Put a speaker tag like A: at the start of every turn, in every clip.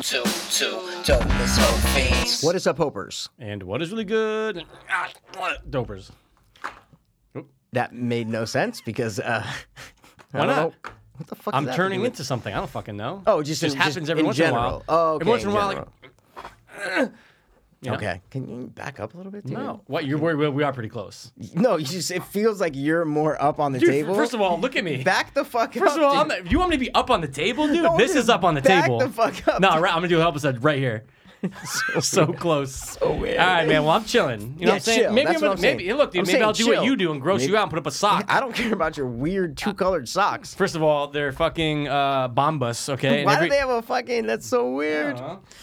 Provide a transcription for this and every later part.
A: two, two, dope as whole fiends.
B: What is up, Hopers?
C: And what is really good? Ah, Dopers.
B: That made no sense because uh, I don't
C: Why not?
B: know. What the fuck? does
C: I'm
B: that have to
C: turning
B: do with-
C: into something. I don't fucking know.
B: Oh, just, in-
C: happens every
B: in
C: once
B: general.
C: in a while.
B: Oh, okay.
C: Every once in a while,
B: general.
C: you know?
B: okay. Can you back up a little bit? Dude?
C: like, no. What you're we, we are pretty close.
B: No, you just it feels like you're more up on the
C: Dude,
B: table.
C: first of all, look at me.
B: back the fuck up.
C: First of all,
B: dude.
C: I'm, you want me to be up on the table, dude?
B: No,
C: this
B: dude,
C: is up on the
B: back
C: table.
B: the fuck up,
C: No,
B: dude.
C: right, I'm gonna do a help us out right here. so, close. So
B: weird.
C: All right, man. Well, I'm chilling. You know what I'm saying?
B: chill.
C: Maybe
B: That's
C: I'm
B: what
C: gonna,
B: I'm
C: maybe
B: saying.
C: look, dude.
B: I'm
C: maybe I'll do
B: saying
C: what
B: chill.
C: you do and gross
B: Maybe-
C: you out and put up a sock.
B: I don't care about your weird two colored socks.
C: First of all, they're fucking uh, bombas, okay? And
B: Why
C: every-
B: do they have a fucking? That's so weird.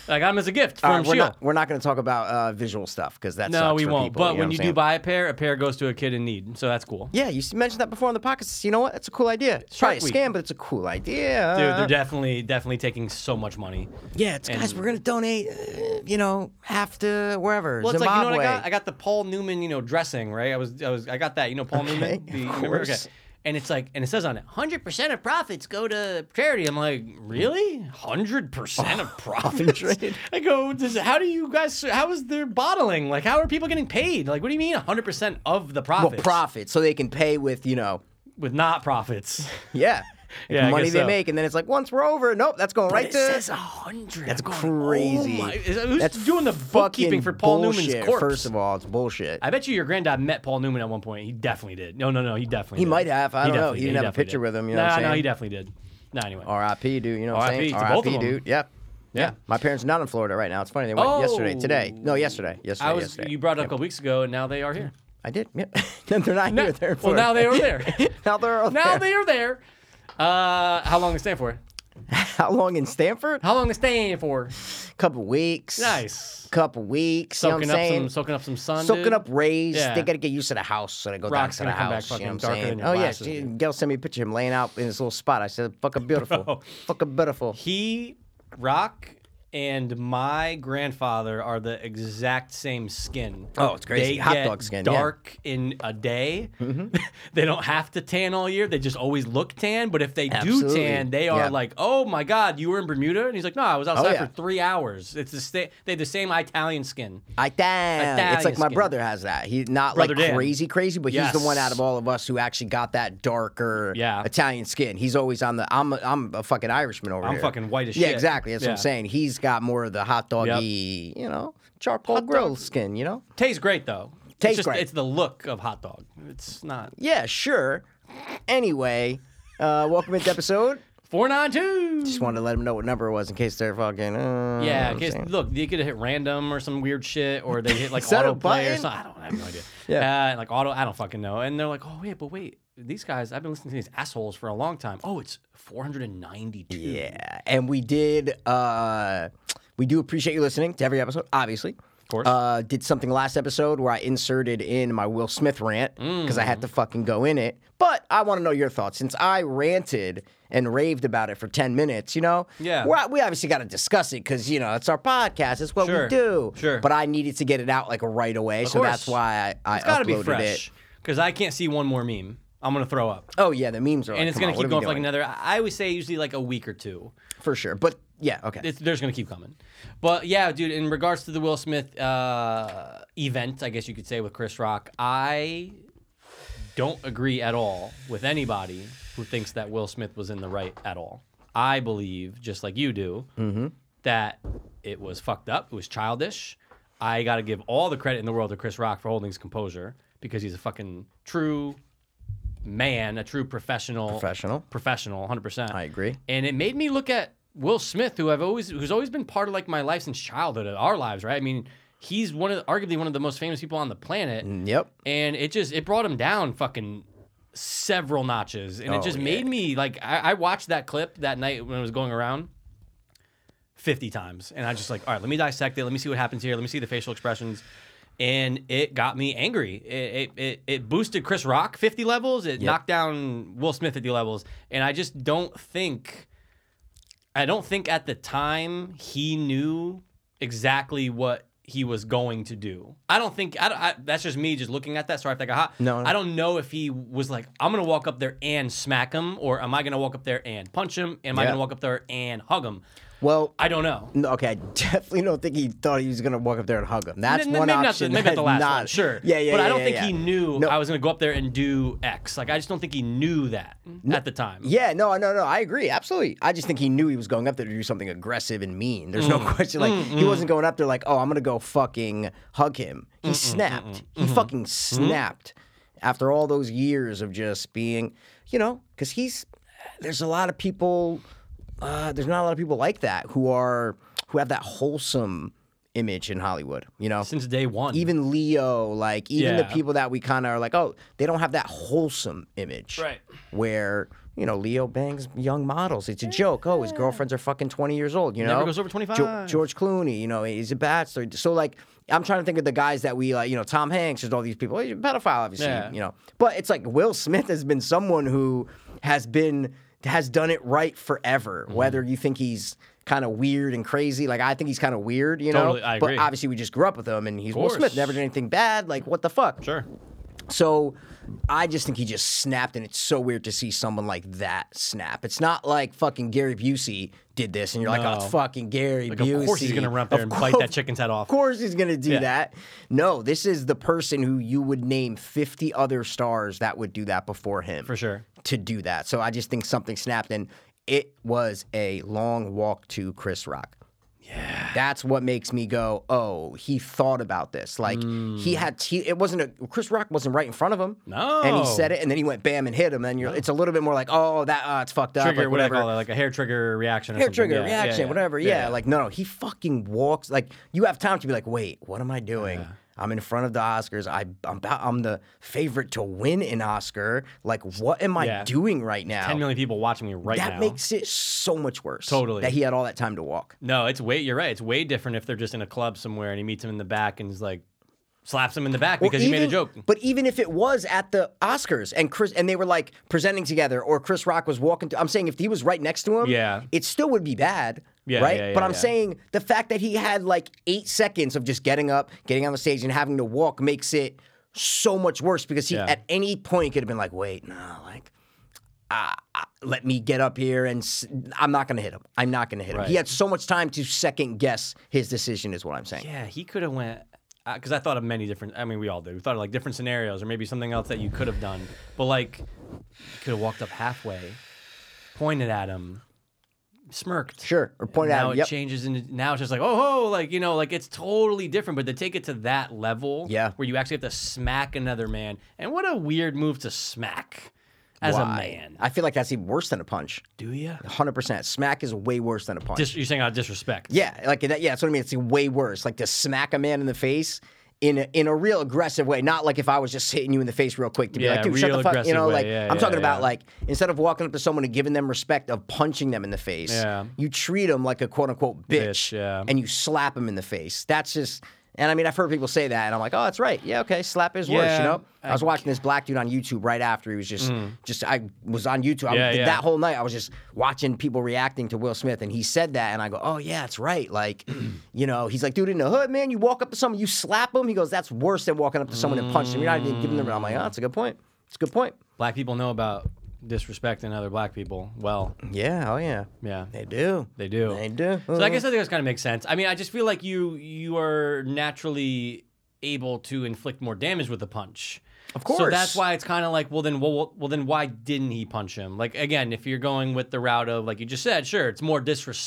C: I got them as a gift
B: All right, Uh-huh. Uh,
C: from
B: we're
C: Shield.
B: not we're not going to talk about uh, visual stuff because that's
C: No, we won't. but when you do
B: saying?
C: buy a pair, a pair goes to a kid in need. So that's cool.
B: yeah, you s- mentioned that before on the podcast. You know what? That's a cool idea. It's probably a
C: Shark Week.
B: scam, but it's a cool idea.
C: Dude, they're definitely definitely taking so much money.
B: yeah, it's guys.
C: and-
B: We're going to donate, uh, you know, half to wherever
C: Well, it's like you know
B: Zimbabwe.
C: what I got? I got the Paul Newman, you know, dressing, right? I was I was I got that, you know, Paul Newman.
B: of
C: The, remember? Okay.
B: course.
C: And it's like, and it says on it, hundred percent of profits go to charity. I'm like, really? Hundred percent of profits?
B: trade.
C: I go, does, how do you guys? How is their bottling? Like, how are people getting paid? Like, what do you mean, hundred percent of the
B: well,
C: profits?
B: profit, so they can pay with you know,
C: with not profits.
B: yeah,
C: Yeah, I
B: money
C: guess
B: they
C: so.
B: make, and then it's like once we're over, nope, that's going right
C: It
B: to
C: says a hundred.
B: That's
C: I'm going,
B: crazy.
C: Oh my, is- who's
B: That's
C: doing the
B: fucking
C: bookkeeping for Paul
B: bullshit,
C: Newman's corpse?
B: First of all, it's bullshit.
C: I bet you your granddad met Paul Newman at one point. He definitely did. No, no, no. He definitely.
B: He
C: did.
B: might have. I don't know.
C: definitely
B: He didn't have a
C: definitely
B: picture
C: did.
B: with him, you know what
C: Nah,
B: I'm
C: no,
B: saying?
C: he definitely did. No, anyway.
B: R.I.P. Dude, you know what I'm saying?
C: R.I.P. to both of
B: R.I.P.
C: them.
B: Dude, yep.
C: Yeah.
B: My parents are not in Florida right now. It's funny. They went yesterday,
C: Oh.
B: today. No, yesterday. Yesterday.
C: I was.
B: yesterday.
C: You brought it up a couple weeks ago, and now they are here.
B: I did. Yep. They're not
C: No-
B: here. They're in
C: well, now they are
B: Florida.
C: there.
B: now they're all
C: now
B: there.
C: they are there. Uh, how long they stand for?
B: How long in Stanford?
C: How long they stand for?
B: Couple weeks.
C: Nice.
B: Couple weeks.
C: Soaking
B: you know
C: up
B: what I'm saying?
C: some, soaking up some sun.
B: Soaking
C: dude.
B: up rays.
C: Yeah.
B: They got to get used to the house. So they go back to
C: Rock's
B: the
C: gonna come back
B: house. you know
C: fucking
B: what I'm
C: darker
B: saying?
C: than your
B: oh,
C: glasses,
B: yeah. she-
C: dude.
B: Gail sent me a picture of him laying out in this little spot. I said, fucking
C: Bro.
B: beautiful. fucking beautiful.
C: He, Rock, and my grandfather are the exact same skin.
B: Oh, it's crazy.
C: They
B: Hot
C: get
B: dog skin, yeah. Mm-hmm.
C: Dark in a day. they don't have to tan all year. They just always look tan. But if they do
B: Absolutely.
C: tan, they are
B: Yeah. Oh,
C: like, oh my God, you were in Bermuda? And he's like, no, I was outside
B: yeah.
C: for three hours. It's the sta- They have the same Italian skin.
B: I damn.
C: Italian
B: It's like my
C: skin.
B: brother has that. He's not
C: Brother
B: like
C: Dan.
B: crazy, crazy, but he's the one
C: Yes.
B: out of all of us who actually got that darker
C: Yeah.
B: Italian skin. He's always on the. I'm a, I'm a fucking Irishman over
C: I'm
B: here.
C: fucking white as
B: yeah,
C: shit.
B: exactly. That's what I'm
C: Yeah.
B: saying. He's got more of the hot doggy, you know, charcoal grill skin. You know.
C: Tastes great, though. It's
B: Tastes
C: just-
B: great.
C: It's the look of hot dog. It's not.
B: Yeah, sure. Anyway, uh, welcome into episode.
C: 492.
B: Just wanted to let them know what number it was in case they're fucking. Uh,
C: Yeah,
B: I'm
C: because
B: saying.
C: look, they could have hit random or some weird shit, or they hit like
B: Is that a
C: auto play or
B: button?
C: something. I don't I have no idea.
B: Yeah.
C: yeah, uh, like auto. I don't fucking know. And they're like, oh wait, but wait, these guys, I've been listening to these assholes for a long time. Oh, it's 492.
B: Yeah, and we did. Uh, we do appreciate you listening to every episode, obviously. Of
C: course.
B: Uh, did something last episode where I inserted in my Will Smith rant because I had to fucking go in it. But I want to know your thoughts since I ranted and raved about it for ten minutes. You know,
C: Yeah.
B: We're, we obviously got to discuss it because you know it's our podcast. It's what
C: Sure.
B: we do.
C: Sure.
B: But I needed to get it out like right away, so that's
C: course.
B: why I, I
C: it's gotta be
B: uploaded
C: fresh
B: it.
C: because I can't see one more meme. I'm gonna throw up,
B: Oh yeah, the memes are. like,
C: and it's
B: "Come
C: gonna
B: on, what are
C: keep
B: we
C: going for like
B: doing?"
C: another. I always say usually like a week or two.
B: for sure. But yeah, okay.
C: It's, they're just gonna keep coming. But yeah, dude. In regards to the Will Smith uh, event, I guess you could say with Chris Rock, I don't agree at all with anybody who thinks that Will Smith was in the right at all. I believe, just like you do,
B: Mm-hmm.
C: that it was fucked up. It was childish. I got to give all the credit in the world to Chris Rock for holding his composure because he's a fucking true man, a true professional.
B: Professional.
C: Professional, 100%.
B: I agree.
C: And it made me look at Will Smith, who I've always, who's always been part of like my life since childhood, uh, our lives, right? I mean, he's one of, the, arguably one of the most famous people on the planet
B: Yep.
C: and it just it brought him down fucking several notches and
B: Oh,
C: it just
B: yeah.
C: made me like I, I watched that clip that night when it was going around 50 times and i just like all right let me dissect it let me see what happens here let me see the facial expressions and it got me angry it it, it, it boosted chris rock 50 levels it knocked down will smith 50 levels and i just don't think I don't think at the time he knew exactly what he was going to do. I don't think I, don't- I- that's just me just looking at that. Sorry if that got hot.
B: No, no.
C: I don't know if he was like, I'm gonna walk up there and smack him, or am I gonna walk up there and punch him? Am I
B: Yeah.
C: gonna walk up there and hug him?
B: Well,
C: I don't know.
B: No, okay, I definitely don't think he thought he was gonna walk up there and hug him. That's
C: N-
B: one
C: maybe
B: option.
C: Not the, maybe not the last one.
B: Not-
C: Sure.
B: Yeah, yeah.
C: But I
B: yeah,
C: don't
B: yeah,
C: think
B: yeah.
C: he knew
B: No.
C: I was going to go up there and do X. Like I just don't think he knew that at the time.
B: Yeah, no, no, no. I agree, absolutely. I just think he knew he was going up there to do something aggressive and mean. There's no
C: Mm,
B: question. Like he wasn't going up there like, oh, I'm gonna go fucking hug him.
C: Mm,
B: He snapped. He
C: mm-hmm.
B: fucking snapped. After all those years of just being, you know, because he's there's a lot of people. Uh, there's not a lot of people like that who are who have that wholesome image in Hollywood. You know,
C: Since day one.
B: even Leo, like even the
C: Yeah.
B: people that we kind of are like, oh, they don't have that wholesome image,
C: Right.
B: Where you know Leo bangs young models. It's a joke. Oh, his girlfriends are fucking twenty years old. You know,
C: Never goes over 25.
B: George Clooney, you know, he's a bachelor. So like, I'm trying to think of the guys that we like. You know, Tom Hanks. There's all these people. He's a pedophile, obviously.
C: Yeah.
B: You know, but it's like Will Smith has been someone who has been has done it right forever.
C: Mm-hmm.
B: Whether you think he's kind of weird and crazy, like I think he's kind of weird. You
C: Totally,
B: know,
C: I
B: but
C: agree.
B: obviously we just grew up with him, and he's Will Smith.
C: course.
B: Never did anything bad. Like what the fuck?
C: Sure.
B: So I just think he just snapped, and it's so weird to see someone like that snap. It's not like fucking Gary Busey did this, and you're like, oh,
C: No.
B: it's fucking Gary
C: Like,
B: Busey.
C: of course he's gonna run up there
B: Of
C: and bite
B: cour-
C: that chicken's head off.
B: Of course he's gonna do
C: Yeah.
B: that. No, this is the person who you would name 50 other stars that would do that before him.
C: For sure.
B: To do that. So I just think something snapped, and it was a long walk to Chris Rock. That's what makes me go, oh, he thought about this. Like he
C: Mm.
B: had, he, it wasn't a Chris Rock wasn't right in front of him.
C: No.
B: and he said it, and then he went bam and hit him, and you're, it's a little bit more like, oh, that uh, it's fucked up,
C: Trigger,
B: like,
C: whatever.
B: whatever.
C: Like a hair trigger reaction. Or
B: Hair
C: something.
B: trigger
C: Yeah, yeah,
B: reaction,
C: yeah.
B: whatever. Yeah, like no, no, he fucking walks. Like you have time to be like, wait, what am I doing?
C: Uh-huh.
B: I'm in front of the Oscars. I, I'm about, I'm the favorite to win an Oscar. Like, what am I
C: Yeah.
B: doing right now?
C: 10 million people watching me right
B: that
C: now.
B: makes it so much worse.
C: Totally.
B: That he had all that time to walk.
C: No, it's way. You're right. It's way different if they're just in a club somewhere and he meets him in the back and he's like, slaps him in the back
B: Or
C: because he made a
B: even-
C: joke.
B: But even if it was at the Oscars and Chris and they were like presenting together, or Chris Rock was walking, to, I'm saying if he was right next to him,
C: Yeah.
B: it still would be bad.
C: Yeah,
B: right,
C: yeah,
B: but
C: yeah,
B: I'm
C: yeah.
B: saying the fact that he had like eight seconds of just getting up, getting on the stage, and having to walk makes it so much worse because he
C: Yeah.
B: at any point could have been like, "Wait, no, like, ah, ah, let me get up here and s- I'm not going to hit him. I'm not going to hit him." He
C: Right.
B: had so much time to second guess his decision, is what I'm saying.
C: Yeah, he could have went because I thought of many different. I mean, we all do. We thought of like different scenarios or maybe something else that you could have done. But like, you could have walked up halfway, pointed at him, smirked.
B: Sure, or point
C: now
B: out,
C: it
B: yep,
C: changes into now it's just like oh, oh like you know like it's totally different. But to take it to that level,
B: Yeah.
C: where you actually have to smack another man, and what a weird move to smack as a
B: why?
C: man.
B: I feel like that's even worse than a punch.
C: do you?
B: hundred percent. Smack is way worse than a punch.
C: Dis- you're saying out of disrespect?
B: yeah, like that, yeah, that's what I mean. It's way worse. Like to smack a man in the face in a, in a real aggressive way, not like if I was just hitting you in the face real quick to be
C: Yeah,
B: like, dude, shut
C: real
B: the fuck. You
C: aggressive
B: know,
C: way.
B: like
C: Yeah,
B: I'm
C: yeah,
B: talking about
C: yeah.
B: like instead of walking up to someone and giving them respect of punching them in the face,
C: Yeah.
B: you treat them like a quote unquote bitch,
C: Bitch, yeah.
B: and you slap them in the face. That's just. And I mean, I've heard people say that, and I'm like, oh, that's right. Yeah, okay, slap is worse. You
C: Yeah,
B: know, I was watching this black dude on YouTube right after he was just, just I was on YouTube. I
C: Mm. Yeah,
B: did
C: yeah.
B: that whole night I was just watching people reacting to Will Smith, and he said that, and I go, "Oh yeah, that's right." Like, you know, he's like, "Dude, in the hood, man, you walk up to someone, you slap them." He goes, "That's worse than walking up to someone and punching them. You're not even giving them." I'm like, "Oh, that's a good point. It's a good point."
C: Black people know about disrespecting other black people. Well,
B: Yeah. Oh yeah.
C: yeah.
B: They do.
C: They do.
B: They do.
C: So I guess I think that's kind of makes sense. I mean, I just feel like you you are naturally able to inflict more damage with a punch.
B: Of
C: So
B: course.
C: that's why it's kind of like, well, then, well, well, then, why didn't he punch him? Like again, if you're going with the route of like you just said, sure, it's more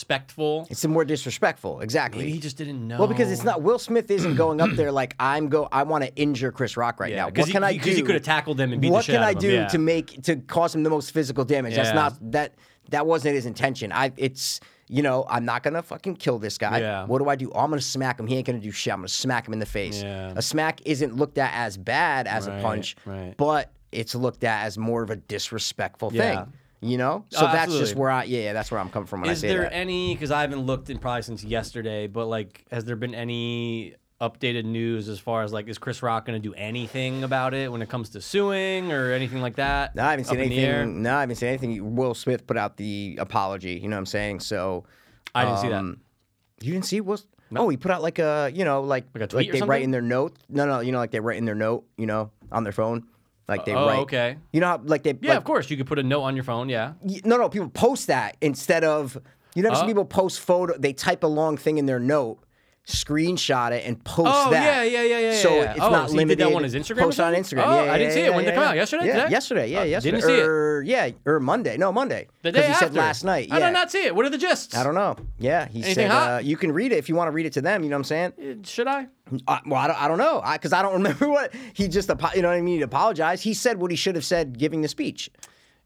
C: disrespectful.
B: it's more disrespectful. Exactly.
C: Maybe he just didn't know.
B: Well, because it's not Will Smith isn't going up there like I'm go. I want to injure Chris Rock right now. What
C: 'cause he-
B: can I do?
C: because he could have tackled him and beat the
B: What
C: shit
B: can
C: out
B: I
C: of him,
B: do
C: yeah.
B: to make to cause him the most physical damage? That's
C: Yeah.
B: not that that wasn't his intention. I it's you know I'm not gonna fucking kill this guy.
C: Yeah.
B: What do I do? Oh, I'm gonna smack him. He ain't gonna do shit. I'm gonna smack him in the face.
C: Yeah.
B: A smack isn't looked at as bad as a
C: Right,
B: punch,
C: right.
B: but it's looked at as more of a disrespectful
C: Yeah. Oh,
B: thing. You know, so that's just
C: absolutely.
B: where I yeah, yeah that's where I'm coming from when
C: Is
B: I say
C: there
B: that.
C: any? Because I haven't looked in probably since yesterday, but like, has there been any updated news as far as like, is Chris Rock going to do anything about it when it comes to suing or anything like that?
B: No, I haven't seen
C: Up in the air?
B: anything. No, I haven't seen anything. Will Smith put out the apology. You know what I'm saying? So
C: I didn't see
B: um,
C: that.
B: you didn't see Will? Oh, he put out like a you know like
C: Like a tweet or
B: they write
C: something?
B: in their note. No, no, you know like they write in their note. You know on their phone, like they
C: oh,
B: write.
C: okay.
B: You know how like they
C: Yeah,
B: like,
C: of course. You could put a note on your phone. Yeah.
B: y- No, no, people post that instead of You never see
C: Uh-huh.
B: people post photo. They type a long thing in their note, screenshot it, and post
C: Oh,
B: that.
C: yeah, yeah, yeah, yeah,
B: So
C: yeah.
B: it's
C: Oh,
B: not
C: so he did
B: limited.
C: that on his Instagram or
B: Post on
C: something?
B: Instagram.
C: Oh,
B: yeah,
C: I didn't
B: yeah,
C: see it.
B: yeah,
C: When did it
B: yeah,
C: come
B: yeah.
C: out? Yesterday,
B: Yeah,
C: today?
B: yesterday. Yeah,
C: Uh,
B: yesterday.
C: didn't see it.
B: or, Yeah, or Monday. No, Monday.
C: The
B: 'Cause
C: day
B: he
C: after.
B: said last night. Yeah.
C: How did I not see it? What are the gists?
B: I don't know. Yeah, he
C: Anything
B: said
C: hot?
B: uh, you can read it if you want to read it to them. You know what I'm saying?
C: don't. Should I?
B: I, well, I don't, I don't know because I, don't remember what he just. Apo- you know what I mean? He apologized. He said what he should have said giving the speech.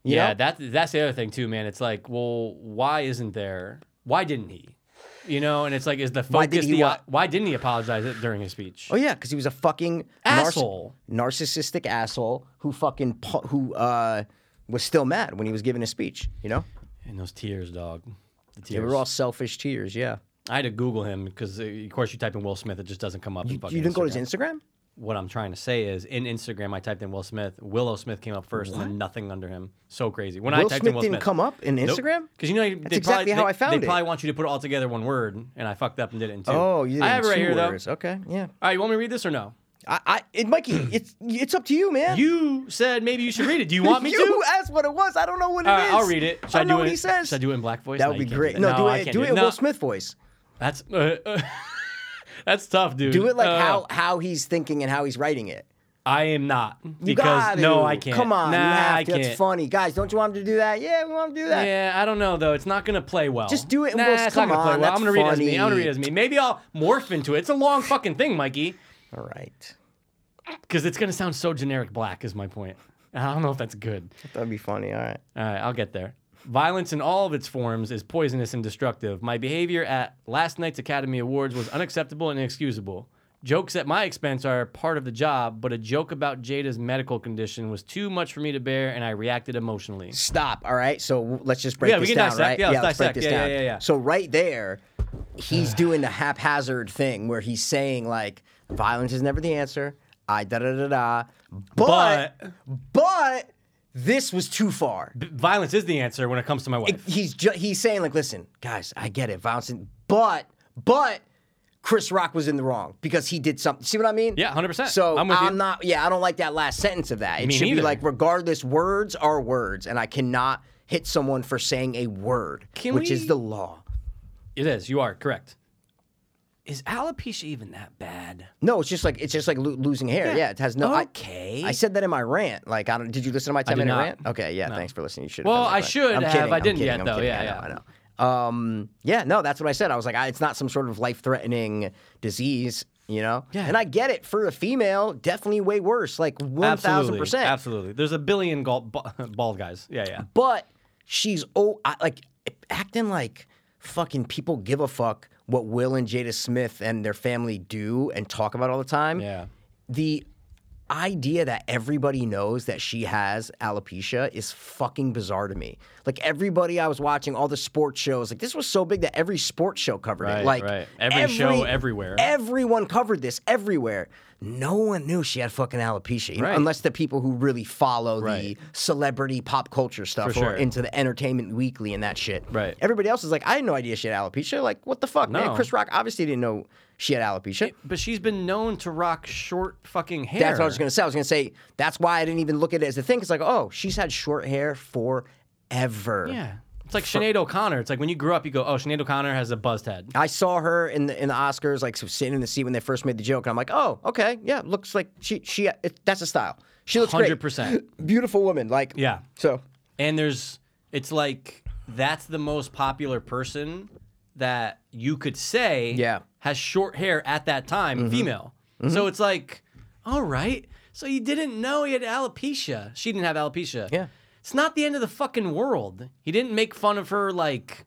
B: You
C: yeah,
B: know?
C: that that's the other thing too, man. It's like, well, why isn't there? Why didn't he? You know, and it's like, is the focus?
B: Why did he
C: the,
B: what?
C: why didn't he apologize during his speech?
B: Oh yeah, because he was a fucking narc-
C: Asshole.
B: narcissistic asshole who fucking pu- who uh, was still mad when he was giving his speech. You know,
C: And those tears, dog. The
B: they
C: tears.
B: were all selfish tears. Yeah,
C: I had to Google him because, of course, you type in Will Smith, it just doesn't come up. You,
B: you didn't go to his Instagram.
C: What I'm trying to say is, in Instagram, I typed in Will Smith. Willow Smith came up first, and then nothing under him. So crazy. When I
B: Will
C: typed
B: Smith
C: in Will
B: didn't
C: Smith,
B: come up in
C: Nope.
B: Instagram.
C: Because you know they probably,
B: exactly how
C: they,
B: I found
C: They
B: it.
C: probably want you to put it all together one word, and I fucked up and did it in two.
B: Oh, you did it
C: I
B: in
C: have it right
B: two
C: here
B: words.
C: though.
B: Okay, yeah.
C: All right, you want me to read this or no?
B: I, I, it, Mikey, it's it's up to you, man.
C: You said maybe you should read it. Do you want me
B: you
C: to?
B: asked what it was. I don't know what it
C: All right,
B: is.
C: I'll read it. Should
B: I
C: I,
B: don't
C: do
B: know
C: it?
B: what he says.
C: Should I do it in black voice?
B: that
C: No,
B: would
C: you
B: be
C: can't
B: great.
C: that.
B: No, do
C: I
B: it.
C: can't
B: Do it in
C: No,
B: Will Smith voice.
C: That's uh, uh, that's tough, dude.
B: Do it like
C: Uh,
B: how how he's thinking and how he's writing it.
C: I am not
B: You
C: because
B: gotta.
C: no, I can't.
B: Come on,
C: nah,
B: you have
C: I
B: to.
C: can't.
B: That's funny, guys. Don't you want him to do that? Yeah, we want him to do that.
C: Yeah, I don't know though. It's not gonna play well.
B: Just do it in
C: Nah,
B: Will's-
C: it's
B: come
C: not gonna play
B: on,
C: well.
B: that's
C: I'm gonna read it as me.
B: funny.
C: I'm gonna read it as me. Maybe I'll morph into it. It's a long fucking thing, Mikey.
B: All right,
C: Because it's gonna sound so generic black is my point. I don't know if that's good.
B: that'd be funny. All right.
C: All right, I'll get there. Violence in all of its forms is poisonous and destructive. My behavior at last night's Academy Awards was unacceptable and inexcusable. Jokes at my expense are part of the job, but a joke about Jada's medical condition was too much for me to bear, and I reacted emotionally.
B: Stop. All right. So w- let's just break
C: Yeah, we
B: this
C: can
B: down,
C: dissect.
B: right?
C: Yeah, let's
B: break
C: dissect.
B: this
C: Yeah,
B: down.
C: yeah, yeah, yeah.
B: So right there, he's doing the haphazard thing where he's saying like, violence is never the answer. I da da da da. But but this was too far.
C: Violence is the answer when it comes to my wife.
B: he's ju- he's saying like, listen, guys, I get it, violence, and- but but Chris Rock was in the wrong because he did something. See what I mean?
C: Yeah, 100%.
B: So
C: I'm
B: I'm,
C: with you.
B: not. Yeah, I don't like that last sentence of that. It
C: Me
B: should
C: neither.
B: be like, regardless, words are words, and I cannot hit someone for saying a word,
C: Can
B: which
C: we-
B: is the law.
C: It is. You are correct. Is alopecia even that bad?
B: No, it's just like it's just like lo- losing hair. Yeah. it has no. I-
C: Okay.
B: I, said that in my rant. Like, I don't. Did you listen to my ten
C: did
B: minute
C: not.
B: rant? Okay, yeah. Thanks for listening. You should.
C: Well,
B: done that,
C: I
B: but-
C: should
B: I'm
C: have.
B: Kidding,
C: I
B: I'm
C: didn't
B: kidding,
C: yet,
B: I'm
C: though.
B: kidding,
C: Yeah,
B: I know,
C: yeah.
B: I know. Um, yeah, no, that's what I said. I was like, I, it's not some sort of life threatening disease, you know.
C: Yeah.
B: And I get it for a female, definitely way worse. Like one thousand percent.
C: Absolutely. There's a billion gol- ba- bald guys. Yeah, yeah.
B: But she's oh, I, like acting like fucking people give a fuck what Will and Jada Smith and their family do and talk about all the time.
C: Yeah.
B: The idea that everybody knows that she has alopecia is fucking bizarre to me. Like everybody I was watching, all the sports shows, like this was so big that every sports show covered
C: Right,
B: it. Like
C: right. Every show, everywhere.
B: Everyone covered this everywhere. No one knew she had fucking alopecia, you know,
C: Right.
B: unless the people who really follow
C: Right.
B: the celebrity pop culture stuff
C: For
B: or
C: sure.
B: into the Entertainment Weekly and that shit.
C: Right.
B: Everybody else is like, I had no idea she had alopecia. Like, what the fuck,
C: No.
B: man? Chris Rock obviously didn't know she had alopecia.
C: But she's been known to rock short fucking hair.
B: That's what I was gonna say. I was gonna say that's why I didn't even look at it as a thing. It's like, oh, she's had short hair forever.
C: Yeah. It's like Sinead O'Connor. It's like when you grew up, you go, oh, Sinead O'Connor has a buzzed head.
B: I saw her in the in the Oscars, like sitting in the seat when they first made the joke, and I'm like, oh, okay, yeah, looks like she she it, that's a style. She looks great.
C: 100%.
B: beautiful woman. Like
C: Yeah.
B: So
C: And there's, it's like, that's the most popular person that you could say
B: Yeah.
C: has short hair at that time, female. So it's like, all right. So you didn't know he had alopecia. She didn't have alopecia.
B: Yeah.
C: It's not the end of the fucking world. He didn't make fun of her like.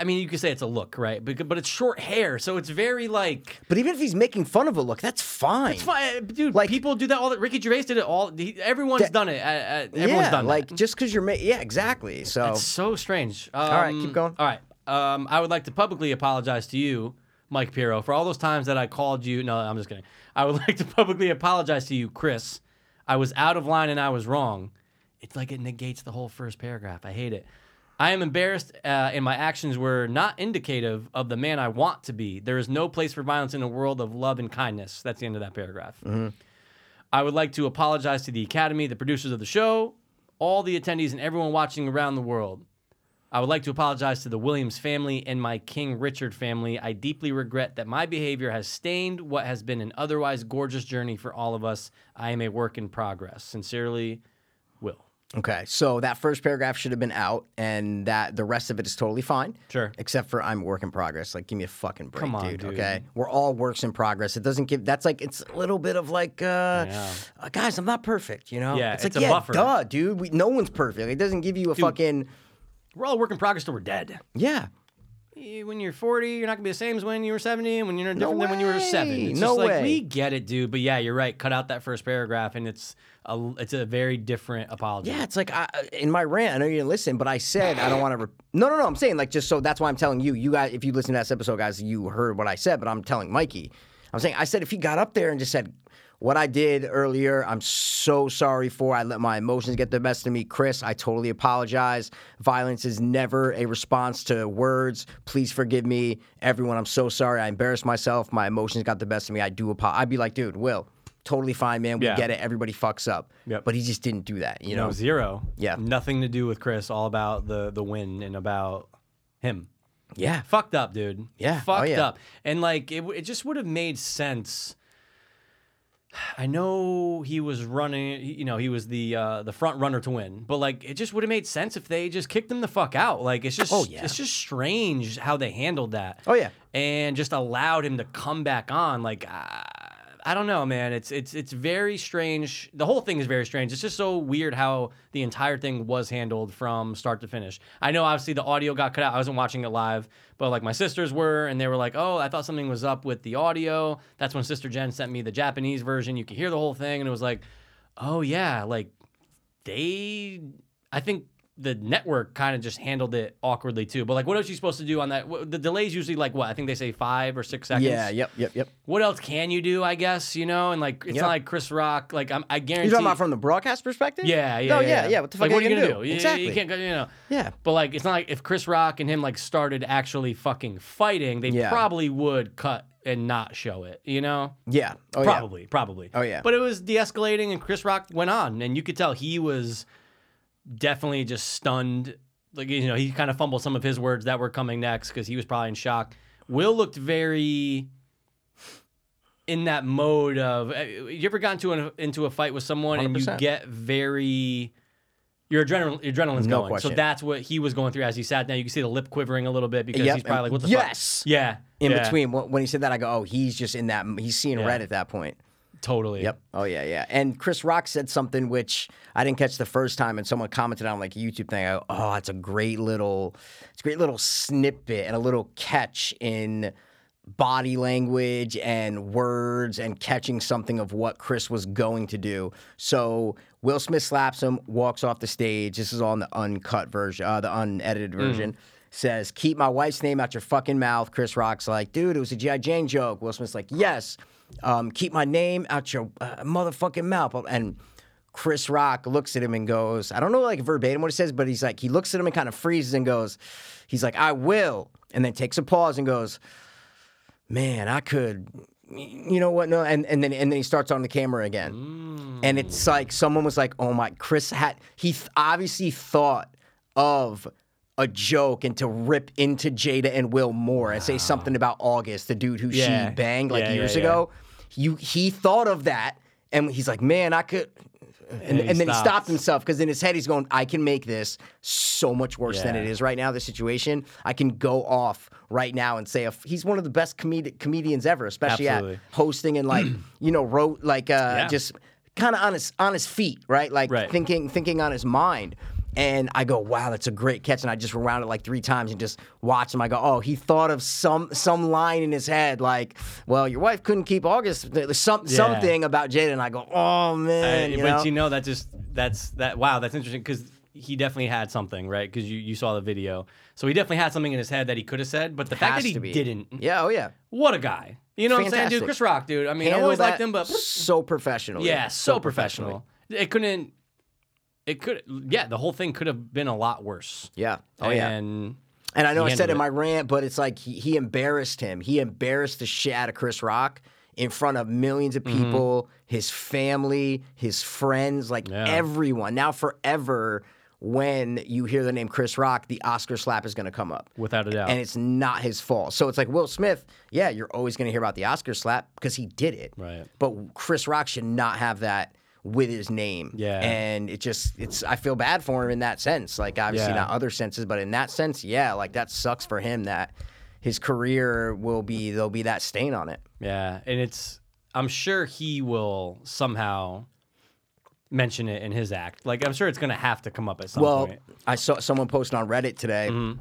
C: I mean, you could say it's a look, right? But, but it's short hair, so it's very like
B: But even if he's making fun of a look, that's fine.
C: It's fine, dude.
B: Like-
C: people do that all. The, Ricky Gervais did it all. He, everyone's done it. Uh, uh, everyone's
B: yeah,
C: done that.
B: like just because you're ma- yeah, exactly. So
C: It's so strange. Um,
B: right, keep going.
C: All right. Um, I would like to publicly apologize to you, Mike Piero, for all those times that I called you. No, I'm just kidding. I would like to publicly apologize to you, Chris. I was out of line and I was wrong. It's like it negates the whole first paragraph. I hate it. I am embarrassed, uh, and my actions were not indicative of the man I want to be. There is no place for violence in a world of love and kindness. That's the end of that paragraph.
B: Mm-hmm.
C: I would like to apologize to the Academy, the producers of the show, all the attendees, and everyone watching around the world. I would like to apologize to the Williams family and my King Richard family. I deeply regret that my behavior has stained what has been an otherwise gorgeous journey for all of us. I am a work in progress. Sincerely, Will.
B: Okay, so that first paragraph should have been out, and that the rest of it is totally fine.
C: Sure.
B: Except for I'm a work in progress. Like, give me a fucking break,
C: Come on, dude.
B: Okay, we're all works in progress. It doesn't give. That's like it's a little bit of like, uh,
C: Yeah.
B: uh, guys, I'm not perfect. You know?
C: Yeah,
B: like
C: it's a
B: yeah,
C: buffer.
B: duh, dude. We, no one's perfect. It doesn't give you a fucking
C: We're all a work in progress till we're dead.
B: yeah.
C: Eh, When you're 40, you're not gonna be the same as when you were 70, and when you're different than when you were seven.
B: way.
C: It's
B: No
C: just like
B: way.
C: we get it, dude. But yeah, you're right. Cut out that first paragraph, and it's a it's a very different apology.
B: Yeah, it's like I, in my rant. I know you didn't listen, but I said I don't want to. Re- no, no, no. I'm saying like just so that's why I'm telling you. You guys, if you listen to this episode, guys, you heard what I said. But I'm telling Mikey. I'm saying I said if he got up there and just said what I did earlier, I'm so sorry for. I let my emotions get the best of me, Chris. I totally apologize. Violence is never a response to words. Please forgive me, everyone. I'm so sorry. I embarrassed myself. My emotions got the best of me. I do apologize. I'd be like, dude, Will. Totally fine, man. We
C: Yeah.
B: get it. Everybody fucks up.
C: Yep.
B: But he just didn't do that, you
C: No,
B: know?
C: zero.
B: Yeah.
C: Nothing to do with Chris. All about the the win and about him.
B: Yeah.
C: Fucked up, dude.
B: Yeah. Oh,
C: Fucked
B: yeah.
C: up. And like it, w- it just would have made sense. I know he was running, you know, he was the uh, the front runner to win, but like it just would have made sense if they just kicked him the fuck out. Like it's just,
B: Oh, yeah.
C: it's just strange how they handled that.
B: Oh, yeah.
C: and just allowed him to come back on. Like uh, I don't know, man. It's it's it's very strange. The whole thing is very strange. It's just so weird how the entire thing was handled from start to finish. I know obviously the audio got cut out. I wasn't watching it live, but like my sisters were, and they were like, "Oh, I thought something was up with the audio." That's when Sister Jen sent me the Japanese version. You could hear the whole thing, and it was like, "Oh yeah, like they i think the network kind of just handled it awkwardly too but like what else you supposed to do on that wh- the delays usually like what i think they say five or six seconds
B: Yeah, yep, yep, yep.
C: what else can you do i guess you know and like it's
B: Yeah.
C: not like chris rock like I'm, i guarantee
B: You're talking about from the broadcast perspective?
C: yeah yeah
B: No,
C: yeah,
B: yeah, yeah. What the fuck
C: like,
B: are
C: what
B: you
C: are you
B: gonna
C: do,
B: do?
C: You-
B: Exactly.
C: you can't go- you know
B: Yeah.
C: but like it's not like if chris rock and him like started actually fucking fighting they
B: Yeah.
C: probably would cut and not show it you know
B: Yeah. Oh, yeah.
C: probably, probably.
B: Oh, yeah.
C: But it was de-escalating, and Chris Rock went on, and you could tell he was definitely just stunned. Like you know, he kind of fumbled some of his words that were coming next because he was probably in shock. Will looked very in that mode of. eh, You ever gotten to an, into a fight with someone and you
B: 100%.
C: get very. Your adrenaline, your adrenaline's
B: No
C: going, so
B: question.
C: that's what he was going through as he sat down. You can see the lip quivering a little bit because
B: Yep,
C: he's probably
B: and-
C: like, "What the fuck?"
B: yes!
C: yeah."
B: In
C: yeah,
B: between wh- when he said that, I go, oh, he's just in that. He's seeing
C: Yeah.
B: red at that point.
C: totally.
B: Yep. Oh yeah, yeah. And Chris Rock said something which I didn't catch the first time, and someone commented on like a YouTube thing. I go, oh, it's a great little, it's a great little snippet and a little catch in body language and words and catching something of what Chris was going to do. So Will Smith slaps him, walks off the stage. This is all in the uncut version, uh, the unedited version. Says, keep my wife's name out your fucking mouth. Chris Rock's like, dude, it was a G.I. Jane joke. Will Smith's like, yes um, keep my name out your uh, motherfucking mouth. And Chris Rock looks at him and goes, I don't know like verbatim what it says, but he's like, he looks at him and kind of freezes and goes, he's like, I will. And then takes a pause and goes, man, I could, you know what? No. And, and then, and then he starts on the camera again. And it's
C: Mm.
B: like, someone was like, oh my, Chris had, he th- obviously thought of a joke and to rip into Jada and Will more and say something about August, the dude who
C: Yeah.
B: she banged like
C: Yeah, yeah,
B: years
C: yeah.
B: ago you he thought of that and he's like, man, I could. And,
C: And he
B: and then he
C: stopped.
B: stopped himself because in his head he's going, I can make this so much worse than
C: Yeah.
B: it is right now. The situation, I can go off right now and say if, he's one of the best comedic comedians ever, especially
C: Absolutely.
B: at hosting and like you know wrote like uh, just kind of on his on his feet, right? Like
C: Right.
B: thinking thinking on his mind. And I go, wow, that's a great catch. And I just rewound it like three times and just watch him. I go, oh, he thought of some some line in his head, like, well, your wife couldn't keep August, th- some, something about Jada. And I go, oh man,
C: Uh,
B: you
C: but
B: know?
C: you know that just that's that wow that's interesting because he definitely had something right because you, you saw the video so he definitely had something in his head that he could have said but the fact
B: Has
C: that he
B: to be.
C: didn't
B: Yeah, oh yeah.
C: what a guy you know what i'm saying dude
B: Fantastic.
C: chris rock dude i mean i
B: Handle
C: always liked
B: that
C: him but
B: so professional.
C: yeah so, professional it couldn't it could yeah the whole thing could have been a lot worse
B: Yeah. Oh yeah.
C: and
B: And I know
C: He
B: I said
C: handled
B: in
C: it.
B: my rant, but it's like he, he embarrassed him. He embarrassed the shit out of Chris Rock in front of millions of
C: Mm-hmm.
B: people, his family, his friends, like
C: Yeah.
B: everyone. Now forever when you hear the name Chris Rock, the Oscar slap is going to come up.
C: Without a doubt.
B: And it's not his fault. So it's like Will Smith, yeah, you're always going to hear about the Oscar slap because he did it.
C: Right.
B: But Chris Rock should not have that with his name.
C: Yeah.
B: And it just it's I feel bad for him in that sense. Like obviously
C: Yeah.
B: not other senses, but in that sense, yeah, like that sucks for him that his career will be there'll be that stain on it.
C: Yeah, and it's I'm sure he will somehow mention it in his act. Like I'm sure it's gonna have to come up at some
B: Well,
C: point.
B: I saw someone posted on Reddit today.
C: Mm-hmm.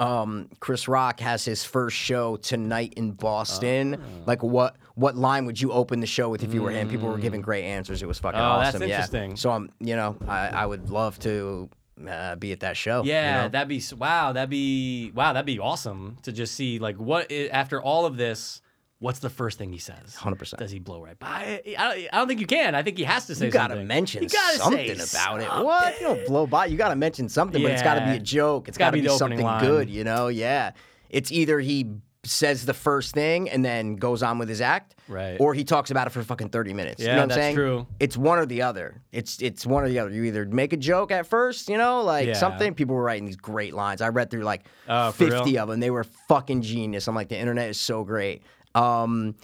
B: Um, Chris Rock has his first show tonight in Boston.
C: Ah.
B: Like, what what line would you open the show with if you were him? People were giving great answers. It was fucking
C: Mm. Oh, that's
B: awesome. Yeah.
C: interesting.
B: So I'm, you know, I, I would love to uh, be at that show. you
C: Yeah,
B: know?
C: that'd be s- wow. That'd be wow. That'd be awesome to just see like what i- after all of this. What's the first thing he says?
B: 100%.
C: Does he blow right by it? I don't, I don't think you can. I think he has to say
B: you gotta
C: something.
B: mention
C: You gotta say
B: something about it. What? You don't blow by. You gotta mention something, but it's gotta be
C: Yeah.
B: a joke. it's gotta,
C: gotta be
B: be,
C: the opening
B: something
C: line.
B: good, you know? Yeah. It's either he says the first thing and then goes on with his act,
C: Right.
B: Or he talks about it for fucking thirty minutes. you
C: Yeah,
B: know what
C: that's
B: I'm saying?
C: true.
B: It's one or the other. It's it's one or the other. You either make a joke at first, you know, like
C: Yeah.
B: something. People were writing these great lines. I read through like
C: Oh, for real?
B: fifty of them. They were fucking genius. I'm like, the internet is so great. Um,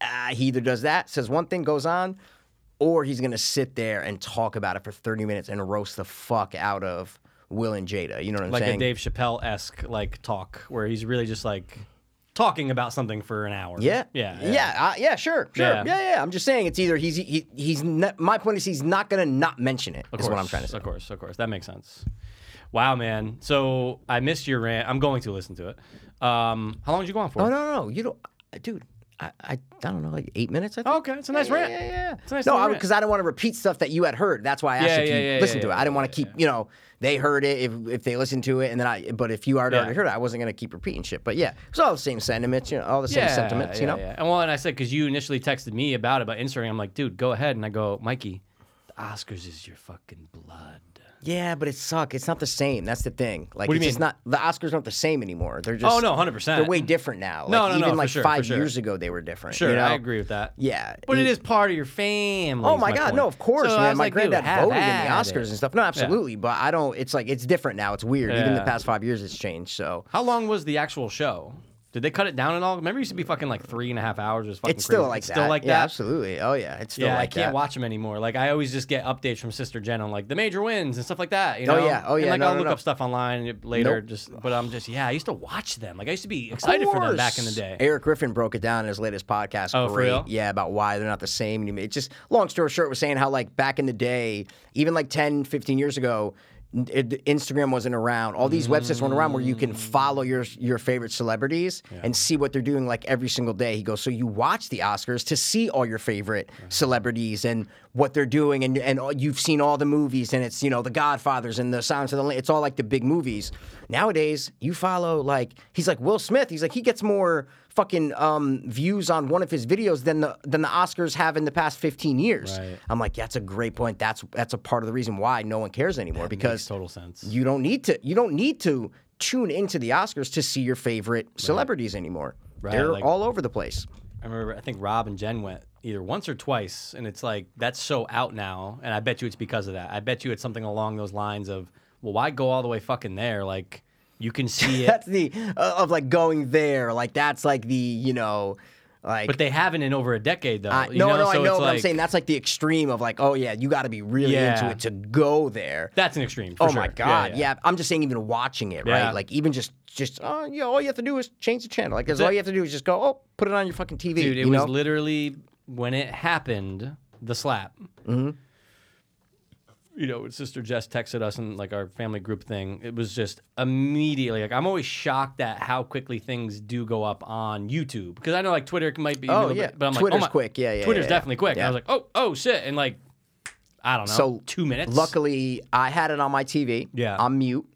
B: uh, he either does that, says one thing, goes on, or he's gonna sit there and talk about it for 30 minutes and roast the fuck out of Will and Jada. You know what I'm
C: Like
B: saying?
C: a Dave Chappelle esque like talk where he's really just like talking about something for an hour.
B: yeah.
C: Yeah.
B: Yeah. Yeah. Uh, yeah. Sure. Sure.
C: Yeah.
B: Yeah. yeah. I'm just saying it's either he's he, he's ne- my point is he's not gonna not mention it. Is
C: course,
B: what I'm trying to say.
C: Of course, of course. That makes sense. Wow, man. So I missed your rant. I'm going to listen to it. Um, how long did you go on for?
B: Oh no no you don't, dude. I, I, I don't know like eight minutes. I think.
C: Oh, Okay, it's a nice
B: yeah,
C: rant.
B: Yeah, yeah.
C: It's a nice little
B: no,
C: rant.
B: because I, don't want to repeat stuff that you had heard. That's why I asked
C: Yeah,
B: if
C: yeah,
B: you
C: yeah,
B: listened
C: yeah,
B: to it.
C: yeah,
B: I didn't want to keep, you know, they heard it if, if they listened to it, and then I. But if you already,
C: Yeah.
B: already heard it, I wasn't gonna keep repeating shit. But yeah, it's all the same sentiments, you know, all the same sentiments, you
C: yeah,
B: know.
C: yeah. And well, and I said because you initially texted me about it about Instagram. I'm like, dude, go ahead. And I go, Mikey, the Oscars is your fucking blood.
B: Yeah, but it suck. It's not the same. That's the thing. Like,
C: What do you
B: it's just
C: mean?
B: not the Oscars aren't the same anymore. They're just
C: Oh, no, 100%.
B: They're way different now. Like,
C: No, no, no,
B: even
C: for
B: like
C: sure, for
B: five
C: sure.
B: years ago, they were different.
C: Sure,
B: you know?
C: I agree with that.
B: Yeah,
C: but it
B: you-
C: is part of your family.
B: Oh
C: is
B: my God,
C: point.
B: no, of course,
C: So I
B: man.
C: was
B: My
C: like, dude,
B: granddad
C: have
B: voted in the
C: at
B: Oscars
C: it.
B: and stuff. No, absolutely, but I don't. It's like it's different now. It's weird. Even the
C: Yeah.
B: past five years, it's changed. So
C: How long was the actual show? Did they cut it down at all? Remember, it used to be fucking like three and a half hours. It was fucking
B: it's still
C: crazy.
B: like
C: it's
B: that.
C: Still like
B: yeah,
C: that.
B: absolutely. Oh yeah, it's still
C: yeah,
B: like
C: I can't
B: that.
C: watch them anymore. Like I always just get updates from Sister Jen on like the major wins and stuff like that. You know?
B: Oh, yeah. Oh,
C: And,
B: yeah.
C: like
B: No,
C: I'll
B: no,
C: look
B: no.
C: up stuff online later.
B: Nope.
C: Just but I'm just yeah. I used to watch them. Like I used to be excited for them back in the
B: course.
C: day.
B: Eric Griffin broke it down in his latest podcast.
C: Oh, for
B: Great.
C: real?
B: Yeah, about why they're not the same. anymore. It's just, long story short, was saying how, like, back in the day, even like 10, 15 years ago, n- it, Instagram wasn't around. All these websites weren't around where you
C: Mm.
B: can follow your your favorite celebrities and see what they're doing like every single day. He goes, so you watch the Oscars to see all your favorite
C: Uh-huh.
B: celebrities and what they're doing, and and all- you've seen all the movies, and it's you know the Godfathers and the Silence of the Lambs. It's all like the big movies. Nowadays, you follow like he's like Will Smith. He's like he gets more fucking um, views on one of his videos than the than the Oscars have in the past 15 years.
C: Right.
B: I'm like, that's a great point. That's that's a part of the reason why no one cares anymore because
C: Makes total sense.
B: you don't need to you don't need to tune into the Oscars to see your favorite celebrities anymore.
C: Right,
B: They're
C: like-
B: all over the place.
C: I remember I think Rob and Jen went either once or twice, and it's like that's so out now. And I bet you it's because of that. I bet you it's something along those lines of well, why go all the way fucking there? Like you can see it,
B: That's the uh, of like going there. Like that's like the you know, like.
C: but they haven't in over a decade though.
B: I-
C: you
B: no,
C: know?
B: no, I know,
C: So it's
B: but I'm
C: like-
B: saying that's like the extreme of like, oh yeah, you got to be really
C: Yeah.
B: into it to go there.
C: that's an extreme. for
B: Oh my
C: sure. Yeah,
B: god, yeah,
C: yeah.
B: I'm just saying, even watching it,
C: Yeah.
B: right? Like even just, just oh, yeah, all you have to do is change the channel. Like that's
C: That's
B: all
C: it.
B: you have to do is just go, oh, put it on your fucking TV.
C: Dude, it
B: you
C: was
B: know?
C: literally when it happened, the slap. Mm-hmm. You know, Sister Jess texted us in like our family group thing. It was just immediately like I'm always shocked at how quickly things do go up on YouTube because I know like Twitter might be. a
B: Oh,
C: little
B: yeah.
C: bit- but I'm like,
B: Twitter's
C: oh, my-
B: quick. Yeah, yeah,
C: Twitter's
B: yeah, yeah.
C: definitely quick. And I
B: Yeah.
C: was like, oh, oh shit, and like I don't know,
B: So
C: two minutes.
B: Luckily, I had it on my TV.
C: Yeah.
B: I'm mute,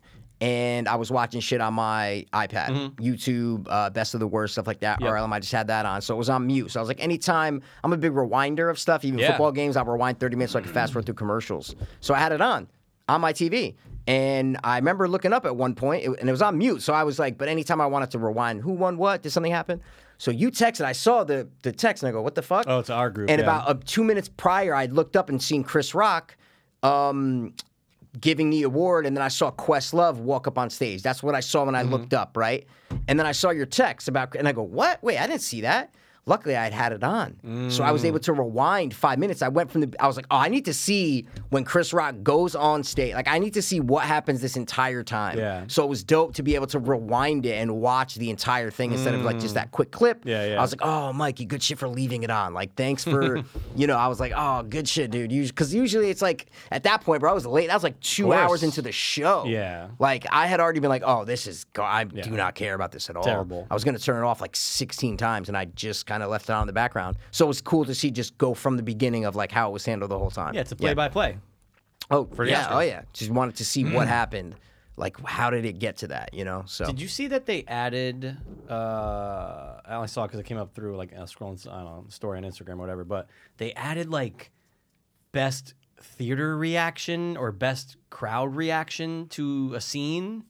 B: and I was watching shit on my iPad, YouTube, uh, Best of the Worst, stuff like that.
C: Mm-hmm. Yep.
B: RLM, I just had that on, so it was on mute. So I was like, anytime I'm a big rewinder of stuff, even
C: Yeah.
B: football games, I'll rewind 30 minutes so I can fast forward through commercials. So I had it on on my TV. And I remember looking up at one point, it- and it was on mute. So I was like, but anytime I wanted to rewind, who won what? Did something happen? So you texted. I saw the the text, and I go, what the fuck?
C: Oh, it's our group,
B: And
C: yeah.
B: about uh, two minutes prior, I'd looked up and seen Chris Rock um, giving the award, and then I saw Questlove walk up on stage. That's what I saw when I
C: Mm-hmm.
B: looked up, right? And then I saw your text about, and I go, "What? Wait, I didn't see that." Luckily, I had had it on, so I was
C: Mm.
B: able to rewind five minutes. I went from the, I was like, "Oh, I need to see when Chris Rock goes on stage. Like, I need to see what happens this entire time."
C: Yeah.
B: So it was dope to be able to rewind it and watch the entire thing instead of like just that quick clip.
C: Mm. Yeah, yeah.
B: I was like, "Oh, Mikey, good shit for leaving it on. Like, thanks for, you know." I was like, "Oh, good shit, dude." Because usually it's like at that point, bro, I was late. That was like two
C: course.
B: hours into the show.
C: Yeah.
B: Like I had already been like, "Oh, this is. go- I do
C: Yeah.
B: not care about this at all."
C: Terrible.
B: I was gonna turn it off like 16 times, and I just kind of left it on in the background. So it was cool to see just go from the beginning of like how it was handled the whole time.
C: Yeah, it's a play by play.
B: Oh,
C: the
B: yeah.
C: Oscar.
B: Oh, yeah. Just wanted to see what happened. Like, how did it get to that? You know. So
C: Mm. Did you see that they added? Uh, I only saw because it came up through like a scrolling I don't know story on Instagram or whatever. But they added like best theater reaction or best crowd reaction to a scene.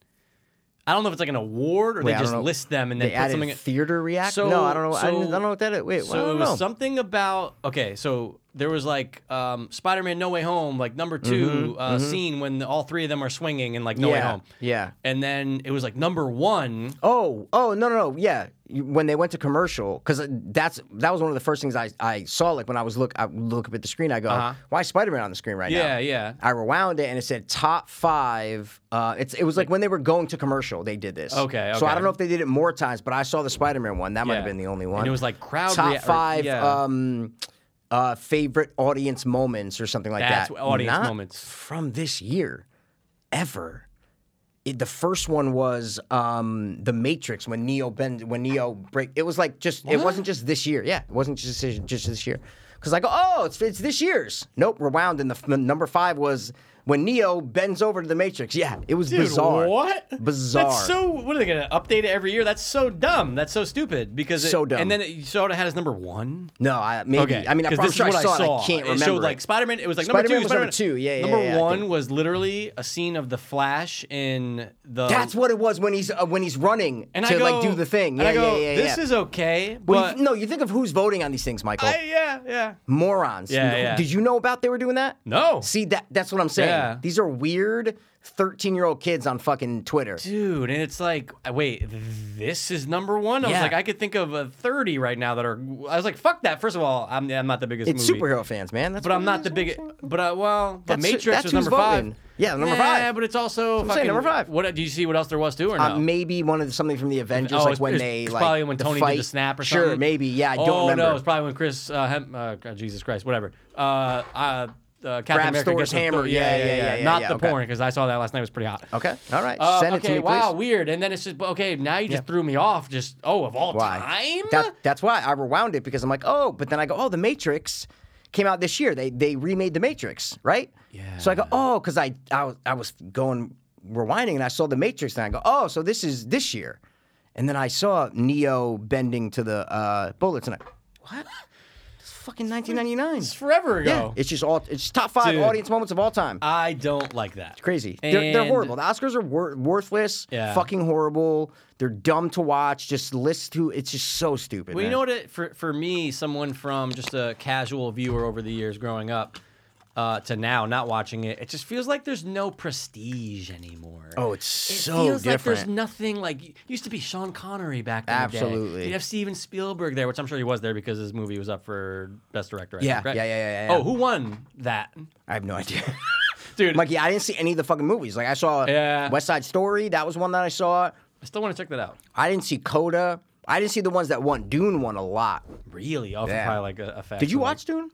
C: I don't know if it's like an award or
B: Wait, I
C: they
B: don't
C: just
B: know.
C: list them and then
B: they
C: put
B: added
C: something.
B: theater react.
C: So-
B: no, I don't know. I, didn't-
C: so-
B: I don't know what that is. Wait,
C: so
B: well, I
C: it
B: don't
C: was
B: know.
C: something about okay. So there was like um, Spider-Man: No Way Home, like number 2 uh, scene when the, all three of them are swinging and like No Way
B: Mm-hmm, Yeah,
C: Home.
B: yeah.
C: And then it was like number one.
B: Oh, oh, no, no, no. Yeah, You- when they went to commercial, because that's that was one of the first things I, I saw. Like when I was look I look up at the screen, I go, "Why is Spider Man on the screen right now?"
C: Uh-huh. Yeah, yeah.
B: I rewound it and it said top five. Uh, it's it was like when they were going to commercial, they did this.
C: Okay,
B: So I
C: okay.
B: don't know if they did it more times, but I saw the Spider Man one. That might have
C: Yeah.
B: been the only
C: And
B: one.
C: it was like crowd
B: top
C: rea- or-
B: five
C: yeah.
B: um, uh, favorite audience moments or something like
C: That's
B: that.
C: what- audience
B: Not
C: moments.
B: from this year, ever. It, the first one was um, the Matrix when Neo bend when Neo break. It was like just it wasn't just this year. Yeah, it wasn't just this, just this year. Because I go, oh, it's it's this year's. Nope, rewound. And the, f- the number five was when Neo bends over to the Matrix. Yeah, it was
C: Dude,
B: bizarre.
C: What?
B: Bizarre.
C: That's so. What are they gonna update it every year? That's so dumb. That's so stupid. Because it,
B: So dumb.
C: And then it, so it had as number one.
B: No, I maybe. I mean, I'm
C: because this
B: sure
C: is
B: I
C: what
B: saw, it. I can't
C: It
B: remember.
C: showed
B: it.
C: like Spider Man. It was like
B: Spider-Man
C: number two.
B: was number two,
C: Spider-Man-
B: yeah, yeah,
C: Number
B: yeah, I
C: one
B: think.
C: was literally a scene of the Flash in the.
B: That's what it was when he's uh, when he's running
C: and
B: to
C: I go,
B: like do the thing.
C: and
B: Yeah,
C: I go,
B: yeah, yeah,
C: This
B: yeah.
C: is okay,
B: Well,
C: but
B: you- no, you think of who's voting on these things, Michael.
C: I, yeah, yeah.
B: Morons.
C: Yeah, yeah.
B: Did you know about they were doing that?
C: No.
B: See that that's what I'm saying.
C: Yeah.
B: These are weird 13 year old kids on fucking Twitter.
C: Dude, and it's like, uh, wait, this is number one. I
B: Yeah.
C: was like, I could think of a thirty right now that are. I was like, fuck that. First of all, I'm, I'm not the biggest.
B: It's
C: movie.
B: superhero fans, man. That's
C: But
B: what
C: I'm
B: it
C: not
B: is.
C: the biggest. But uh, well, but
B: That's-
C: Matrix
B: that's
C: was
B: who's
C: number five.
B: voting. Yeah, number
C: Yeah,
B: five.
C: but it's also
B: what I'm
C: fucking
B: saying, number five.
C: What do you see? What else there was too, or no?
B: Uh, maybe one of the, something from the Avengers,
C: Oh,
B: like
C: it's-
B: when
C: it's
B: they like
C: probably when
B: the
C: Tony
B: fight.
C: did the snap or
B: sure,
C: something.
B: maybe. Yeah, I don't
C: oh,
B: remember.
C: no, it's probably when Chris, uh, Hem- uh, God, Jesus Christ, whatever. Uh, uh, uh, Captain
B: Grabs
C: America
B: Thor's
C: gets the Thor-
B: hammer. Yeah, yeah, yeah, yeah,
C: Not
B: yeah,
C: the
B: okay.
C: porn because I saw that last night. It was pretty hot.
B: okay, all right.
C: Uh,
B: Send it
C: okay,
B: to me,
C: wow,
B: please.
C: weird. And then it's just but, okay. Now you just threw me off. Just oh, of all time.
B: That, that's why I rewound it because I'm like, oh, but then I go, oh, The Matrix came out this year. They they remade The Matrix, right?
C: Yeah.
B: So I go, oh, because I, I was- I was going rewinding and I saw The Matrix and I go, oh, so this is this year, and then I saw Neo bending to the uh, bullets and I, what? It's fucking 1999.
C: It's forerever
B: Yeah,
C: ago.
B: it's just all it's top five
C: Dude.
B: audience moments of all time.
C: I don't like that.
B: Crazy. They're, they're
C: And-
B: horrible. The Oscars are wor- worthless.
C: Yeah.
B: Fucking horrible. They're dumb to watch. Just list to. It's just so stupid.
C: Well,
B: man.
C: you know what? It, for for me, someone from just a casual viewer over the years growing up uh, to now, not watching it, it just feels like there's no prestige anymore.
B: Oh, it's
C: It
B: so
C: feels like
B: different.
C: there's nothing like it used to be Sean Connery back in the
B: Absolutely.
C: day. You have Steven Spielberg there, which I'm sure he was there because his movie was up for best director. I
B: Yeah,
C: think, right?
B: yeah, yeah, yeah, yeah.
C: Oh, who won that,
B: I have no idea.
C: dude?
B: like, yeah, I didn't see any of the fucking movies. Like, I saw
C: Yeah.
B: West Side Story. That was one that I saw.
C: I still want to check that out.
B: I didn't see Coda. I didn't see the ones that won. Dune won a lot.
C: Really, off
B: Yeah.
C: probably like a, a fact.
B: Did you
C: of, like-
B: watch Dune?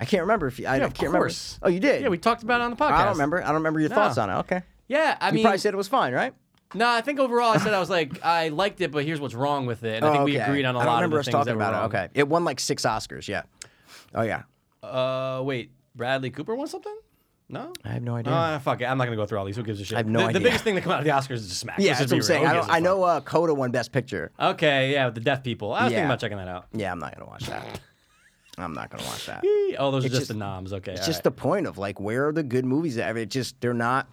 B: I can't remember if you, I, I
C: of
B: can't remember.
C: course.
B: Oh, you did.
C: Yeah, we talked about it on the podcast.
B: I don't remember. I don't remember your thoughts on it. Okay.
C: Yeah, I
B: You
C: mean,
B: probably said it was fine, right?
C: No, I think overall I said I was like I liked it, but here's what's wrong with it. And I think
B: Oh,
C: we
B: okay.
C: agreed on a
B: I don't
C: lot of
B: remember
C: the
B: us
C: things
B: talking
C: that were
B: about
C: wrong.
B: it. Okay, it won like six Oscars. Yeah. Oh yeah.
C: Uh, wait, Bradley Cooper won something? No,
B: I have no idea.
C: Uh, fuck it, I'm not gonna go through all these. Who gives a shit? I
B: have no
C: the,
B: idea.
C: The biggest thing that come out of the Oscars is just smack.
B: yeah,
C: Let's
B: that's
C: just
B: what I'm
C: be
B: saying.
C: real. Who
B: I,
C: gives
B: don't,
C: a
B: I
C: fuck?
B: know uh, Coda won Best Picture.
C: Okay, yeah, with the deaf people. I was
B: Yeah.
C: thinking about checking that out.
B: Yeah, I'm not gonna watch that. I'm not gonna watch that.
C: Oh, those are just,
B: just-
C: the noms. Okay,
B: It's just the point of like, where are the good movies? That, I mean, it just they're not.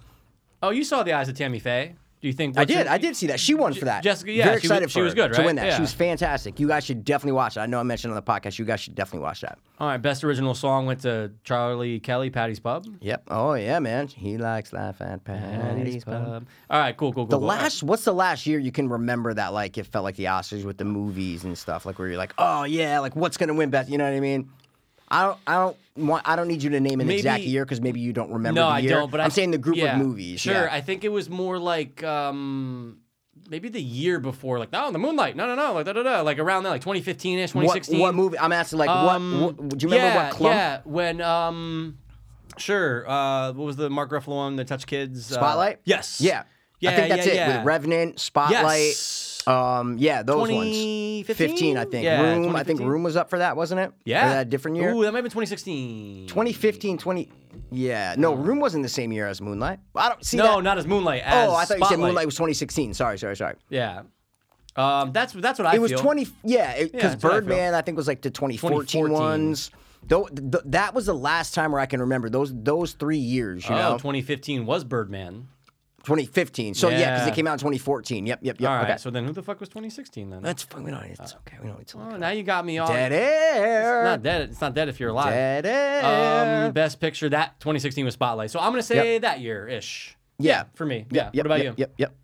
C: oh, you saw the eyes of Tammy Faye? Do you think
B: I did. I did see that. She won for that.
C: Jessica- yeah,
B: Very
C: she was-
B: excited
C: she
B: for
C: was
B: her
C: good,
B: to
C: right?
B: win that.
C: Yeah.
B: She was fantastic. You guys should definitely watch it. I know I mentioned on the podcast. You guys should definitely watch that.
C: All right, best original song went to Charlie Kelly, Patty's Pub.
B: Yep. Oh yeah, man. He likes life at Patty's Pub.
C: Um, All right, cool, cool, cool.
B: The
C: cool.
B: last, what's the last year you can remember that like it felt like the Oscars with the movies and stuff, like where you're like, oh yeah, like what's gonna win best? You know what I mean? I don't, I don't want, I don't need you to name an exact
C: Maybe-
B: year because maybe you don't remember.
C: Uh, no,
B: the
C: I
B: year.
C: don't. But
B: I'm
C: I,
B: saying the group
C: yeah,
B: of movies.
C: Sure,
B: yeah.
C: I think it was more like um, maybe the year before, like no, the Moonlight, no, no, no, like da da da, like around that, like 2015 ish,
B: what,
C: 2016.
B: what movie? I'm asking like
C: Um,
B: what, what? Do you remember
C: yeah,
B: what clump?
C: Yeah, when um, sure. Uh, what was the Mark Ruffalo one that touched kids? Uh,
B: Spotlight.
C: yes.
B: Yeah.
C: Yeah.
B: I think that's
C: yeah,
B: it
C: Yeah.
B: with Revenant, Spotlight.
C: Yes.
B: Um, yeah, those ones.
C: 2015?
B: 15, I think.
C: Yeah,
B: Room, I think
C: 2015.
B: Room was up for that, wasn't it?
C: Yeah.
B: Or that a different year.
C: Ooh, that might have been 2016.
B: 2015, 20. Yeah, no, Room wasn't the same year as Moonlight. I don't see
C: Mm. No,
B: that.
C: not as Moonlight. As
B: oh, I thought you
C: Spotlight.
B: said Moonlight was 2016. Sorry, sorry, sorry.
C: Yeah. Um, that's that's what I.
B: It was
C: feel.
B: 20. Yeah, because
C: that's what I feel.
B: Birdman, I think, was like the 2014,
C: 2014.
B: ones. Though th- that was the last time where I can remember those those three years. You
C: Oh,
B: know,
C: 2015 was Birdman.
B: 2015. So yeah, because
C: Yeah.
B: it came out in 2014. Yep, yep, yep.
C: All right.
B: okay,
C: So then, who the fuck was 2016 then?
B: that's fine. We don't. It's okay. We don't need to look.
C: oh, now you got me on.
B: Dead
C: It's
B: air.
C: not dead. It's not dead if you're alive.
B: Dead air.
C: Um, best picture that 2016 was Spotlight. So I'm gonna say that year ish.
B: Yeah.
C: For me.
B: Yep,
C: yeah.
B: Yep,
C: what about
B: yep,
C: you?
B: Yep. Yep.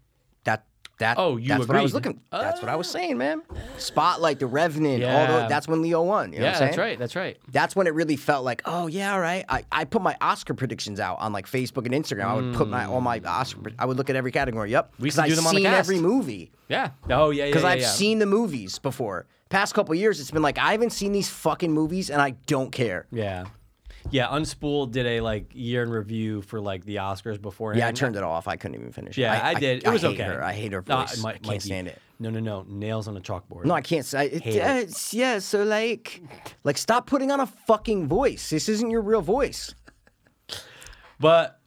B: That. That.
C: Oh, you
B: That's what I was
C: agreed.
B: looking. That's what I was saying, man. Spotlight, The Revenant, all
C: Yeah.
B: those. That's when Leo won. You know what
C: Yeah.
B: I'm saying?
C: That's right. That's right.
B: That's when it really felt like, oh yeah, all right. I, I put my Oscar predictions out on like Facebook and Instagram. I would put my all my Oscar. pre- I would look at every category. Yep.
C: We used
B: 'Cause
C: to do
B: I've
C: them on the
B: seen
C: cast.
B: every movie
C: Yeah. Oh yeah. Yeah.
B: because
C: yeah,
B: I've
C: yeah.
B: seen the movies before. Past couple years, it's been like I haven't seen these fucking movies and I don't care.
C: Yeah. Yeah, Unspooled did a like year in review for like the Oscars before.
B: Yeah, I turned it off. I couldn't even finish. it.
C: Yeah, I, did. It was
B: I hate
C: okay.
B: Her. I hate her
C: Nah,
B: voice.
C: Mi-
B: I can't
C: Mikey.
B: stand it.
C: No, no, no. Nails on a chalkboard.
B: No, I can't say it.
C: Hate it.
B: yeah, it's- yeah, so like, like stop putting on a fucking voice. This isn't your real voice.
C: But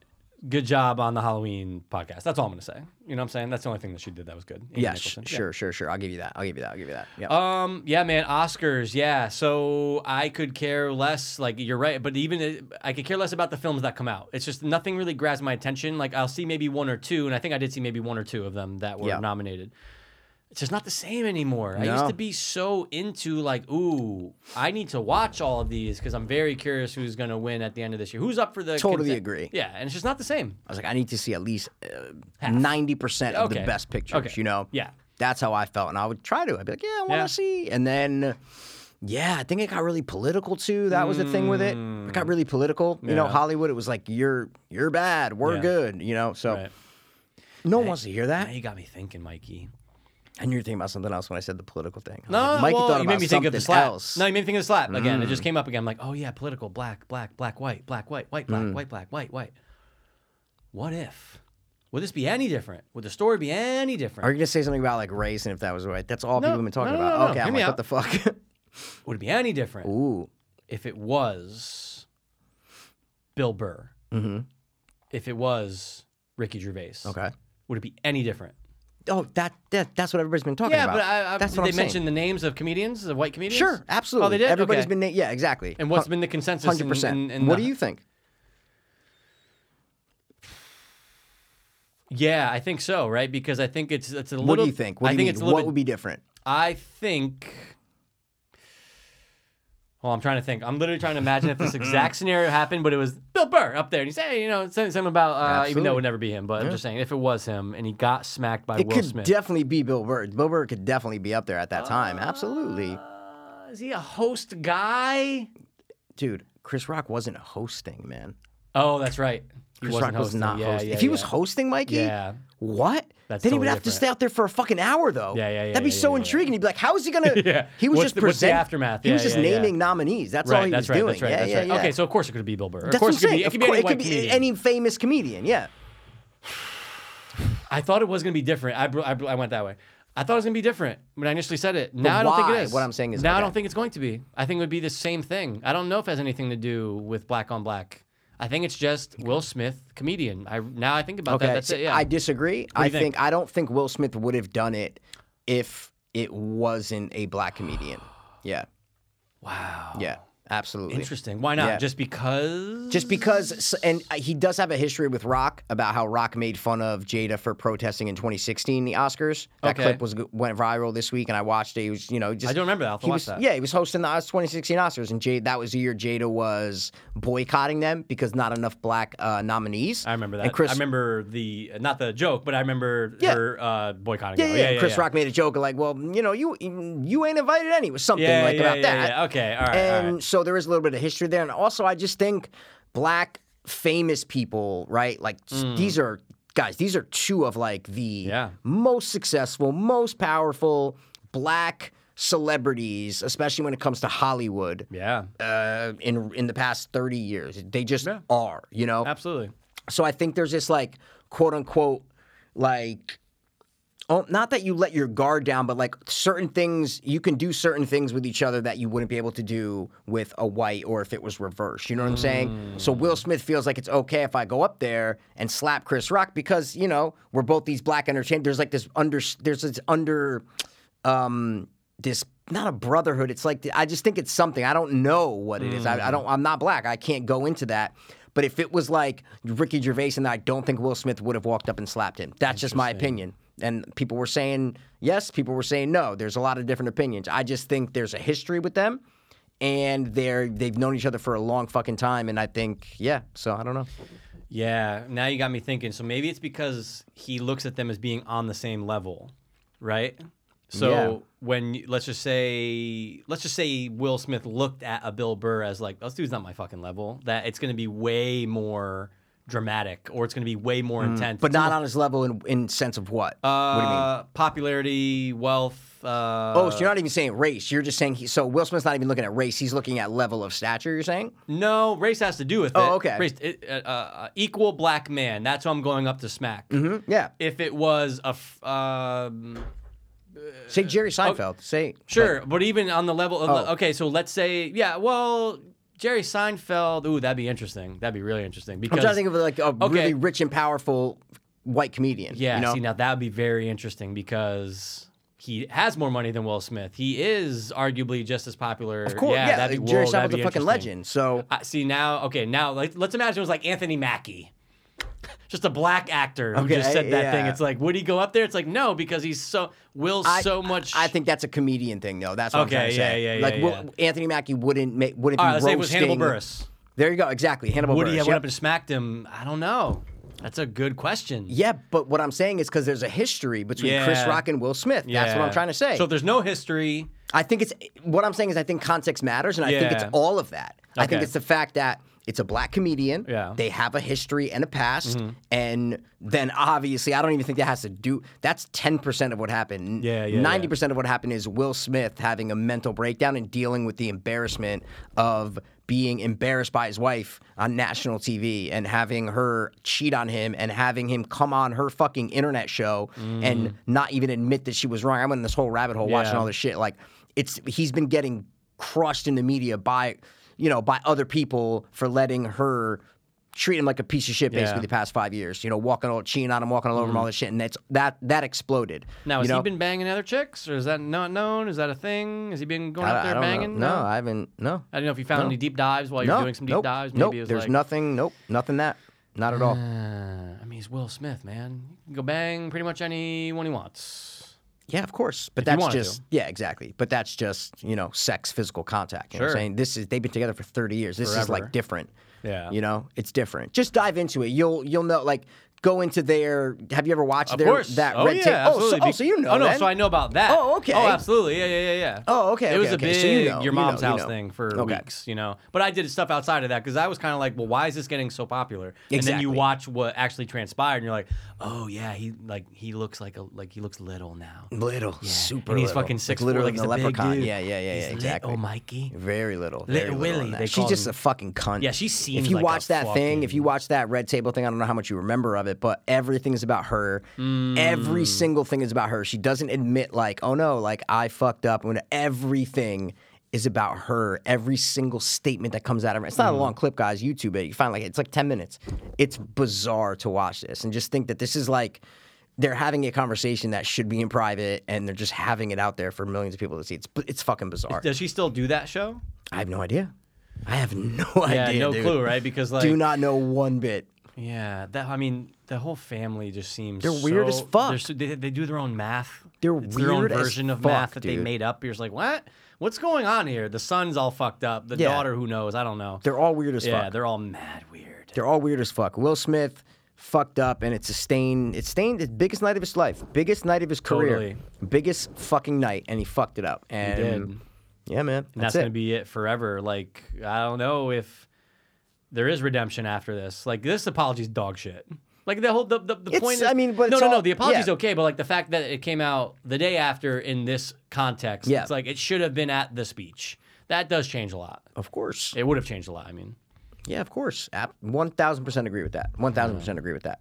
C: good job on the Halloween podcast. That's all I'm gonna say. You know what I'm saying? That's the only thing that she did that was good. Amy
B: Yeah, sh-
C: Nicholson.
B: sure, sure, sure. I'll give you that. I'll give you that. I'll give you that. Yeah.
C: Um. Yeah, man. Oscars. Yeah. So I could care less. Like you're right, but even uh, I could care less about the films that come out. It's just nothing really grabs my attention. Like I'll see maybe one or two, and I think I did see maybe one or two of them that were
B: Yeah.
C: nominated. It's just not the same anymore. I used
B: No.
C: to be so into like, ooh, I need to watch all of these because I'm very curious who's gonna win at the end of this year. Who's up for the
B: Totally agree.
C: Yeah, and it's just not the same.
B: I was like, I need to see at least uh, ninety percent of
C: Okay.
B: the best pictures.
C: Okay.
B: You know.
C: Yeah.
B: That's how I felt, and I would try to. I'd be like, yeah, I want to
C: Yeah.
B: see, and then. Yeah, I think it got really political too. That was the thing with it. It got really political. You know,
C: Yeah.
B: Hollywood. It was like you're you're bad, we're
C: Yeah.
B: good. You know, so
C: Right.
B: no one wants to hear that.
C: Now you got me thinking, Mikey.
B: I knew you were thinking about something else when I said the political thing. I was
C: No,
B: like, Mikey
C: well,
B: thought
C: you
B: about
C: made me think
B: something
C: of the slap.
B: else. Mm.
C: No, you made me think of the slap again. It just came up again. I'm like, oh yeah, political, black, black, black, white, black, white, white,
B: Mm.
C: black, white, black, white, white. What if? Would this be any different? Would the story be any
B: Are
C: different?
B: you gonna say something about like race and if that was right? That's all people have been talking
C: no, no,
B: about.
C: no, no.
B: okay,
C: Hear
B: I'm
C: me
B: like, what
C: out.
B: the fuck?
C: Would it be any different
B: Ooh,
C: if it was Bill Burr? Mm-hmm. If it was Ricky Gervais?
B: okay.
C: Would it be any different?
B: Oh, that, that that's what everybody's been talking
C: Yeah,
B: about.
C: but I, I,
B: that's
C: did
B: what
C: they
B: I'm saying.
C: mentioned the names of comedians, the white comedians.
B: Sure, absolutely.
C: Oh, they did.
B: Everybody's
C: okay.
B: been na- yeah, exactly.
C: And what's been the consensus? in-
B: hundred percent?
C: in- in
B: What
C: the-
B: do you think?
C: Yeah, I think so, right? Because I think it's it's a little.
B: What do you think? What
C: I
B: do you
C: think
B: mean?
C: it's a
B: what
C: little.
B: would
C: bit,
B: be different?
C: I think. Well, I'm trying to think. I'm literally trying to imagine if this exact scenario happened, but it was Bill Burr up there, and he said, you know, said something about, uh, even though it
B: Absolutely.
C: would never be him, but I'm just saying if it was him and he got smacked by
B: It
C: Will
B: could
C: Smith,
B: definitely be Bill Burr. Bill Burr could definitely be up there at that time.
C: Ah.
B: Absolutely,
C: Uh, is he a host guy?
B: dude. Chris Rock wasn't hosting, man.
C: Oh, that's right. He
B: Chris
C: wasn't
B: Rock was
C: hosting.
B: not
C: yeah,
B: hosting.
C: Yeah,
B: if he
C: yeah.
B: was hosting, Mikey,
C: Yeah.
B: what?
C: That's
B: then he
C: totally
B: would have to
C: different.
B: stay out there for a fucking hour, though.
C: Yeah, yeah, yeah,
B: That'd be
C: yeah,
B: so
C: yeah, yeah.
B: intriguing. He'd be like, "How is he gonna?"
C: Yeah.
B: He was
C: What's
B: just
C: the- what's the
B: presenting
C: aftermath?
B: He was
C: Yeah,
B: just
C: yeah, yeah.
B: naming nominees. That's all
C: right,
B: he was
C: that's right.
B: doing.
C: That's right.
B: yeah,
C: that's
B: yeah,
C: right.
B: yeah.
C: Okay, so of course it could be Bill Burr. of
B: that's what
C: course
B: I'm
C: it could
B: saying.
C: be. It
B: Of
C: could be
B: cour-
C: any
B: It
C: white
B: could be
C: comedian.
B: any famous comedian. Yeah.
C: I thought it was going to be different. I, br- I, br- I went that way. I thought it was going to be different when I initially said it. Now I don't think
B: why?
C: it is.
B: What I'm saying is-
C: now I
B: okay.
C: don't think it's going to be. I think it would be the same thing. I don't know if it has anything to do with black on black. I think it's just Will Smith comedian. I now I think about that. That's
B: see,
C: it. Yeah.
B: I disagree. I
C: you think?
B: think? I don't think Will Smith would have done it if it wasn't a black comedian. Yeah,
C: wow.
B: yeah. Absolutely.
C: Interesting. Why not?
B: Yeah.
C: Just because?
B: Just because, s- and uh, he does have a history with Rock about how Rock made fun of Jada for protesting in 2016 the Oscars. That
C: Okay.
B: clip was went viral this week, and I watched it. He was, you know, just
C: I don't remember that. I'll have to
B: he
C: watch
B: was-
C: that.
B: Yeah, he was hosting the Os- 2016 Oscars, and Jada, that was the year Jada was boycotting them because not enough black uh, nominees.
C: I remember that.
B: And Chris,
C: I remember the not the joke, but I remember
B: Yeah.
C: her uh, boycotting.
B: Yeah,
C: it.
B: yeah, yeah, Chris Rock made a joke like, "Well, you know, you you ain't invited any." It was something
C: Yeah,
B: like
C: yeah,
B: about
C: yeah,
B: that.
C: yeah. Okay, all right,
B: And
C: all right.
B: so there is a little bit of history there, and also I just think black famous people, right? Like s- these are guys. These are two of like the
C: Hmm. Yeah.
B: most successful, most powerful black celebrities, especially when it comes to Hollywood.
C: Yeah,
B: Uh, in in the past thirty years, they just are, you know.
C: absolutely.
B: So I think there's this like quote unquote like oh not that you let your guard down, but like certain things you can do certain things with each other that you wouldn't be able to do with a white or if it was reversed. You know what I'm saying? So Will Smith feels like it's okay if I go up there and slap Chris Rock because, you know, we're both these black entertainers. There's like this under there's this under um this not a brotherhood it's like i just think it's something i don't know what it is I,
C: Mm.
B: I don't i'm not black i can't go into that but if it was like ricky gervais and i don't think will smith would have walked up and slapped him that's just my opinion and people were saying yes people were saying no there's a lot of different opinions i just think there's a history with them and they're they've known each other for a long fucking time and i think yeah so i don't know
C: Yeah, now you got me thinking. So maybe it's because he looks at them as being on the same level, right? So
B: Yeah.
C: when you- let's just say let's just say Will Smith looked at a Bill Burr as like this dude's not my fucking level. That it's going to be way more dramatic or it's going to be way more intense.
B: Hmm. but
C: It's
B: not on his level in, in sense of what
C: Uh,
B: what do you mean
C: Popularity, wealth. Uh,
B: Oh, so you're not even saying race. You're just saying he, so. Will Smith's not even looking at race. He's looking at level of stature. You're saying
C: no, race has to do with it.
B: Oh, okay.
C: Race, it, uh, uh, equal black man. That's who I'm going up to smack.
B: Hmm? yeah.
C: If it was a, f- um, Uh,
B: Say
C: oh.
B: Jerry Seinfeld. Say
C: Sure, but even on the level of
B: Oh.
C: okay, so let's say yeah, well, Jerry Seinfeld. Ooh, that'd be interesting. That'd be really interesting because
B: I'm trying to think of like a
C: Okay.
B: really rich and powerful white comedian.
C: yeah,
B: you know?
C: see now that would be very interesting because he has more money than Will Smith. He is arguably just as popular. Of
B: cool.
C: yeah,
B: Yeah,
C: that'd be,
B: Jerry
C: whoa, that'd
B: Seinfeld's
C: be
B: a fucking
C: interesting.
B: legend. So
C: Uh, see now, okay, now like, let's imagine it was like Anthony Mackie. Just a black actor who just
B: Okay,
C: said that thing.
B: yeah.
C: It's like, would he go up there? It's like, no, because he's so Will's
B: I-
C: so much.
B: I think that's a comedian thing, though. That's what
C: Okay,
B: I'm trying to say.
C: yeah, yeah,
B: like
C: yeah,
B: Will, Anthony Mackie wouldn't make wouldn't
C: All right,
B: be
C: let's say it was
B: roasting.
C: Hannibal Burris.
B: There you go. Exactly, Hannibal
C: Would he
B: Burris.
C: have
B: yep.
C: went up and smacked him? I don't know. That's a good question.
B: yeah, but what I'm saying is because there's a history between
C: Yeah.
B: Chris Rock and Will Smith. That's what I'm
C: Yeah.
B: trying to say.
C: So if there's no history.
B: I think it's what I'm saying is I think context matters, and I think it's
C: Yeah.
B: all of that. I think
C: Okay.
B: it's the fact that it's a black comedian.
C: Yeah. Mm-hmm.
B: They have a history and a past, and then obviously I don't even think that has to do. That's ten percent of what happened.
C: Yeah, yeah, yeah.
B: Ninety percent of what happened is Will Smith having a mental breakdown and dealing with the embarrassment of being embarrassed by his wife on national TV and having her cheat on him and having him come on her fucking internet show and not even admit that she was wrong. I went in this whole rabbit hole watching
C: Mm. Yeah.
B: all this shit. Like it's he's been getting crushed in the media by you know by other people for letting her treat him like a piece of shit basically
C: Yeah. Mm-hmm.
B: the past five years. You know, walking all cheating on him, walking all over him, all this shit, and that's that that exploded.
C: Now
B: you
C: has
B: know?
C: he been banging other chicks, or is that not known? Is that a thing? Has he been going out
B: I, I
C: there
B: don't
C: banging? uh,
B: know. No, I haven't. No,
C: I don't know if you found any deep dives while you
B: no,
C: were doing some deep
B: nope,
C: dives. Maybe
B: nope.
C: it was
B: There's
C: like,
B: nothing. Nope, nothing that. Not at all.
C: Uh, I mean, he's Will Smith, man. You can go bang pretty much anyone he wants.
B: Yeah, of course. But
C: you
B: that's
C: wanted
B: just
C: to.
B: yeah, exactly. But that's just, you know, sex, physical contact. You know what
C: Sure.
B: I'm saying? This is they've been together for thirty years. This is
C: Forever.
B: like different.
C: Yeah.
B: You know, it's different. Just dive into it. You'll you'll know like go into their have you ever watched
C: Of
B: their
C: course.
B: that
C: oh
B: red
C: yeah.
B: tape? Oh, so,
C: absolutely.
B: oh,
C: Be-
B: so you know
C: Oh no.
B: then.
C: So I know about that.
B: Oh, okay.
C: Oh, absolutely. Yeah, yeah, yeah, yeah.
B: Oh, okay,
C: It was
B: okay,
C: a
B: okay.
C: big
B: So you know,
C: your
B: you know,
C: mom's
B: you
C: house
B: know.
C: thing for
B: Okay.
C: weeks, you know. But I did stuff outside of that because I was kind of like, well, why is this getting so popular? And then
B: Exactly.
C: you watch what actually transpired, and you're like, oh yeah, he like he looks like a like he looks little now.
B: Little, Mm, super.
C: and he's
B: little.
C: fucking six
B: like,
C: foot,
B: little
C: like he's
B: the
C: a big
B: leprechaun.
C: dude.
B: Yeah, yeah, yeah, yeah.
C: He's Oh
B: Exactly.
C: Little Mikey.
B: Very little.
C: Little
B: very little in
C: Willy,
B: that.
C: they
B: She's
C: call
B: just
C: him.
B: a fucking cunt.
C: Yeah, she seemed
B: If you
C: like a
B: watch that thing, if
C: fucking-
B: you watch that red table thing, I don't know how much you remember of it, but everything is about her.
C: Mm.
B: Every single thing is about her. She doesn't admit like, oh no, like I fucked up. When everything is about her, every single statement that comes out of her. It's not a
C: Mm.
B: long clip, guys. YouTube it. You find like it's like ten minutes. It's bizarre to watch this and just think that this is like. They're having a conversation that should be in private, and they're just having it out there for millions of people to see. It's it's fucking bizarre.
C: Does she still do that show?
B: I have no idea. I have no
C: Yeah,
B: idea.
C: no
B: dude.
C: clue, right? Because like,
B: Do not know one bit.
C: yeah, that I mean, the whole family just seems
B: They're weird as
C: so-
B: fuck.
C: they're so- they, they do their own math.
B: They're
C: it's their own
B: weird as
C: version of
B: fuck,
C: math that they
B: dude.
C: made up. You're just like, what? What's going on here? The son's all fucked up. The
B: Yeah.
C: daughter, who knows? I don't know.
B: They're all weird as
C: yeah,
B: fuck.
C: they're all mad weird.
B: They're all weird as fuck. Will Smith fucked up, and it's a stain. It's stained the biggest night of his life, biggest night of his career,
C: Totally.
B: biggest fucking night, and he fucked it up. And
C: did.
B: yeah, man,
C: and that's,
B: that's, it.
C: gonna be it forever. Like I don't know if there is redemption after this. Like this apology's dog shit. Like the whole the the, the
B: It's-
C: point. Is,
B: I mean, but
C: no,
B: it's
C: no, no.
B: all-
C: The apology's
B: yeah.
C: okay, but like the fact that it came out the day after in this context,
B: Yeah.
C: it's like it should have been at the speech. That does change a lot.
B: of course.
C: It would have changed a lot. I mean,
B: Yeah, of course. Ab- One thousand percent agree with that. One thousand percent agree with that.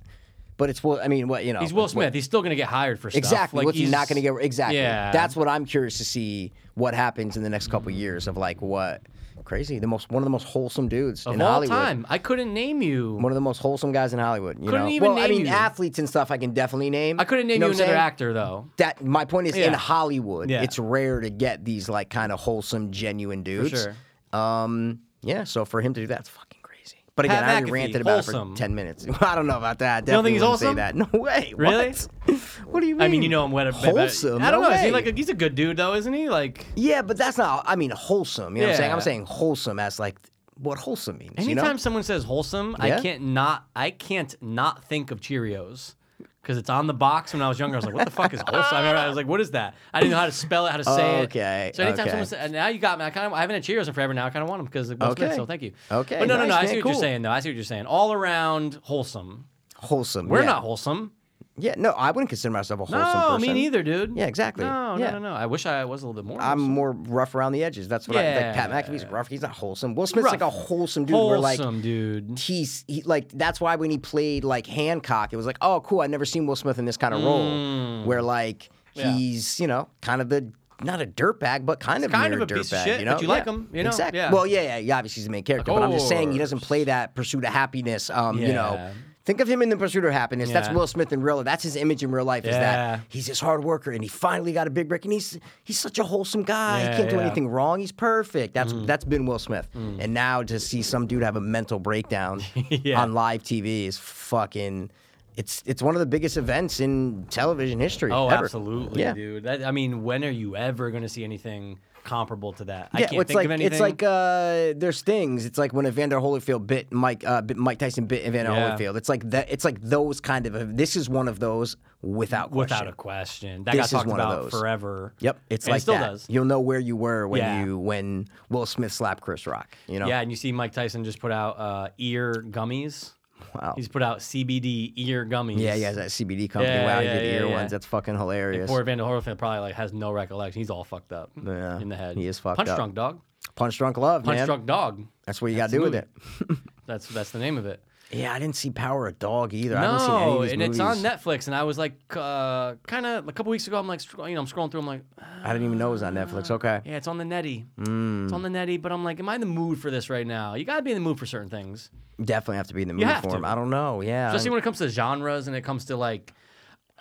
B: But it's Will. I mean, what you know?
C: he's Will
B: what-
C: Smith. He's still gonna get hired for stuff.
B: Exactly.
C: Like,
B: what's he
C: he's-
B: not going to get? Exactly.
C: Yeah.
B: That's what I'm curious to see what happens in the next couple years of like what crazy the most one of the most wholesome dudes
C: of
B: in
C: all
B: Hollywood.
C: time. I couldn't name you.
B: One of the most wholesome guys in Hollywood. You
C: Couldn't
B: know?
C: even
B: well, I
C: name
B: mean,
C: you.
B: athletes and stuff. I can definitely name.
C: I couldn't name
B: know
C: you
B: what I'm
C: another
B: saying?
C: actor though.
B: That my point is in
C: Yeah.
B: Hollywood,
C: Yeah.
B: it's rare to get these like kind of wholesome, genuine dudes.
C: sure.
B: Um, yeah. So for him to do that's fucking crazy. But again,
C: Pat
B: I already
C: McAfee,
B: ranted about it
C: wholesome.
B: for ten minutes. I don't know about that. I
C: don't
B: definitely
C: think he's
B: wouldn't say
C: wholesome?
B: that. No way.
C: Really?
B: What? What do you mean?
C: I mean, you know him better. better-
B: Hmm. Wholesome.
C: I don't
B: No
C: know. Is he
B: way.
C: like a, he's a good dude though, isn't he? Like.
B: Yeah, but that's not. I mean, wholesome. You know what I'm saying? I'm
C: Yeah.
B: saying wholesome as like what wholesome means.
C: Anytime
B: you know?
C: someone says wholesome,
B: Yeah.
C: I can't not I can't not think of Cheerios because it's on the box. When I was younger, I was like, "What the fuck is wholesome?" I, remember I was like, "What is that?" I didn't know how to spell it, how to say
B: Okay,
C: it. So anytime
B: okay.
C: someone says, and "Now you got me," I kind of I haven't had Cheerios in forever. Now I kind of want them because
B: Okay.
C: so thank you.
B: Okay,
C: but no,
B: nice,
C: no, no. I
B: man,
C: see what
B: cool.
C: you're saying though. I see what you're saying. All around wholesome.
B: wholesome.
C: We're
B: yeah.
C: not wholesome.
B: Yeah, no, I wouldn't consider myself a wholesome
C: No,
B: person.
C: me neither, dude.
B: Yeah, exactly.
C: No,
B: Yeah.
C: no, no, no. I wish I was a little bit more.
B: I'm
C: wholesome.
B: more rough around the edges. That's what I like. Pat
C: Yeah.
B: McAfee's rough. He's not wholesome. Will Smith's like a
C: Rough.
B: wholesome dude. Where like
C: wholesome, dude.
B: he's he, like that's why when he played like Hancock, it was like, oh, cool. I've never seen Will Smith in this kind of role where like
C: Mm. Yeah.
B: he's you know kind of the not a dirtbag, but kind of
C: kind
B: near
C: of a piece of
B: dirtbag,
C: shit,
B: You know,
C: but you like him, you know?
B: Exactly.
C: Yeah.
B: Well, yeah, yeah, yeah. Obviously, he's the main character, but I'm just saying he doesn't
C: course.
B: play that pursuit of happiness. Um, you know.
C: Yeah.
B: Think of him in the pursuit of happiness. That's
C: Yeah.
B: Will Smith in real life. That's his image in real life. Is
C: Yeah.
B: that he's this hard worker and he finally got a big break and he's he's such a wholesome guy. he
C: Yeah,
B: can't do
C: yeah.
B: anything wrong. He's perfect. That's
C: Mm.
B: that's been Will Smith. And now to see some dude have a mental breakdown
C: Yeah.
B: on live TV is fucking. It's it's one of the biggest events in television history.
C: Oh,
B: ever.
C: absolutely,
B: Yeah.
C: dude. That, I mean, when are you ever going to see anything comparable to that? I
B: Yeah,
C: can't
B: it's
C: think
B: like
C: of anything.
B: it's like uh, there's things. It's like when Evander Holyfield bit Mike uh, bit Mike Tyson bit Evander
C: Yeah.
B: Holyfield. It's like that. It's like those kind of. This is one of those without question.
C: without a question. That
B: This is
C: got talked
B: one of
C: about
B: those.
C: forever.
B: Yep, it's
C: And
B: like
C: it still
B: that.
C: does.
B: You'll know where you were when
C: Yeah.
B: you when Will Smith slapped Chris Rock. You know.
C: Yeah, and you see Mike Tyson just put out uh, ear gummies.
B: Wow.
C: He's put out CBD ear gummies.
B: yeah, he has that CBD company.
C: Yeah,
B: wow,
C: yeah,
B: he did
C: yeah,
B: ear
C: yeah.
B: ones. That's fucking hilarious.
C: Poor Evander Holyfield probably like has no recollection. He's all fucked up
B: Yeah,
C: in the head.
B: he is fucked
C: Punch
B: up.
C: drunk dog.
B: Punch drunk love,
C: Punch
B: man.
C: drunk dog.
B: That's what you got to do with
C: movie.
B: it.
C: That's that's the name of it.
B: Yeah, I didn't see Power of Dog either. I haven't seen any
C: No,
B: of these
C: and
B: movies.
C: it's on Netflix. And I was like, uh, kind of a couple weeks ago. I'm like, scro- you know, I'm scrolling through. I'm like,
B: I didn't even know it was on Netflix. Okay.
C: Yeah, it's on the netty. It's
B: Mm.
C: on the netty, but I'm like, am I in the mood for this right now? You gotta be in the mood for certain things,
B: Definitely have to be in the mood
C: have
B: for
C: to.
B: him. I don't know. Yeah.
C: especially
B: I,
C: when it comes to genres and it comes to like,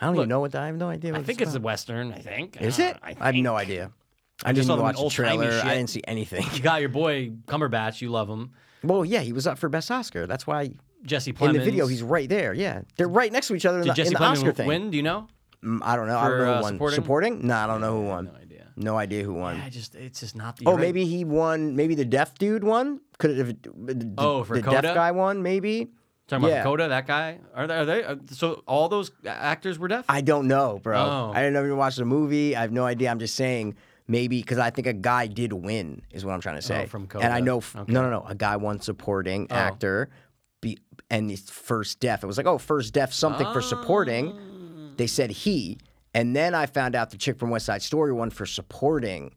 B: I don't even know what that. I have no idea. What
C: I think it's a western. I think
B: Is
C: Uh,
B: it?
C: I,
B: I have no idea. I, didn't
C: just saw
B: even
C: them in
B: watch the
C: old-timey
B: trailer. I
C: shit.
B: didn't see anything.
C: you got your boy Cumberbatch. You love him,
B: well, yeah, he was up for Best Oscar. That's why
C: Jesse Plemons.
B: in the video he's right there. Yeah, they're right next to each other in
C: Did
B: the,
C: Jesse
B: in the
C: Plemons
B: Oscar thing.
C: win? Do you know?
B: Mm, I don't know. I don't know
C: For,
B: who
C: uh,
B: won.
C: supporting?
B: No, I don't know who won.
C: No idea.
B: No idea who won.
C: I just, it's just not the.
B: Oh,
C: right-
B: maybe he won. Maybe the deaf dude won. Could it have? The,
C: Oh, for
B: the
C: Coda?
B: deaf guy won. Maybe.
C: Talking about
B: yeah.
C: Dakota, that guy. Are they? Are they uh, so all those actors were deaf.
B: I don't know, bro.
C: Oh.
B: I didn't even watch the movie. I have no idea. I'm just saying maybe because I think a guy did win is what I'm trying to say.
C: Oh, from
B: And I
C: Coda. Oh.
B: know f- no, no, no. A guy won supporting actor, be, and he's first deaf. It was like oh, first deaf something for
C: Ah.
B: supporting. They said he. And then I found out the chick from West Side Story won for supporting.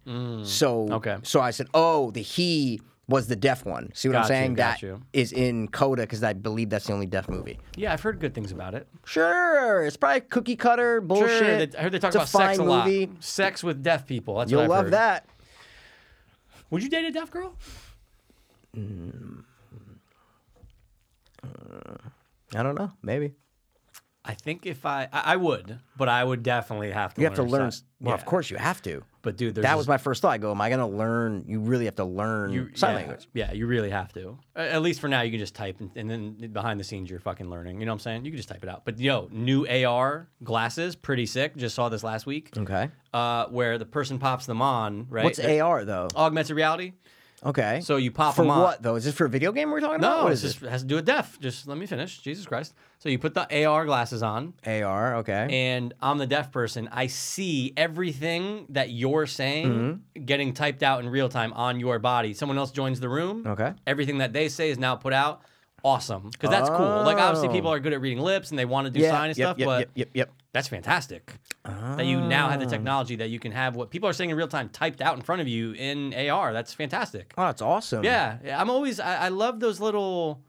B: So
C: Mm. Okay.
B: so I said, oh, the he was the deaf one. See what I'm
C: Got you,
B: saying?
C: got
B: That
C: you.
B: is in Coda because I believe that's the only deaf movie.
C: yeah, I've heard good things about it.
B: Sure, it's probably cookie cutter bullshit.
C: Sure, they- I heard they talk
B: it's a
C: about
B: fine
C: sex a lot.
B: movie.
C: Sex with deaf people. That's
B: You'll
C: what I've
B: love
C: heard.
B: that.
C: Would you date a deaf girl?
B: I don't know. Maybe
C: I think if I, I, I would, but I would definitely have to.
B: you have to learn.
C: some-
B: Well,
C: yeah.
B: of course you have to.
C: But dude, there's
B: That
C: this-
B: was my first thought. I go, am I going to learn? You really have to learn
C: you-
B: sign
C: yeah,
B: language.
C: Yeah, you really have to. A- At least for now, you can just type, and, and then behind the scenes, you're fucking learning. You know what I'm saying? You can just type it out. But yo, new AR glasses, pretty sick. Just saw this last week.
B: Okay.
C: Uh, where the person pops them on, right?
B: What's
C: They're-
B: AR though?
C: Augmented reality.
B: Okay.
C: Oh, So you pop
B: for
C: them on.
B: what though? Is this for a video game we're talking about?
C: No,
B: What
C: it
B: is
C: just has to do with deaf. Just let me finish. Jesus Christ. So you put the AR glasses on,
B: this? AR. Okay.
C: and I'm the deaf person. I see everything that you're saying
B: Mm-hmm.
C: getting typed out in real time on your body. Someone else joins the room.
B: Okay.
C: Everything that they say is now put out. Awesome. Because that's cool. Like, obviously,
B: Oh.
C: people are good at reading lips and they want to do
B: yeah.
C: sign and
B: yep,
C: stuff,
B: yep,
C: but
B: yep, yep, Ah. yep.
C: that's fantastic. That you now have the technology that you can have what people are saying in real time typed out in front of you in AR. That's fantastic.
B: Oh, that's awesome.
C: Yeah, yeah, I'm always I, I love those little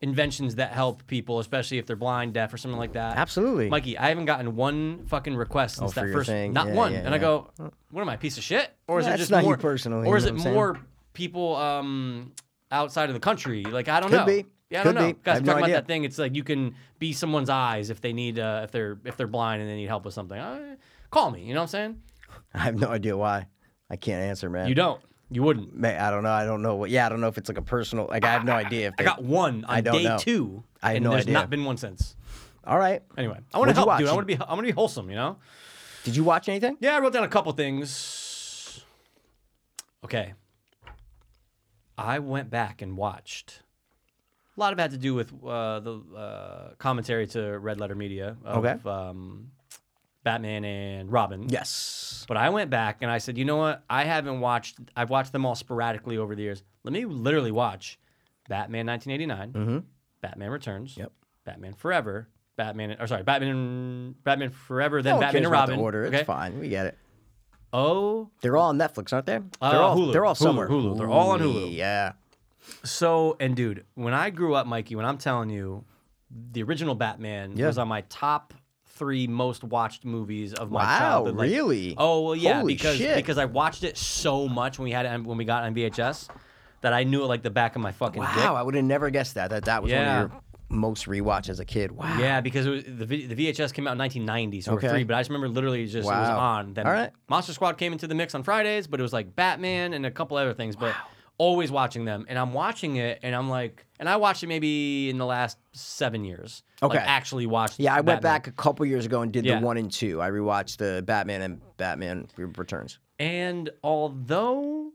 C: inventions that help people, especially if they're blind, deaf, or something like that.
B: Absolutely.
C: Mikey, I haven't gotten one fucking request since
B: Oh, for
C: that
B: your
C: first,
B: thing.
C: not
B: Yeah,
C: one.
B: yeah,
C: and I
B: yeah.
C: go, "What am I, a piece of shit?" Or is it
B: That's
C: just
B: not you
C: more
B: personally,
C: Or
B: you
C: is
B: know
C: it
B: what I'm saying?
C: more people um, outside of the country? Like I don't
B: Could
C: know.
B: be.
C: Yeah, I
B: Could
C: don't know.
B: be. I have
C: Guys, talking
B: no
C: about
B: idea.
C: that thing. It's like you can be someone's eyes if they need uh, if they're if they're blind and they need help with something. Uh, call me. You know what I'm saying?
B: I have no idea why. I can't answer, man.
C: You don't. You wouldn't.
B: Man, I don't know. I don't know what. Yeah, I don't know if it's like a personal. Like I have no idea. If
C: I
B: they-
C: got one on
B: I don't
C: day
B: know.
C: two,
B: I have
C: and
B: no
C: there's
B: idea.
C: not been one since.
B: All right.
C: Anyway, I
B: What'd
C: want to
B: you
C: help,
B: watch?
C: dude. I want to be. I want to be wholesome. You know.
B: Did you watch anything?
C: Yeah, I wrote down a couple things. Okay. I went back and watched. A lot of it had to do with uh, the uh, commentary to Red Letter Media of
B: Okay.
C: um, Batman and Robin.
B: Yes.
C: But I went back and I said, you know what? I haven't watched. I've watched them all sporadically over the years. Let me literally watch Batman 1989, Batman Returns,
B: Mm-hmm. Yep.
C: Batman Forever, Batman. Or sorry, Batman, Batman Forever, then
B: No one
C: Batman
B: cares
C: and
B: about
C: Robin.
B: The order. It's
C: okay?
B: fine. We get it.
C: Oh,
B: They're all on Netflix, aren't they? They're
C: Uh,
B: all.
C: Hulu.
B: They're all
C: Hulu,
B: somewhere.
C: Hulu. They're all on Hulu.
B: Yeah.
C: so and dude, when I grew up, Mikey, when I'm telling you, the original Batman
B: Yeah.
C: was on my top three most watched movies of my
B: Wow,
C: childhood. like-
B: really?
C: oh well, yeah,
B: Holy
C: because
B: shit.
C: because I watched it so much when we had it on- when we got it on VHS that I knew it like the back of my fucking dick.
B: Wow. I would have never guessed that. That that was
C: Yeah.
B: one of your most rewatch as a kid. Wow.
C: Yeah, because it was, the vi- the VHS came out in 1990, so we're
B: Okay.
C: three. But I just remember literally just it was
B: Wow.
C: on. Then
B: All right.
C: Monster Squad came into the mix on Fridays, but it was like Batman and a couple other things. But always watching them, and I'm watching it, and I'm like, and I watched it maybe in the last seven years.
B: Okay.
C: like, actually watched.
B: Yeah, I went
C: Batman.
B: back a couple years ago and did
C: Yeah.
B: the one and two. I rewatched the Batman and Batman Re- Returns.
C: And although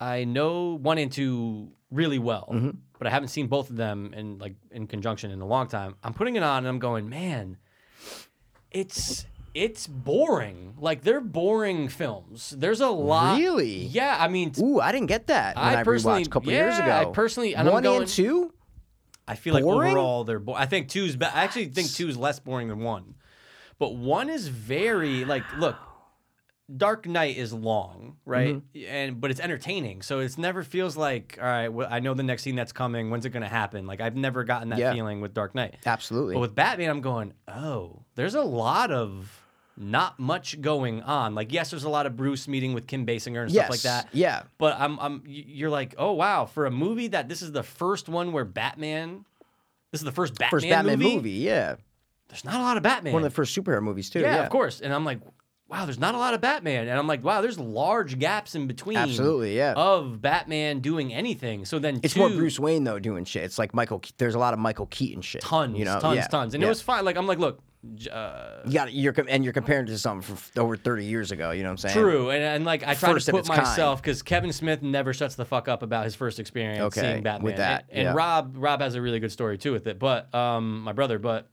C: I know one and two really well, but I haven't seen both of them in like in conjunction in a long time, I'm putting it on and I'm going, man, it's it's boring. Like they're boring films. There's a lot.
B: Really?
C: Yeah. I mean, t-
B: Ooh, I didn't get that when I,
C: I personally-
B: rewatched a couple years ago.
C: yeah, I personally- and I'm
B: one
C: going-
B: and two.
C: I feel
B: Boring?
C: like overall they're. Bo- I think two's. Be- I actually think two's less boring than one, but one is very like look. Dark Knight is long,
B: Mm-hmm.
C: right? And but it's entertaining, so it's never feels like all right. Well, I know the next scene that's coming. When's it going to happen? Like I've never gotten that
B: Yeah.
C: feeling with Dark Knight.
B: Absolutely.
C: But with Batman, I'm going, oh, there's a lot of not much going on. Like, yes, there's a lot of Bruce meeting with Kim Basinger and stuff like
B: Yes,
C: that.
B: yeah.
C: But I'm, I'm, y- you're like, oh wow, for a movie that this is the first one where Batman, this is the first Batman,
B: first Batman
C: movie,
B: movie. yeah.
C: There's not a lot of Batman.
B: One of the first superhero movies too.
C: yeah,
B: Yeah,
C: of course. And I'm like, wow, there's not a lot of Batman. And I'm like, wow, there's large gaps in between.
B: Absolutely, yeah.
C: Of Batman doing anything. So then
B: It's
C: two,
B: more Bruce Wayne though doing shit. It's like Michael. Ke- There's a lot of Michael Keaton shit.
C: Tons,
B: you know?
C: tons,
B: yeah.
C: tons. And
B: yeah.
C: it was fine. Like I'm like, look, j- uh,
B: You got you're com- and you're comparing it to something from f- over 30 years ago. You know what I'm saying?
C: True, and, and like I try
B: First
C: to
B: of
C: put
B: its kind.
C: myself because Kevin Smith never shuts the fuck up about his first experience
B: Okay,
C: seeing Batman.
B: with that,
C: and, and
B: yeah.
C: Rob Rob has a really good story too with it. But um, my brother, but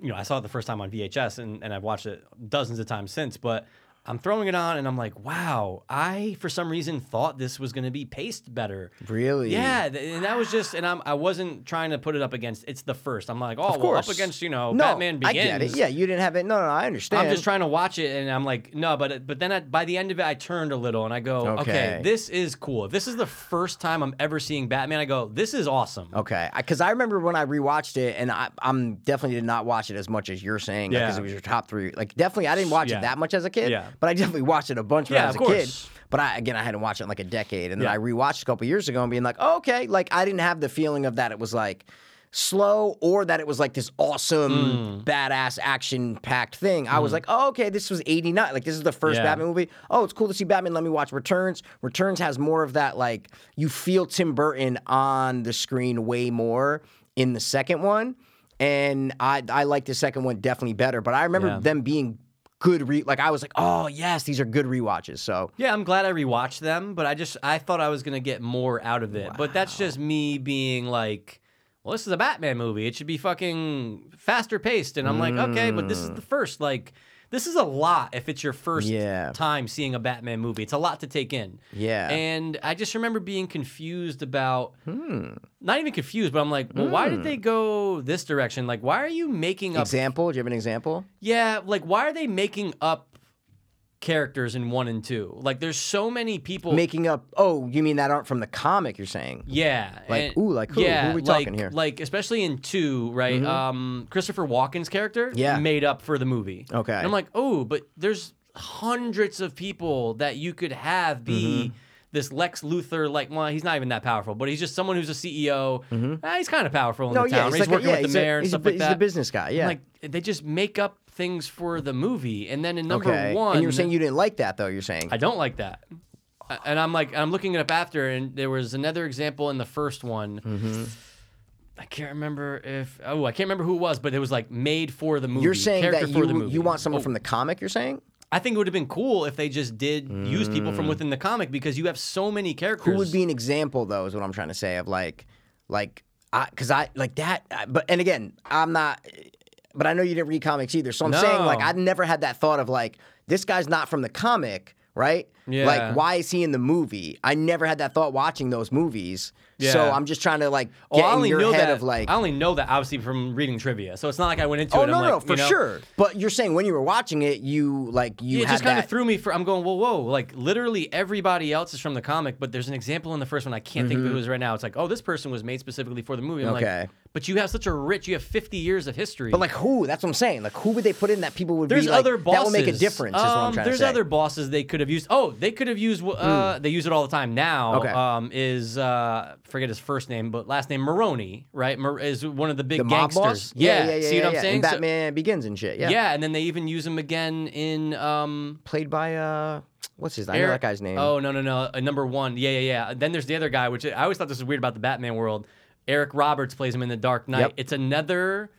C: you know, I saw it the first time on VHS, and and I've watched it dozens of times since. But I'm throwing it on, and I'm like, wow, I for some reason thought this was going to be paced better.
B: Really?
C: Yeah, th- and that was just, and I'm I wasn't trying to put it up against. It's the first. I'm like, oh,
B: Of
C: well,
B: course.
C: up against you know
B: no,
C: Batman Begins.
B: I get it. Yeah, you didn't have it. No, no, I understand.
C: I'm just trying to watch it, and I'm like, no, but but then at, by the end of it, I turned a little, and I go, okay.
B: Okay.
C: this is cool. If this is the first time I'm ever seeing Batman, I go, this is awesome.
B: Okay, because I remember when I rewatched it, and I, I'm definitely did not watch it as much as you're saying, because
C: Yeah.
B: it was your top three. Like, definitely, I didn't watch
C: Yeah.
B: it that much as a kid,
C: Yeah.
B: but I definitely watched it a bunch when
C: Yeah,
B: I was
C: of
B: a kid.
C: course.
B: But I, again, I hadn't watched it in like a decade, and
C: Yeah.
B: then I rewatched a couple years ago and being like, oh, okay, like I didn't have the feeling of that. It was like slow or that it was like this
C: Mm.
B: awesome, badass, action packed thing. I was like, oh, okay, this was 89. Like, this is the first
C: Yeah.
B: Batman movie. Oh, it's cool to see Batman. Let me watch Returns. Returns has more of that, like, you feel Tim Burton on the screen way more in the second one. And I, I like the second one definitely better, but I remember
C: Yeah.
B: them being good re like I was like, oh yes, these are good rewatches. So
C: Yeah, I'm glad I rewatched them, but I just I thought I was gonna get more out of it. But that's just me being like, well, this is a Batman movie. It should be fucking faster paced. And I'm like, okay, but this is
B: Mm.
C: the first. Like, this is a lot if it's your first
B: Yeah.
C: time seeing a Batman movie. It's a lot to take in.
B: Yeah.
C: And I just remember being confused about
B: Hmm.
C: not even confused, but I'm like, well, why did they go this direction? Like, why are you making up
B: example, do you have an example?
C: yeah, like why are they making up characters in one and two? Like there's so many people.
B: Making up oh, you mean that aren't from the comic you're saying?
C: yeah,
B: Like, ooh, like who? Who
C: Yeah,
B: are we
C: like-
B: talking here? Mm-hmm.
C: Like especially in two, right? Um, Christopher Walken's character,
B: Yeah.
C: made up for the movie.
B: Okay.
C: And I'm like, oh, but there's hundreds of people that you could have be.
B: Mm-hmm.
C: This Lex Luthor, like, well, he's not even that powerful, but he's just someone who's a CEO. Ah, he's kind of powerful in the town. right? He's,
B: it's
C: working
B: Mm-hmm. yeah,
C: with the
B: he's a-
C: mayor and
B: he's a
C: stuff
B: bu-
C: like
B: he's
C: that.
B: the business guy, yeah.
C: Like they just make up things for the movie, and then in number
B: okay.
C: one,
B: and you were saying you didn't like that though, you're saying.
C: I don't like that. A- And I'm like, I'm looking it up after, and there was another example in the first one.
B: Mm-hmm.
C: I can't remember if oh, I can't remember who it was, but it was like made for the movie.
B: you're saying
C: character
B: that
C: for the
B: you
C: movie. Oh.
B: you want someone from the comic, you're saying?
C: I think it would have been cool if they just did use people from within the comic because you have so many characters.
B: Mm. Who would be an example though, is what I'm trying to say of like like I cause I like that I- but and again, I'm not but I know you didn't read comics either. So I'm saying like
C: No.
B: I never had that thought of like this guy's not from the comic, right?
C: Yeah.
B: Like why is he in the movie? I never had that thought watching those movies. So
C: Yeah.
B: I'm just trying to like
C: Oh,
B: get
C: I
B: in
C: only
B: your
C: know
B: head
C: that.
B: of like
C: I only know that obviously from reading trivia, so it's not like I went into
B: Oh
C: it.
B: no,
C: I'm
B: no,
C: like,
B: for
C: you know,
B: sure. But you're saying when you were watching it, you like you
C: it
B: had
C: just kind
B: that-
C: of threw me for. I'm going, whoa, whoa! Like literally everybody else is from the comic, but there's an example in the first one. I can't think of who it was right now. It's like, oh, this person was made specifically for the movie. I'm
B: Mm-hmm. Okay.
C: like, but you have such a rich. You have 50 years of history.
B: But like who? That's what I'm saying. Like who would they put in that people would
C: there's
B: be like,
C: other bosses
B: that will make a difference? Is what I'm
C: Um,
B: trying
C: there's
B: to say. Hmm.
C: other bosses they could have used. Oh, they could have used. Uh, They use it all the time now.
B: Okay.
C: Um, is uh, forget his first name, but last name Maroni, right? Mar- is one of the big
B: the mob boss.
C: gangsters. Yeah.
B: yeah, yeah.
C: See
B: yeah,
C: what I'm
B: yeah.
C: saying?
B: And
C: So-
B: Batman Begins and shit. Yeah.
C: yeah. and then they even use him again in um,
B: Played by uh, what's his? I know
C: Eric-
B: that guy's name.
C: Oh no no no, uh, number one. Yeah yeah yeah. Then there's the other guy, which I always thought this was weird about the Batman world. Eric Roberts plays him in The Dark Knight.
B: Yep.
C: It's another.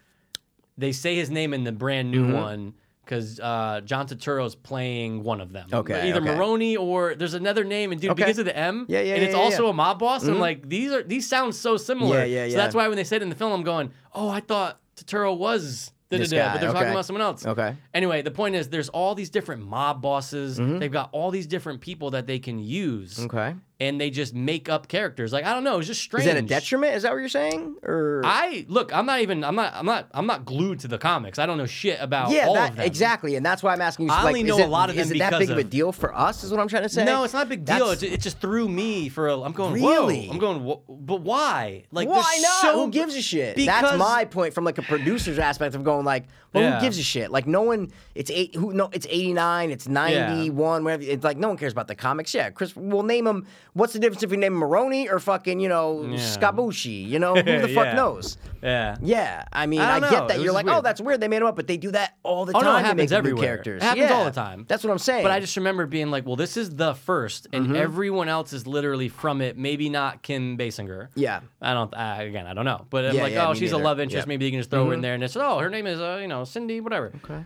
C: They say his name in the brand
B: Mm-hmm.
C: new one because uh, John Turturro's playing one of them.
B: Okay,
C: Either
B: okay.
C: Maroney or there's another name, and dude
B: Okay.
C: because of the M.
B: Yeah, yeah,
C: And
B: yeah,
C: it's
B: yeah,
C: also
B: yeah. Mm-hmm.
C: a mob boss. I'm like these are these sound so similar.
B: Yeah, yeah,
C: So that's
B: yeah.
C: why when they said it in the film, I'm going, oh, I thought Turturro was. Da, da,
B: This
C: da,
B: guy,
C: but they're talking
B: okay.
C: about someone else.
B: Okay.
C: Anyway, the point is there's all these different mob bosses. They've got all these different people that they can use.
B: Mm-hmm. Okay.
C: And they just make up characters. Like I don't know, it's just strange.
B: Is that a detriment? Is that what you're saying? Or
C: I look, I'm not even I'm not I'm not I'm not glued to the comics. I don't know shit about
B: yeah,
C: all
B: that,
C: of them.
B: exactly. And that's why I'm asking you.
C: I
B: like,
C: only
B: is
C: know
B: it,
C: a lot of
B: Is
C: them
B: it that
C: because
B: big of a
C: of-
B: deal for us? Is what I'm trying to say.
C: No, it's not a big deal. It
B: That's-
C: just, it just threw me for a. I'm going.
B: Really?
C: Whoa. I'm going. "Wha- But why? Like,
B: Why
C: there's
B: not?
C: So,
B: who gives a shit? That's
C: Because-
B: my point from like a producer's aspect of going like, well,
C: Yeah.
B: who gives a shit? Like no one. It's eight. Who? No, it's eighty nine. It's ninety one. Whatever. It's like no one cares about the comics. Yeah, Chris. We'll name him. What's the difference if we name him Maroni or fucking you know Scabucci? You know who the fuck
C: Yeah.
B: knows?
C: Yeah.
B: Yeah, I mean,
C: I
B: I,
C: don't know.
B: get
C: It
B: that. You're
C: was
B: like, oh,
C: weird.
B: that's weird. They made him up, but they do that all the
C: Oh,
B: time.
C: no, it
B: They
C: happens
B: make new
C: everywhere.
B: Characters.
C: It happens
B: Yeah.
C: all the time.
B: That's what I'm saying.
C: But I just remember being like, well, this is the first, and
B: Mm-hmm.
C: everyone else is literally from it. Maybe not Kim Basinger.
B: Yeah.
C: I don't. I, again, I don't know. But I'm
B: Yeah,
C: like,
B: yeah,
C: oh,
B: me
C: she's a
B: neither.
C: love interest.
B: Yep.
C: Maybe you can just throw her in there, and it's oh, her name is uh, you know Cindy, whatever.
B: Okay.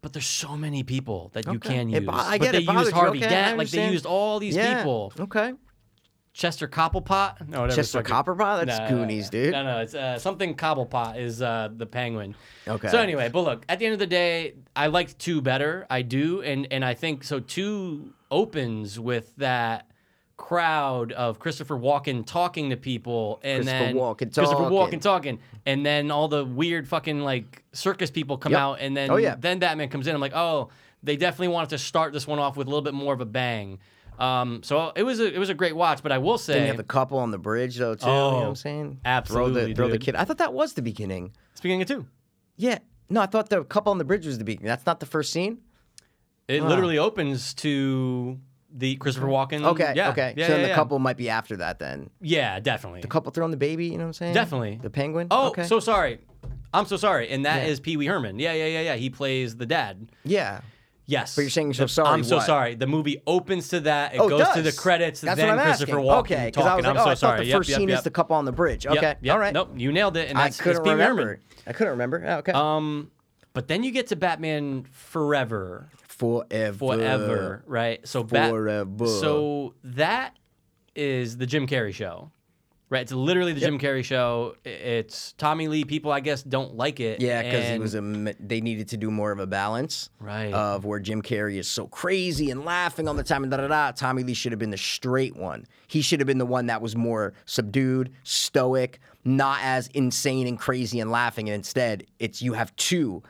C: But there's so many people that you
B: Okay.
C: can use.
B: It bo- I
C: but
B: get
C: they
B: it bothers
C: used
B: you.
C: Harvey
B: Okay, I
C: Dent. Like they
B: understand.
C: used all these
B: yeah.
C: people.
B: Okay.
C: Chester Cobblepot. No, whatever.
B: Chester
C: fucking-
B: Copperpot. That's
C: Nah,
B: Goonies,
C: no,
B: dude.
C: No, no, it's uh, something Cobblepot is uh, the penguin.
B: Okay.
C: So anyway, but look, at the end of the day, I liked two better. I do, and and I think so. Two opens with that crowd of Christopher Walken talking to people, and
B: Christopher
C: then
B: Walken
C: Christopher
B: talking.
C: Walken talking, and then all the weird fucking like circus people come
B: Yep.
C: out, and then
B: Oh, yeah.
C: then Batman comes in. I'm like, oh, they definitely wanted to start this one off with a little bit more of a bang. Um, so it was a it was a great watch, but I will say
B: And you have the couple on the bridge, though, too. you know what
C: Oh,
B: I'm saying? Throw the,
C: absolutely,
B: throw the
C: dude.
B: kid. I thought that was the beginning.
C: Speaking of two,
B: Yeah. No, I thought the couple on the bridge was the beginning. That's not the first scene.
C: it literally opens to the Christopher Walken.
B: Mm. Okay,
C: Mm, yeah.
B: okay.
C: Yeah,
B: so then
C: yeah,
B: the
C: yeah.
B: couple might be after that then.
C: Yeah, definitely.
B: The couple throwing the baby, you know what I'm saying?
C: Definitely.
B: The penguin?
C: oh,
B: okay.
C: so sorry. I'm so sorry. And that is
B: Yeah.
C: Pee Wee Herman. Yeah, yeah, yeah, yeah. He plays the dad.
B: Yeah.
C: Yes.
B: But you're saying so
C: The-
B: sorry,
C: I'm so
B: what?
C: sorry. The movie opens to that. It
B: Oh, it
C: goes to the
B: does.
C: credits.
B: That's
C: then
B: what I'm
C: Christopher
B: asking.
C: Walken
B: okay, because
C: talking.
B: I was like,
C: am
B: oh,
C: so
B: I thought
C: sorry.
B: the
C: Yep,
B: first
C: yep,
B: scene
C: yep.
B: is the couple on the bridge.
C: Yep,
B: Okay,
C: yep.
B: all right.
C: Nope, you nailed it. And
B: I
C: that's it's
B: couldn't
C: Pee Wee
B: remember.
C: Herman.
B: I couldn't remember. Oh, okay.
C: Um, but then you get to Batman Forever.
B: forever.
C: Forever, right? So
B: Forever.
C: Bat- So that is the Jim Carrey show. Right? It's literally the Jim Carrey show. I- It's Tommy Lee people I guess don't like it.
B: Yeah, because he was
C: a
B: a. m- They needed to do more of a balance,
C: Right.
B: Of where Jim Carrey is so crazy and laughing all the time and da da da. Tommy Lee should have been the straight one. He should have been the one that was more subdued, stoic, not as insane and crazy and laughing. And instead, it's you have two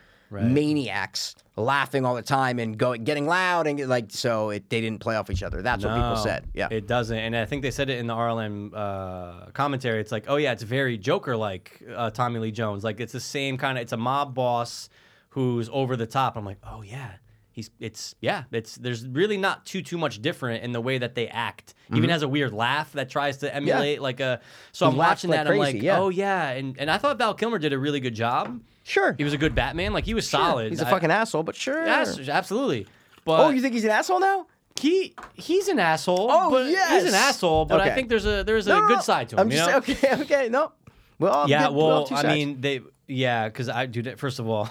B: maniacs laughing all the time and going getting loud and like so. It they didn't play off each other. That's what people
C: No,
B: said. Yeah,
C: Oh, It doesn't. And I think they said it in the RLM uh, commentary. It's like, oh, yeah, it's very Joker like uh, Tommy Lee Jones. Like, it's the same kind of, it's a mob boss who's over the top. I'm like, oh, yeah. He's, it's yeah it's there's really not too too much different in the way that they act even has a weird laugh that tries to emulate like a so
B: Mm-hmm. He
C: i'm
B: laughs
C: watching
B: like
C: that i'm
B: crazy,
C: like
B: yeah.
C: oh yeah and and i thought val kilmer did a really good job
B: sure.
C: he was a good batman like he was
B: Sure.
C: solid
B: He's a
C: I-
B: fucking asshole, but sure.
C: yes absolutely but
B: Oh, you think he's an asshole now?
C: he he's an asshole.
B: Oh,
C: but
B: yes!
C: he's an asshole. But I
B: Okay.
C: think there's a there's a
B: No, no,
C: good
B: no.
C: side to him.
B: I'm
C: you
B: just
C: know?
B: okay, okay, no. Well,
C: Yeah.
B: good,
C: well,
B: two
C: I
B: sides.
C: mean, they yeah, because I do. First of all,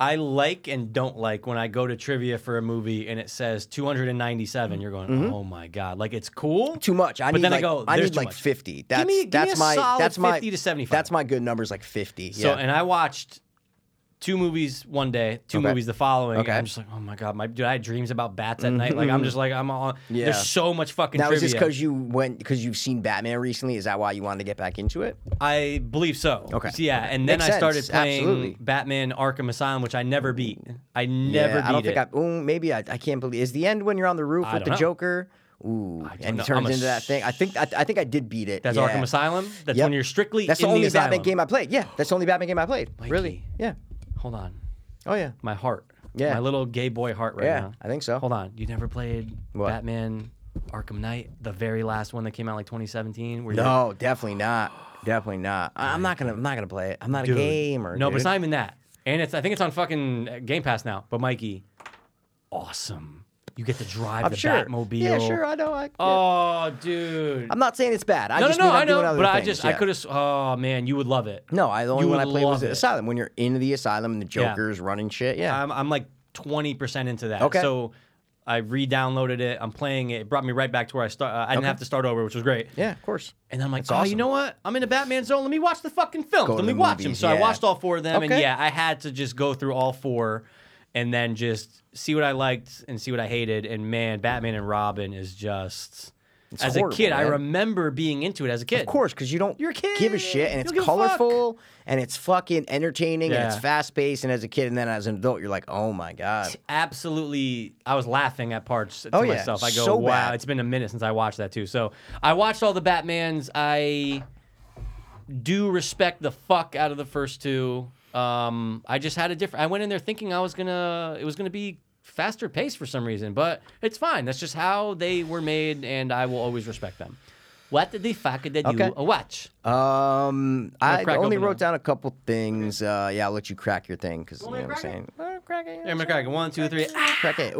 C: I like and don't like when I go to trivia for a movie and it says 297. You're going,
B: Mm-hmm.
C: oh my god, like it's cool.
B: too much. I
C: but
B: need
C: then
B: like,
C: I go,
B: I
C: "There's
B: need
C: too
B: like
C: much."
B: fifty. That's
C: me- give me
B: that's
C: a
B: my
C: solid
B: that's my
C: 50 to 75.
B: That's my good numbers, like fifty.
C: So
B: yeah.
C: and I watched two movies one day, two
B: Okay.
C: movies the following.
B: Okay. Mm-hmm.
C: And I'm just like, oh my god, my dude, I had dreams about bats at night. Like I'm just like I'm on.
B: Yeah.
C: There's so much fucking.
B: now is
C: trivia.
B: this because you went because you've seen Batman recently? Is that why you wanted to get back into it?
C: I believe so.
B: Okay.
C: So, yeah, and then
B: Makes
C: I started
B: sense.
C: playing
B: Absolutely.
C: Batman Arkham Asylum, which I never beat. I never
B: yeah,
C: beat
B: I don't
C: it.
B: think I. Ooh, maybe I, I. can't believe. Is the end when you're on the roof
C: I
B: with the
C: don't know.
B: Joker? Ooh, and
C: know.
B: he turns
C: I'm a
B: into that thing. I think I, I think I did beat it.
C: That's
B: yeah.
C: Arkham Asylum. That's
B: Yep.
C: when you're strictly
B: That's
C: in
B: the only
C: the asylum.
B: Batman game I played. Yeah, that's the only Batman game I played. Really?
C: Mikey.
B: Yeah.
C: Hold on,
B: Oh yeah.
C: my heart.
B: Yeah.
C: My little gay boy heart right
B: Yeah,
C: now.
B: I think so.
C: Hold on, you never played
B: What?
C: Batman Arkham Knight, the very last one that came out like 2017. Where you're-
B: No, definitely not. Definitely not. I- I'm not gonna. I'm not gonna play it. I'm not
C: Dude.
B: a gamer.
C: No, but it's
B: dude.
C: not even that. And it's I think it's on fucking uh, Game Pass now. But Mikey, awesome. You get to drive
B: I'm
C: the
B: sure.
C: Batmobile.
B: Yeah, sure. I know. I, yeah.
C: Oh, dude.
B: I'm not saying it's bad. I
C: No, no,
B: just
C: no,
B: mean I'm
C: I know,
B: doing other
C: but I
B: things,
C: just I
B: yeah.
C: could have. Oh man, you would love it.
B: No, I the only
C: You
B: one I
C: would
B: played was
C: love
B: the
C: it.
B: asylum. When you're in the asylum and the
C: Yeah.
B: Joker's running shit, yeah.
C: I'm, I'm like twenty percent into that.
B: Okay.
C: So I re-downloaded it. I'm playing it. It brought me right back to where I start. Uh, I didn't have to start over, which was great.
B: yeah, of course.
C: And I'm like,
B: That's
C: oh, you
B: awesome.
C: know what? I'm in a Batman zone. Let me watch the fucking films.
B: Go to
C: Let me
B: the
C: watch them.
B: movies,
C: So I
B: yeah.
C: watched all four of them, and
B: Okay.
C: yeah, I had to just go through all four, and then just see what I liked and see what I hated. And man, Batman and Robin is just. as
B: horrible,
C: a kid, I
B: man.
C: remember being into it as a kid.
B: Of course, because you don't
C: You're a kid.
B: give a shit, and
C: You
B: it's
C: don't give a fuck.
B: colorful, and it's fucking entertaining, and it's
C: Yeah.
B: fast paced. And as a kid, and then as an adult, you're like, oh my god.
C: absolutely I was laughing at parts to
B: Oh, yeah.
C: myself. I go,
B: So
C: wow,
B: bad.
C: it's been a minute since I watched that too. So I watched all the Batmans. I do respect the fuck out of the first two. Um, I just had a different I went in there thinking I was gonna it was gonna be faster pace for some reason, but it's fine. That's just how they were made and I will always respect them. What the fuck did
B: Okay.
C: you watch?
B: Um, I
C: crack
B: only
C: open
B: wrote
C: a-
B: down a couple things. Uh, yeah, I'll let you crack your thing because you know
C: me
B: what I'm
C: to crack
B: saying. Well, crack it,
C: Aaron McCracken, one, two, three. Ah!
B: Crack it.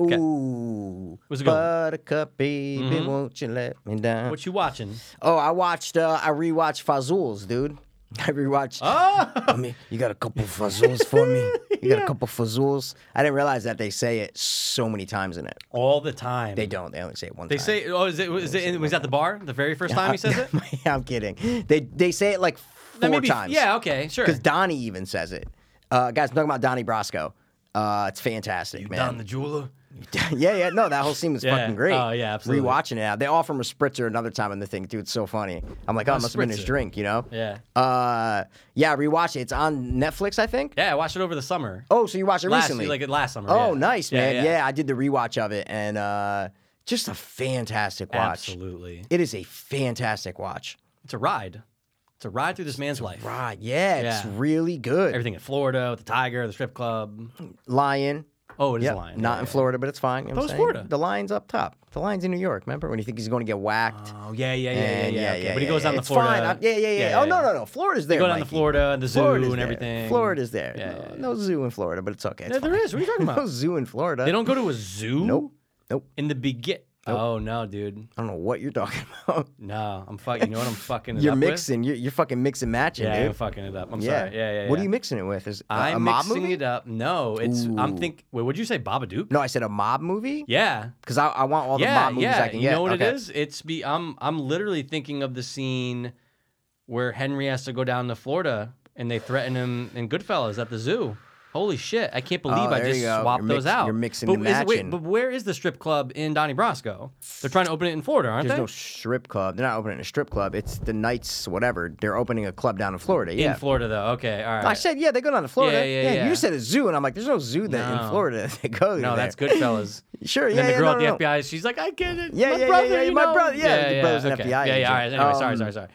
B: Ooh.
C: Where's it going?
B: Buttercup baby,
C: Mm-hmm.
B: won't you let me down?
C: What you watching?
B: Oh, I watched. Uh, I rewatched Fazul's, dude. I rewatched.
C: Oh!
B: I mean, you got a couple Fazul's for me. You got a couple Fazul's. I didn't realize that they say it so many times in it.
C: All the time.
B: They don't. They only say it one
C: They
B: time.
C: say, oh, is it, was it, was that the bar? The very first time he says it?
B: I'm kidding. They they say it like four
C: That may be-
B: times.
C: Yeah, okay, sure.
B: Because Donnie even says it. Uh, guys, I'm talking about Donnie Brasco. Uh, it's fantastic, man.
C: the jeweler.
B: yeah, yeah. No, that whole scene was
C: Yeah.
B: fucking great.
C: Oh, yeah, absolutely.
B: Rewatching it now. They offer him a spritzer another time in the thing, dude. It's so funny. I'm like, oh, it must have been his
C: spritzer.
B: drink, you know?
C: Yeah.
B: Uh, yeah, rewatch it. It's on Netflix, I think.
C: Yeah, I watched it over the summer.
B: Oh, so you watched it
C: last,
B: recently?
C: Like last summer.
B: oh,
C: yeah.
B: nice,
C: Yeah,
B: man.
C: yeah.
B: Yeah, I did the rewatch of it, and uh, just a fantastic watch.
C: Absolutely.
B: It is a fantastic watch.
C: It's a ride. It's a ride through this man's life.
B: Right? Yeah, it's
C: Yeah.
B: really good.
C: Everything in Florida with the tiger, the strip club.
B: Lion,
C: Oh, it is
B: Yep,
C: a lion.
B: not
C: Yeah,
B: in
C: yeah.
B: Florida, but it's fine. You know what I'm
C: Those
B: saying?
C: Florida.
B: The lion's up top. The lion's in New York. Remember when you think he's going to get whacked?
C: Oh yeah, yeah, yeah, yeah,
B: And
C: yeah. okay. but he goes down
B: it's
C: the Florida.
B: Fine. I'm- yeah, yeah, yeah, Oh no, no, no. Florida's there.
C: go down to
B: Mikey.
C: Florida and the zoo
B: Florida's
C: and
B: there.
C: everything.
B: Florida's there.
C: Yeah,
B: no,
C: yeah, yeah.
B: no zoo in Florida, but it's okay. It's
C: Yeah, there
B: fine.
C: is. What are you talking
B: no
C: about?
B: zoo in Florida.
C: They don't go to a zoo.
B: Nope. Nope.
C: In the begin. Oh no, dude.
B: I don't know what you're talking about.
C: No, I'm fucking. You know what I'm fucking. It
B: You're
C: up with?
B: mixing. You're, you're fucking mixing matching,
C: Yeah, I'm
B: dude.
C: fucking it up. I'm
B: Yeah.
C: sorry. Yeah, yeah, yeah.
B: What are you mixing it with? Is uh, a
C: I'm
B: mob
C: mixing
B: movie?
C: it up. No, it's. I'm
B: Ooh.
C: think. Wait, what'd you say, Babadook?
B: No, I said a mob movie.
C: Yeah.
B: Because I, I want all the
C: yeah,
B: mob movies
C: yeah.
B: I can
C: You
B: get.
C: know what
B: Okay.
C: it is? It's be I'm I'm literally thinking of the scene where Henry has to go down to Florida and they threaten him in Goodfellas at the zoo. Holy shit! I can't believe
B: Oh,
C: I
B: there you
C: just
B: go.
C: swapped
B: You're
C: those
B: mix-
C: out.
B: you're mixing
C: but
B: and
C: is- wait,
B: matching.
C: but where is the strip club in Donnie Brasco? They're trying to open it in Florida, aren't
B: There's
C: they?
B: no strip club. They're not opening a strip club. It's the Knights, whatever. They're opening a club down in Florida. Yeah. Oh,
C: in Florida though. Okay, all right.
B: I said, yeah, they go down to Florida.
C: Yeah, yeah, yeah.
B: You said a zoo, and I'm like, there's no zoo that
C: No.
B: in Florida. They go there.
C: no, that's Goodfellas.
B: Sure,
C: And
B: yeah,
C: then
B: yeah,
C: the girl
B: no, no,
C: at
B: no.
C: the FBI, she's like, I get it.
B: Yeah,
C: my
B: yeah, yeah,
C: brother,
B: yeah,
C: you
B: my
C: know?
B: brother- yeah, your brother's an
C: okay.
B: FBI
C: Yeah, yeah, all right.
B: agent.
C: Anyway, sorry, sorry, sorry.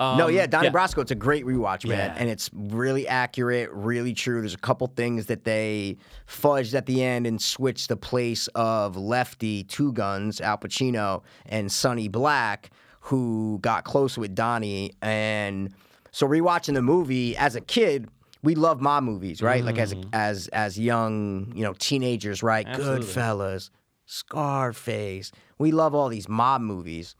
C: Um,
B: No, yeah, Donnie Brasco. It's a great rewatch, man,
C: Yeah.
B: and it's really accurate, really true. There's a couple things that they fudged at the end and switched the place of Lefty Two Guns, Al Pacino, and Sonny Black, who got close with Donnie. And so, rewatching the movie as a kid, we love mob movies, right? Like as as as young, you know, teenagers, right?
C: Mm. Absolutely.
B: Goodfellas, Scarface. We love all these mob movies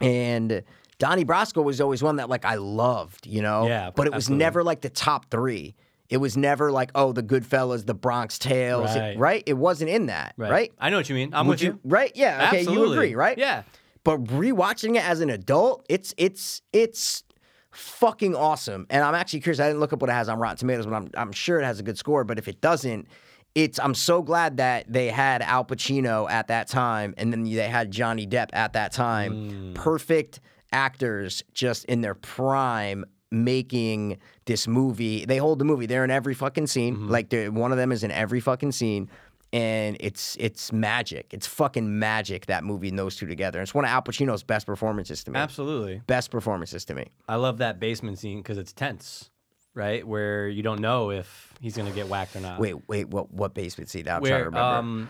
B: and Donnie Brasco was always one that like I loved, you know.
C: Yeah,
B: but it was
C: absolutely.
B: never like the top three. It was never like oh the Goodfellas, the Bronx Tales, it-
C: Right.
B: right? It wasn't in that, right?
C: I know what you mean. I'm
B: Would
C: with you.
B: right? Yeah, okay, you
C: Absolutely.
B: agree, right?
C: Yeah.
B: But rewatching it as an adult, it's it's it's fucking awesome. And I'm actually curious. I didn't look up what it has on Rotten Tomatoes, but I'm I'm sure it has a good score. But if it doesn't, it's I'm so glad that they had Al Pacino at that time, and then they had Johnny Depp at that time. Perfect actors, just in their prime. Making this movie, they hold the movie. They're in every fucking scene. Like they're- one of them is in every fucking scene and it's it's magic. It's fucking magic that movie and those two together. It's one of Al Pacino's best performances to me.
C: Absolutely.
B: Best performances to me.
C: I love that basement scene because it's tense, right? Where you don't know if he's gonna get whacked or not.
B: Wait, wait, what what basement scene? Now I'm trying to
C: uh, where
B: remember.
C: um,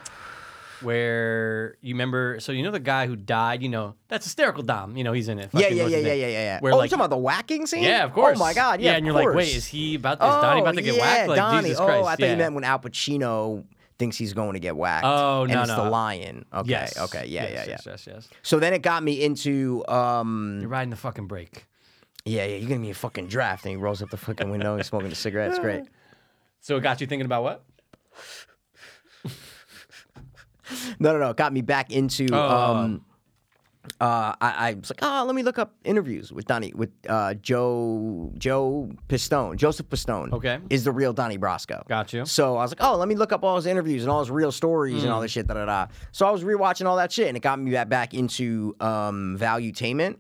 C: where you remember? So you know the guy who died. You know that's hysterical Dom. You know he's in it.
B: yeah,
C: Fucking
B: yeah,
C: what's
B: yeah,
C: his
B: yeah, yeah,
C: name?
B: yeah, yeah.
C: Where
B: oh,
C: like
B: you're talking about the whacking scene?
C: yeah, of course.
B: Oh my god, yeah.
C: and you're like, wait, is he about? Is
B: oh,
C: Donnie about to get
B: yeah,
C: whacked? Like
B: Donnie.
C: Jesus
B: oh,
C: Christ.
B: I thought
C: yeah.
B: you meant when Al Pacino thinks he's going to get whacked.
C: Oh,
B: and
C: no,
B: it's
C: no.
B: the lion. Okay,
C: Yes.
B: okay, yeah,
C: yes,
B: yeah, yeah.
C: Yes, yes, yes.
B: So then it got me into um,
C: You're riding the fucking brake.
B: yeah, yeah. You're gonna be a fucking draft, and he rolls up the fucking window, and he's smoking a cigarette. It's great.
C: So it got you thinking about what?
B: No, no, no. It got me back into.
C: Oh.
B: Um, uh, I, I was like, oh, let me look up interviews with Donnie with uh, Joe Joe Pistone, Joseph Pistone.
C: Okay.
B: is the real Donnie Brasco.
C: Got you. Hmm.
B: So I was like, oh, let me look up all his interviews and all his real stories and all this shit. Da da da. So I was rewatching all that shit, and it got me back back into um, Valuetainment.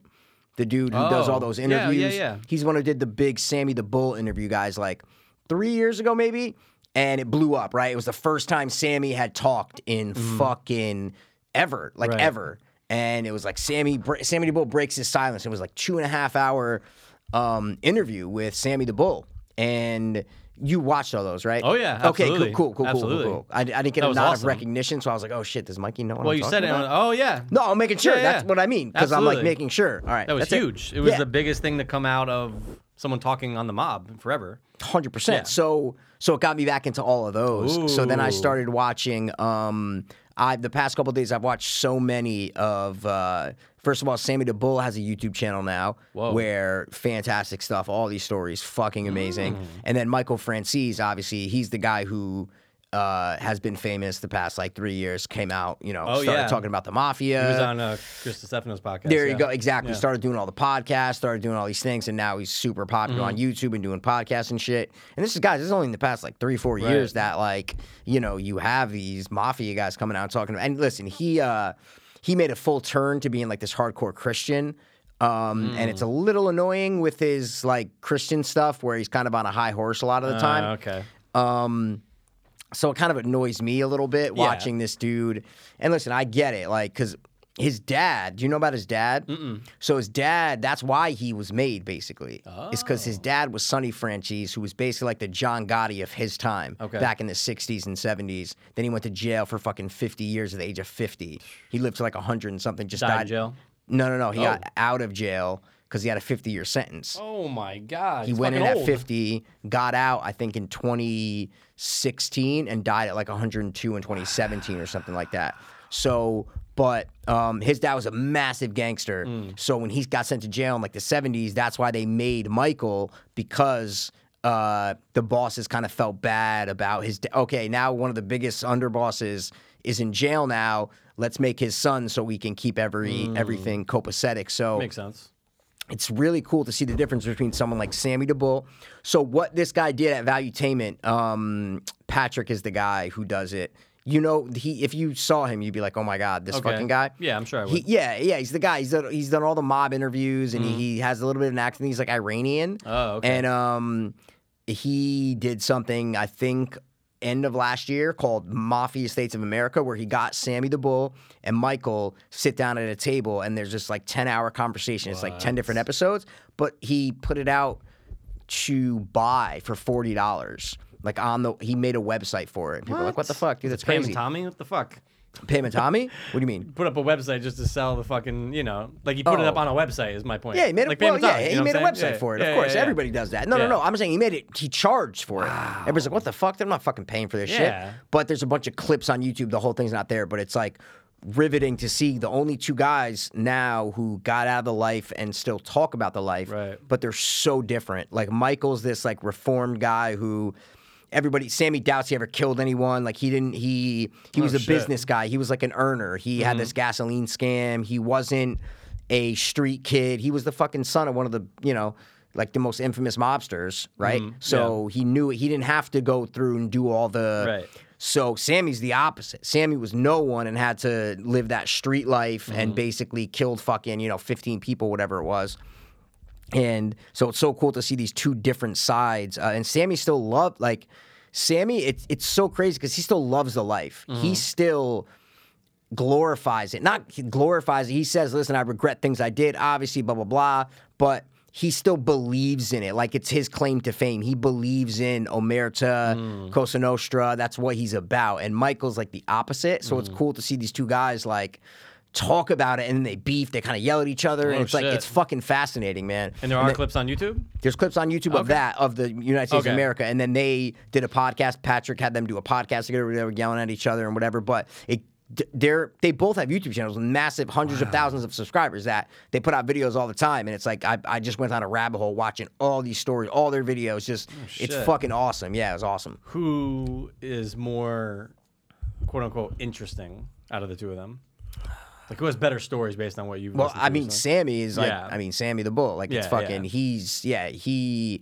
B: The dude who does
C: Oh.
B: all those
C: Yeah, yeah,
B: interviews.
C: yeah.
B: He's the one who did the big Sammy the Bull interview, guys, like three years ago, maybe. And it blew up, right? It was the first time Sammy had talked in fucking ever, like
C: Mm-hmm. Right.
B: ever. And it was like Sammy, bre- Sammy the Bull breaks his silence. It was like two and a half hour um, interview with Sammy the Bull. And you watched all those, right?
C: Oh, yeah, absolutely.
B: Okay, cool, cool, cool, cool, cool,
C: Absolutely.
B: cool. I, I didn't get
C: That
B: a
C: was
B: nod of
C: awesome.
B: recognition, so I was like, oh shit, does Mikey know what
C: Well,
B: I'm
C: you
B: talking
C: said it.
B: about?
C: and I went, Oh yeah.
B: No, I'm making sure.
C: Yeah,
B: That's
C: yeah.
B: what I mean. Because I'm like
C: Absolutely.
B: making sure. All right.
C: That was
B: that's it.
C: huge. It was
B: Yeah.
C: the biggest thing to come out of someone talking on the mob forever.
B: hundred
C: Yeah.
B: percent. So so it got me back into all of those. So then I
C: Ooh.
B: started watching. Um, I the past couple days I've watched so many of. Uh, first of all, Sammy the Bull has a YouTube channel now
C: Whoa.
B: where fantastic stuff. All these stories, fucking amazing.
C: Mm.
B: And then Michael Francis, obviously, he's the guy who. Uh, has been famous the past like three years. Came out, you know,
C: Oh,
B: started
C: yeah.
B: talking about the mafia.
C: He was on uh, Chris Stefano's podcast.
B: There
C: yeah.
B: you go. Exactly.
C: Yeah.
B: Started doing all the podcasts, started doing all these things, and now he's super popular
C: Mm-hmm.
B: on YouTube and doing podcasts and shit. And this is guys, this is only in the past like three, four years
C: Right.
B: that like, you know, you have these mafia guys coming out and talking about and listen, he uh he made a full turn to being like this hardcore Christian. Um, and
C: Mm.
B: it's a little annoying with his like Christian stuff where he's kind of on a high horse a lot of the
C: Uh,
B: time
C: okay.
B: so it kind of annoys me a little bit watching this dude. And listen, I get it, like, because his dad. Do you know about his dad? Mm-mm. So his dad. That's why he was made basically. It's because
C: Oh.
B: his dad was Sonny Franchise, who was basically like the John Gotti of his time.
C: Okay.
B: Back in the '60s and '70s. Then he went to jail for fucking 50 years at the age of 50. He lived to like 100 and something. Just
C: Died in
B: died
C: jail?
B: No, no, no. He got out of jail because he had a 50 year sentence.
C: Oh my god.
B: He
C: he's
B: went in
C: fucking
B: at
C: old.
B: 50, got out, I think, in 2016 and died at like 102 in 2017 or something like that. So, but um, his dad was a massive gangster.
C: Mm.
B: So when he got sent to jail in like the 70s, that's why they made Michael because. Uh, the bosses kind of felt bad about his. Da- okay, now one of the biggest underbosses is in jail now. Let's make his son so we can keep every everything copacetic. So
C: Mm. Makes sense.
B: it's really cool to see the difference between someone like Sammy DeBull. So what this guy did at Valuetainment, um, Patrick is the guy who does it. You know, he if you saw him, you'd be like, "Oh my god, this
C: Okay.
B: fucking guy."
C: Yeah, I'm sure I
B: He-
C: would. Mm-hmm.
B: yeah, yeah, he's the guy. He's done, he's done all the mob interviews, and he, he has a little bit of an accent. He's like Iranian.
C: Oh, okay.
B: And um, he did something I think end of last year called Mafia States of America, where he got Sammy the Bull and Michael sit down at a table, and there's this like ten hour conversation. It's like ten different episodes, but he put it out to buy for forty dollars. Like on the, he made a website for it. People are like, what the fuck, dude? That's
C: Pam
B: crazy.
C: and Tommy, what the fuck?
B: Pam and Tommy? What do you mean?
C: Put up a website just to sell the fucking, you you know, like he put it
B: Oh.
C: up on a website. Is my point.
B: Yeah, he made a,
C: like Pam
B: well,
C: and
B: yeah,
C: Tommy, you
B: he
C: know
B: made a
C: what I'm
B: website
C: saying? Yeah,
B: for it.
C: yeah,
B: of course,
C: yeah, yeah.
B: everybody does that. No,
C: Yeah.
B: no, no. I'm saying he made it. He charged for it. Everybody's like, "What the fuck? I'm not fucking paying for this
C: Yeah.
B: shit." But there's a bunch of clips on YouTube. The whole thing's not there, but it's like riveting to see the only two guys now who got out of the life and still talk about the life.
C: Right.
B: But they're so different. Like Michael's this like reformed guy who. Everybody, Sammy doubts he ever killed anyone. Like he didn't. He he was a
C: shit.
B: business guy. He was like an earner. He had this gasoline scam. He wasn't a street kid. He was the fucking son of one of the, you know, like the most infamous mobsters, right? so he knew it. He didn't have to go through and do all the.
C: Right.
B: So Sammy's the opposite. Sammy was no one and had to live that street life and basically killed fucking, you know, 15 people, whatever it was. And so it's so cool to see these two different sides. Uh, and Sammy still loved like Sammy. It's it's so crazy because he still loves the life. He still glorifies it. Not he glorifies it. He says, "Listen, I regret things I did. Obviously, blah blah blah." But he still believes in it. Like it's his claim to fame. He believes in Omerta,
C: Mm.
B: Cosa Nostra. That's what he's about. And Michael's like the opposite. So it's
C: Mm.
B: cool to see these two guys like talk about it and then they beef. They kind of yell at each other,
C: Oh,
B: and it's
C: shit.
B: like it's fucking fascinating, man.
C: And there are clips on YouTube.
B: There's clips on YouTube of that of the United States
C: Okay.
B: of America, and then they did a podcast. Patrick had them do a podcast together. where They were yelling at each other and whatever. But it, they're they both have YouTube channels, with massive hundreds of thousands of subscribers that they put out videos all the time. And it's like I, I just went on a rabbit hole watching all these stories, all their videos. Just it's
C: Oh, shit.
B: fucking awesome. Yeah, it was awesome.
C: Who is more, quote unquote, interesting out of the two of them? Like who has better stories based on what you've?
B: Well,
C: listened
B: I
C: to
B: mean,
C: recently?
B: Sammy is like,
C: Yeah.
B: I mean, Sammy the Bull. Like, it's
C: Yeah, yeah.
B: fucking, he's, yeah, he,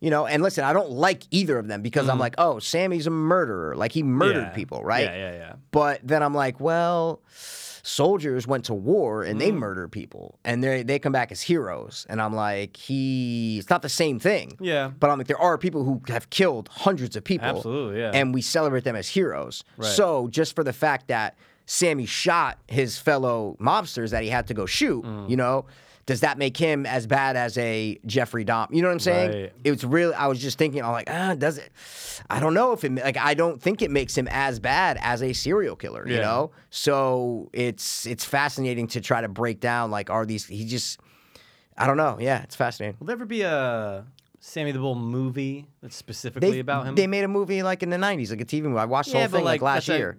B: you know, and listen, I don't like either of them because I'm like, oh, Sammy's a murderer. Like, he murdered
C: Mm-hmm. Yeah.
B: people, right?
C: Yeah, yeah, yeah.
B: But then I'm like, well, soldiers went to war and
C: Mm.
B: they murder people and they they come back as heroes. And I'm like, he, it's not the same thing.
C: Yeah.
B: But I'm like, there are people who have killed hundreds of people.
C: Absolutely, yeah.
B: And we celebrate them as heroes. So just for the fact that Sammy shot his fellow mobsters that he had to go shoot,
C: Mm.
B: you know, does that make him as bad as a Jeffrey Dom? You know what I'm saying?
C: Right.
B: It was really. I was just thinking. I'm like, ah, does it? I don't know if it. ma- Like, I don't think it makes him as bad as a serial killer. You
C: Yeah.
B: know. So it's it's fascinating to try to break down. Like, are these? He just. I don't know. Yeah, it's fascinating.
C: Will there ever be a Sammy the Bull movie that's specifically about him?
B: They made a movie like in the '90s, like a TV movie. I watched the
C: Yeah,
B: whole
C: but,
B: thing like,
C: like,
B: last
C: that's a-
B: year.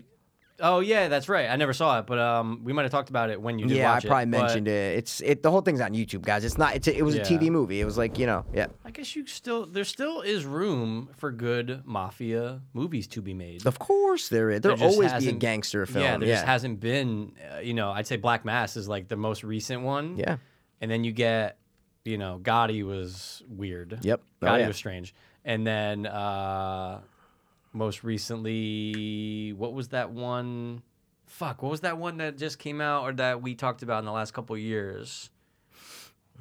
C: oh yeah, that's right. I never saw it, but um, we might have talked about it when you did
B: Yeah, I
C: watch it,
B: probably
C: but
B: mentioned it. It's it. The whole thing's on YouTube, guys. It's not. It's a, it was
C: Yeah.
B: a TV movie. It was like you know. Yeah.
C: I guess you still there still is room for good mafia movies to be made.
B: Of course there is. There'll
C: just
B: always be a
C: hasn't-
B: gangster film.
C: Yeah, there just hasn't been. Uh, you know, I'd say Black Mass is like the most recent one.
B: Yeah.
C: and then you get, you know, Gotti was weird.
B: Yep. Oh,
C: Gotti
B: yeah.
C: was strange, and then uh most recently, what was that one? Fuck, what was that one that just came out or that we talked about in the last couple years?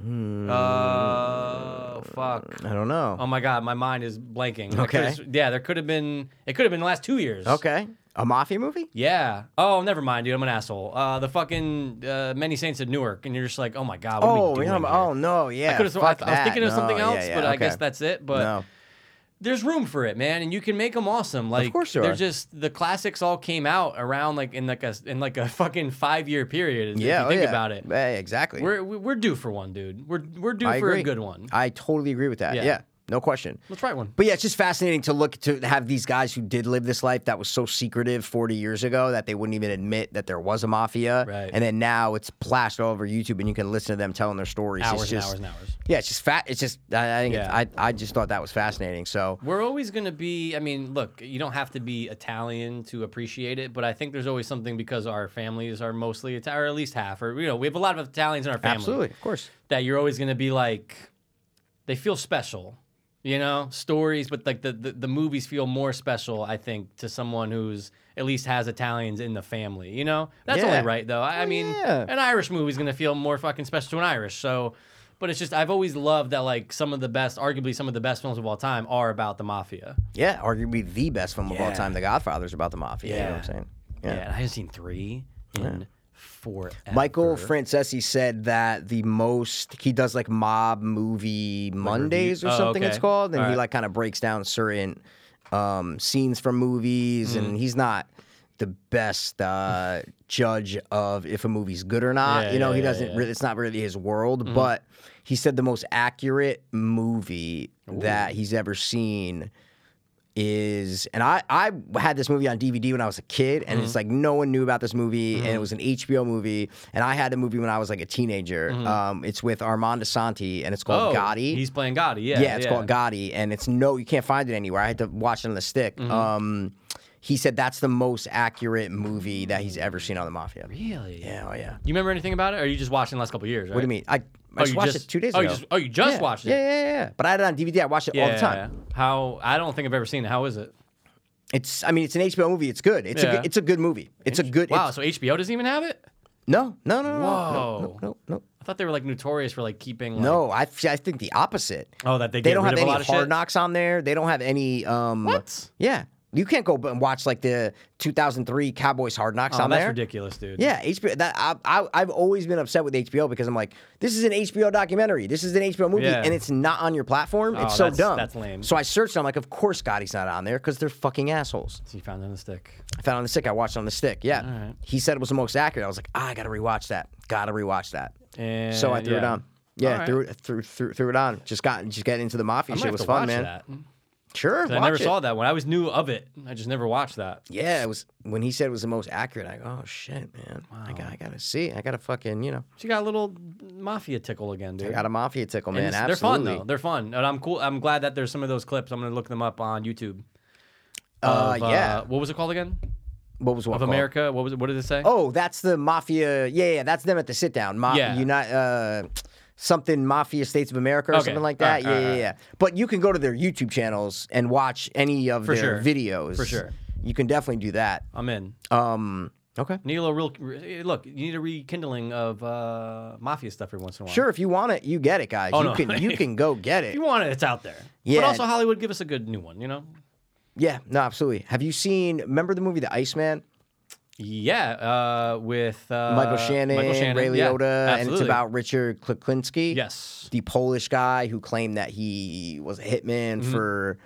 B: Hmm.
C: Uh, fuck.
B: I don't
C: Um,
B: know.
C: Oh my god, my mind is blanking. There
B: Okay.
C: could've- Yeah, there could have been. It could have been the last two years.
B: okay. A mafia movie?
C: Yeah. Oh, never mind, dude. I'm an asshole. Uh, the fucking uh, Many Saints at Newark, and you're just like, oh my god, what are we
B: Oh,
C: doing?
B: yeah,
C: here?
B: oh no, yeah.
C: I, could've sw- I,
B: fuck
C: I was
B: that.
C: thinking of
B: No,
C: something
B: yeah,
C: else,
B: yeah,
C: but I
B: okay.
C: guess that's it. But
B: no.
C: there's room for it, man, and you can make them awesome. Like,
B: course there
C: they're
B: are.
C: just the classics all came out around like in like a in like a fucking five year period.
B: Yeah,
C: if
B: oh,
C: you think
B: yeah.
C: about it.
B: Yeah, exactly.
C: We're we- we're due for one, dude. We're we're due
B: I
C: for
B: agree.
C: a good one.
B: I totally agree with that.
C: Yeah.
B: Yeah. no question.
C: Let's write one.
B: But yeah, it's just fascinating to look to have these guys who did live this life that was so secretive 40 years ago that they wouldn't even admit that there was a mafia.
C: Right.
B: And then now it's plastered all over YouTube and you can listen to them telling their stories.
C: Hours
B: it's
C: and
B: just,
C: hours and hours.
B: Yeah, it's just fat. It's just, I, I, think it's-
C: Yeah.
B: I, I just thought that was fascinating. So,
C: We're always going to be, I mean, look, you don't have to be Italian to appreciate it, but I think there's always something because our families are mostly Italian, or at least half, or, you know, we have a lot of Italians in our family.
B: absolutely, of course.
C: That you're always going to be like, they feel special, you know, stories, but like the, the, the movies feel more special, I think, to someone who's at least has Italians in the family, you know? That's
B: Yeah. Oh,
C: only right, though. I, I mean,
B: yeah.
C: an Irish movie's going to feel more fucking special to an Irish, so. But it's just I've always loved that like some of the best, arguably some of the best films of all time, are about the mafia.
B: Yeah, arguably the best film of all
C: Yeah.
B: time, The Godfather's about the mafia. You know what I'm
C: Yeah.
B: saying?
C: Yeah, I have seen three in four.
B: Michael Francesi said that the most he does like mob movie Mondays or
C: oh,
B: something it's
C: okay.
B: called, and he
C: Alright.
B: like kind of breaks down certain um, scenes from movies,
C: Hmm.
B: and he's not the best uh, judge of if a movie's good or not.
C: Yeah,
B: you know,
C: yeah,
B: he
C: yeah,
B: doesn't
C: yeah. Mm-hmm.
B: really. It's not really his world, but he said the most accurate movie that he's ever seen is and I, I had this movie on DVD when I was a kid and
C: Mm-hmm.
B: it's like no one knew about this movie and it was an HBO movie and I had the movie when I was like a teenager. Um, it's with Armand Asante and it's
C: Mm-hmm. oh,
B: called Gotti.
C: He's playing Gotti. Yeah,
B: yeah, it's called Gotti and it's no you can't find it anywhere. I had to watch it on the stick.
C: Mm-hmm.
B: Um, he said that's the most accurate movie that he's ever seen on the mafia.
C: Really?
B: Yeah, oh yeah.
C: You remember anything about it, or are you just watching the last couple of years?
B: What do you mean? I, I just
C: you
B: watched
C: just-
B: it two days
C: oh, you
B: ago.
C: just- oh, you just
B: Yeah.
C: watched it?
B: Yeah, yeah, yeah, yeah. But I had it on DVD. I watched it all the time.
C: How? I don't think I've ever seen it. How is it?
B: It's I mean it's an HBO movie. It's good. It's a
C: Yeah.
B: good, it's a good movie. It's a good
C: Wow.
B: it's-
C: So HBO doesn't even have it.
B: No, no, no, no, no,
C: Whoa.
B: no, no, no,
C: I thought they were like notorious for like keeping. Like,
B: no. I, I think the opposite.
C: Oh, that they
B: They
C: get
B: don't
C: rid
B: have
C: of a
B: any
C: lot of
B: hard
C: shit?
B: knocks on there. They don't have any. Um,
C: What?
B: Yeah, you can't go b- and watch like the 2003 Cowboys hard knocks
C: Oh,
B: on
C: that's
B: there.
C: ridiculous, dude.
B: Yeah, HBO. That I, I, I've always been upset with HBO because I'm like, this is an HBO documentary. This is an HBO movie,
C: Yeah.
B: and it's not on your platform.
C: Oh,
B: it's so
C: that's-
B: dumb.
C: that's lame.
B: So I searched. And I'm like, of course, Gotti's not on there because they're fucking assholes.
C: So you found it on the stick.
B: I found it on the stick. I watched it on the stick. Yeah.
C: Alright.
B: He said it was the most accurate. I was like, ah, I gotta rewatch that. Gotta rewatch that.
C: And
B: So I threw it
C: yeah.
B: on. Yeah,
C: Alright.
B: threw it threw, threw threw it on. Just got just got into the mafia
C: I might
B: shit. It
C: have
B: was
C: to
B: fun,
C: watch
B: man.
C: that. 'Cause
B: Sure,
C: I
B: watch
C: never
B: it.
C: saw that one. I was new of it. I just never watched that.
B: Yeah, it was when he said it was the most accurate. I go, oh shit, man. I got I gotta see. I gotta fucking you know.
C: She got a little mafia tickle again, dude.
B: I got a mafia tickle,
C: And
B: man.
C: it's- they're fun
B: Absolutely.
C: though. They're fun, and I'm cool. I'm glad that there's some of those clips. I'm gonna look them up on YouTube.
B: Uh,
C: Of,
B: yeah.
C: What was it called again?
B: What was what
C: Of
B: called?
C: America. What was it? What did it say?
B: Oh, that's the mafia. Yeah, yeah, that's them at the sit down. Ma-
C: Yeah.
B: Uni- uh, something Mafia States of America or
C: Okay.
B: something like
C: All
B: that.
C: right, all
B: yeah,
C: right,
B: yeah,
C: all
B: yeah. But you can go to their YouTube channels and watch any of
C: For
B: their
C: sure.
B: videos.
C: For sure.
B: You can definitely do that.
C: I'm in.
B: Um, okay.
C: Need a little real. re- Look, you need a rekindling of uh, mafia stuff every once in a while.
B: Sure, if you want it, you get it, guys.
C: Oh,
B: you
C: no.
B: can you can go get
C: If
B: it.
C: you want it, it's out there.
B: Yeah.
C: But also Hollywood, give us a good new one. You know.
B: Yeah, no, absolutely. Have you seen? Remember the movie The Iceman?
C: Yeah. Uh, with uh,
B: Michael Shannon,
C: Michael Shannon.
B: Ray
C: yeah,
B: Liotta, and it's
C: absolutely.
B: about Richard Kuklinski.
C: yes.
B: the Polish guy who claimed that he was a hitman
C: Mm-hmm.
B: for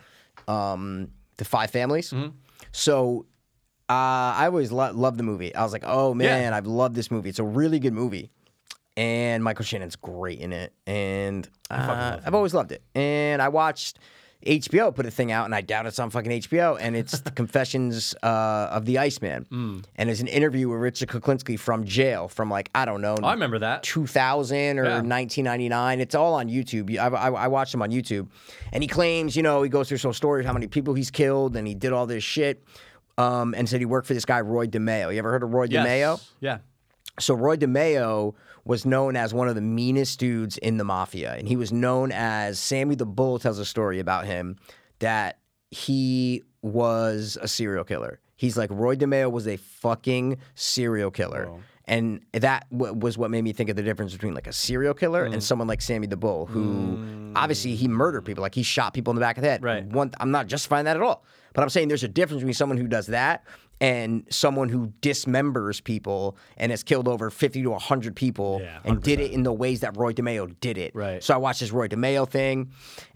B: um, the Five Families. So. Uh, I always lo- loved the movie. I was like, "Oh man, I've loved this movie. It's a really good movie." and Michael Shannon's great in it. And uh, I've always loved it. And I watched HBO put a thing out, and I doubt it's on fucking HBO. And it's the Confessions uh, of the Iceman,
C: Mm.
B: and it's an interview with Richard Kuklinski from jail from like I don't know.
C: Oh, I remember that.
B: 2000 or
C: Yeah.
B: 1999. It's all on YouTube. You- I, I, I watched him on YouTube, and he claims, you know, he goes through some stories how many people he's killed, and he did all this shit, um, and said he worked for this guy Roy DeMeo. You ever heard of Roy
C: Yes.
B: DeMeo?
C: Yeah.
B: So Roy DeMeo was known as one of the meanest dudes in the mafia, and he was known as Sammy the Bull tells a story about him that he was a serial killer. He's like Roy DeMeo was a fucking serial killer. And that w- was what made me think of the difference between like a serial killer and someone like Sammy the Bull, who obviously he murdered people, like he shot people in the back of the head.
C: Right.
B: One, I'm not justifying that at all, but I'm saying there's a difference between someone who does that and someone who dismembers people and has killed over 50 to 100 people
C: Yeah,
B: and did it in the ways that Roy DeMeo did it.
C: Right.
B: So I watched this Roy DeMeo thing.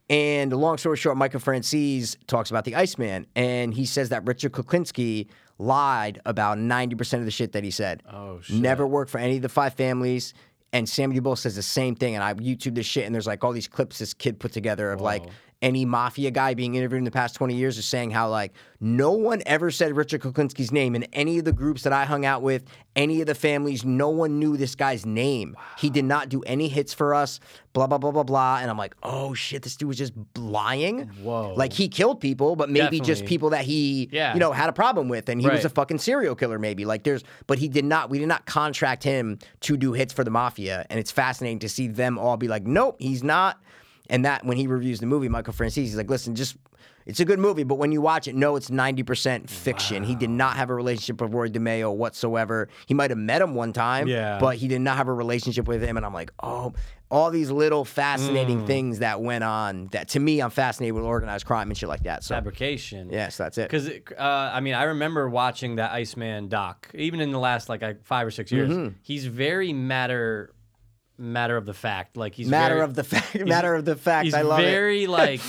B: And long story short, Michael Francis talks about the Iceman. And he says that Richard Kuklinski lied about 90% of the shit that he said.
C: Oh, shit.
B: Never worked for any of the five families. And Samuel Bull says the same thing. And I YouTube this shit. And there's like all these clips this kid put together of like any mafia guy being interviewed in the past 20 years is saying how like no one ever said Richard Kuklinski's name in any of the groups that I hung out with, any of the families. No one knew this guy's name. He did not do any hits for us. Blah blah blah blah blah. And I'm like, oh shit, this dude was just lying.
C: Whoa.
B: Like he killed people, but maybe just
C: Definitely.
B: people that he
C: Yeah.
B: you know had a problem with, and he was
C: Right.
B: a fucking serial killer. Maybe like there's, but he did not. We did not contract him to do hits for the mafia, and it's fascinating to see them all be like, nope, he's not. And that when he reviews the movie, Michael Francis, he's like, listen, just it's a good movie, but when you watch it, no, it's ninety percent fiction. He did not have a relationship with Roy DeMeo whatsoever. He might have met him one time,
C: Yeah.
B: but he did not have a relationship with him. And I'm like, oh, all these little fascinating
C: Mm.
B: things that went on. That to me, I'm fascinated with organized crime and shit like that. So
C: fabrication.
B: yes, that's it.
C: Because uh, I mean, I remember watching that Iceman doc. Even in the last like I- five or six years,
B: Mm-hmm.
C: he's very matter matter of the fact. Like he's
B: matter
C: very,
B: of the fact. Matter of the fact.
C: He's
B: I love it.
C: very like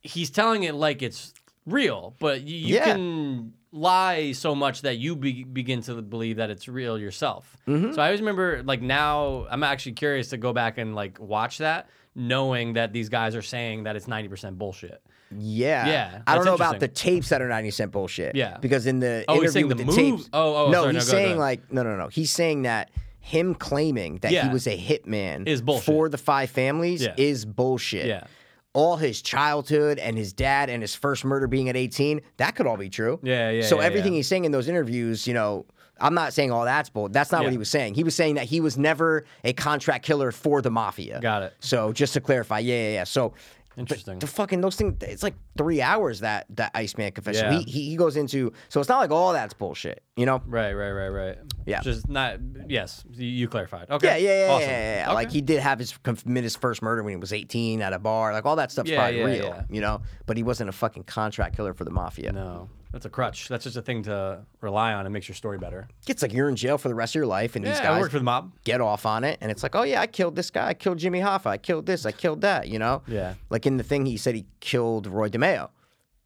C: he's telling it like it's real, but you, you
B: Yeah.
C: can lie so much that you be, begin to believe that it's real yourself.
B: Mm-hmm.
C: So I always remember like now I'm actually curious to go back and like watch that, knowing that these guys are saying that it's 90% bullshit.
B: Yeah.
C: Yeah,
B: I don't
C: that's
B: know about
C: interesting.
B: the tapes that are 90 cent bullshit.
C: Yeah.
B: Because in the
C: Oh,
B: interview
C: he's saying
B: with
C: the
B: the,
C: move-
B: tapes.
C: oh, oh,
B: no,
C: sorry, no,
B: he's
C: go- go
B: saying
C: ahead.
B: like no, no, no. He's saying that him claiming that
C: Yeah.
B: he was a hitman
C: Is bullshit.
B: for the five families
C: Yeah.
B: is bullshit.
C: Yeah.
B: All his childhood and his dad and his first murder being at 18, that could all be true.
C: Yeah, yeah,
B: So
C: yeah,
B: everything
C: yeah.
B: he's saying in those interviews, you know, I'm not saying all that's bull. That's not
C: Yeah.
B: what he was saying. He was saying that he was never a contract killer for the mafia.
C: Got it.
B: So just to clarify, yeah, yeah, yeah. So but
C: Interesting.
B: The fucking those things. It's like three hours that that Iceman confession.
C: Yeah.
B: He, he he goes into. So it's not like all that's bullshit. You know.
C: Right, right, right, right.
B: Yeah.
C: Just not yes, you- you clarified. Okay.
B: Yeah, yeah, yeah,
C: awesusome.
B: yeah, yeah, yeah.
C: Okay.
B: Like he did have his commit his first murder when he was 18 at a bar. Like all that stuff's
C: Yeah,
B: probably
C: yeah,
B: real,
C: yeah.
B: you know. But he wasn't a fucking contract killer for the mafia.
C: No. That's a crutch. That's just a thing to rely on. It makes your story better.
B: It's like you're in jail for the rest of your life, and these
C: Yeah, I
B: guys
C: worked for the mob.
B: get off on it and it's like, oh yeah, I killed this guy, I killed Jimmy Hoffa, I killed this, I killed that, you know?
C: Yeah.
B: Like in the thing he said he killed Roy DeMeo.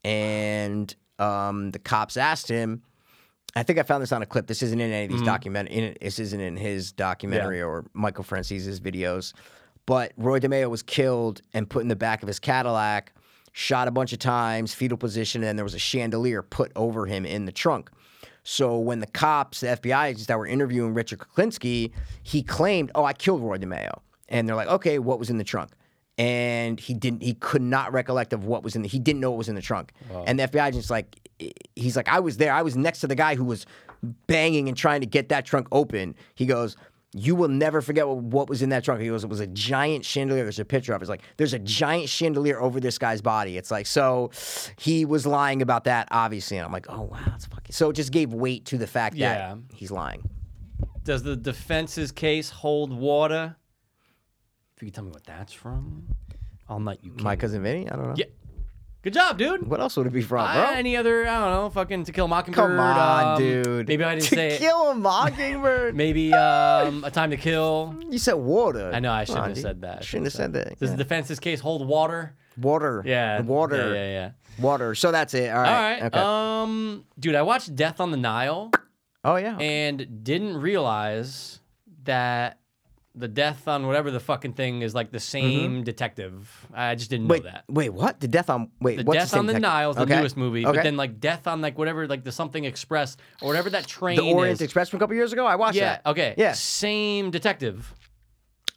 B: And um, the cops asked him, I think I found this on a clip. This isn't in any of these document in this isn't in his documentary or Michael Francis's videos. But Roy DeMeo was killed and put in the back of his Cadillac, shot a bunch of times, fetal position, and then there was a chandelier put over him in the trunk. So when the cops, the FBI agents that were interviewing Richard Kuklinski, he claimed, "Oh, I killed Roy DeMeo," and they're like, "Okay, what was in the trunk?" And he didn't. He could not recollect of what was in. the He didn't know what was in the trunk. And the FBI agent's like, he's like, "I was there. I was next to the guy who was banging and trying to get that trunk open." He goes. You will never forget what, what was in that trunk. He goes, it was a giant chandelier. There's a picture of it. It's like, there's a giant chandelier over this guy's body. It's like, so he was lying about that, obviously. And I'm like, oh, wow, that's fucking. So it just gave weight to the fact
C: Yeah.
B: that he's lying.
C: Does the defense's case hold water? If you could tell me what that's from, I'll nut you. King.
B: My cousin Vinny? I don't know.
C: Yeah. Good job, dude.
B: What else would it be from, bro?
C: Uh, any other? I don't know. Fucking To Kill a Mockingbird.
B: Come on,
C: um,
B: dude.
C: Maybe I didn't
B: to
C: say it.
B: kill a mockingbird.
C: Maybe um, A Time to Kill.
B: you said water.
C: I know I
B: Come
C: shouldn't
B: on,
C: have
B: dude.
C: said that. I
B: Shouldn't have said that.
C: Does
B: Yeah.
C: the defense's case hold water?
B: Water.
C: Yeah.
B: Water.
C: Yeah, yeah, yeah.
B: Water. So that's it. All
C: All
B: right.
C: right.
B: Okay.
C: Um, dude, I watched Death on the Nile
B: oh, yeah.
C: and didn't realize that the death on whatever the fucking thing is like the same detective. I just didn't
B: Mm-hmm. wait,
C: know that.
B: wait, what? The death on. Wait,
C: The
B: what's
C: Death on the
B: technique?
C: Nile is the
B: okay.
C: newest movie,
B: Okay.
C: but then like Death on like whatever like the Something Express or whatever that train
B: the Orient
C: is.
B: Express from a couple years ago. I watched
C: yeah.
B: that.
C: Okay.
B: Yeah.
C: Same detective.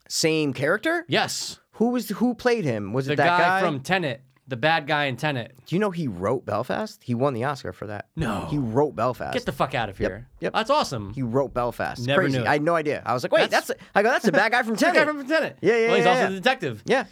B: Same character.
C: Yes.
B: Who was who played him? Was
C: The
B: it that
C: guy, from Tenet. The bad guy in Tenet.
B: Do you know he wrote Belfast? He won the Oscar for that.
C: No.
B: He wrote Belfast.
C: Get the fuck out of here.
B: yep.
C: That's awesome.
B: he wrote Belfast.
C: Never
B: Crazy.
C: knew.
B: I had no idea. I was like, wait,
C: That's-
B: that's, I go, that's the bad guy from
C: the
B: Tenet.
C: guy from Tenet.
B: Yeah, yeah,
C: Well, he's
B: yeah,
C: also
B: yeah.
C: the detective.
B: yeah,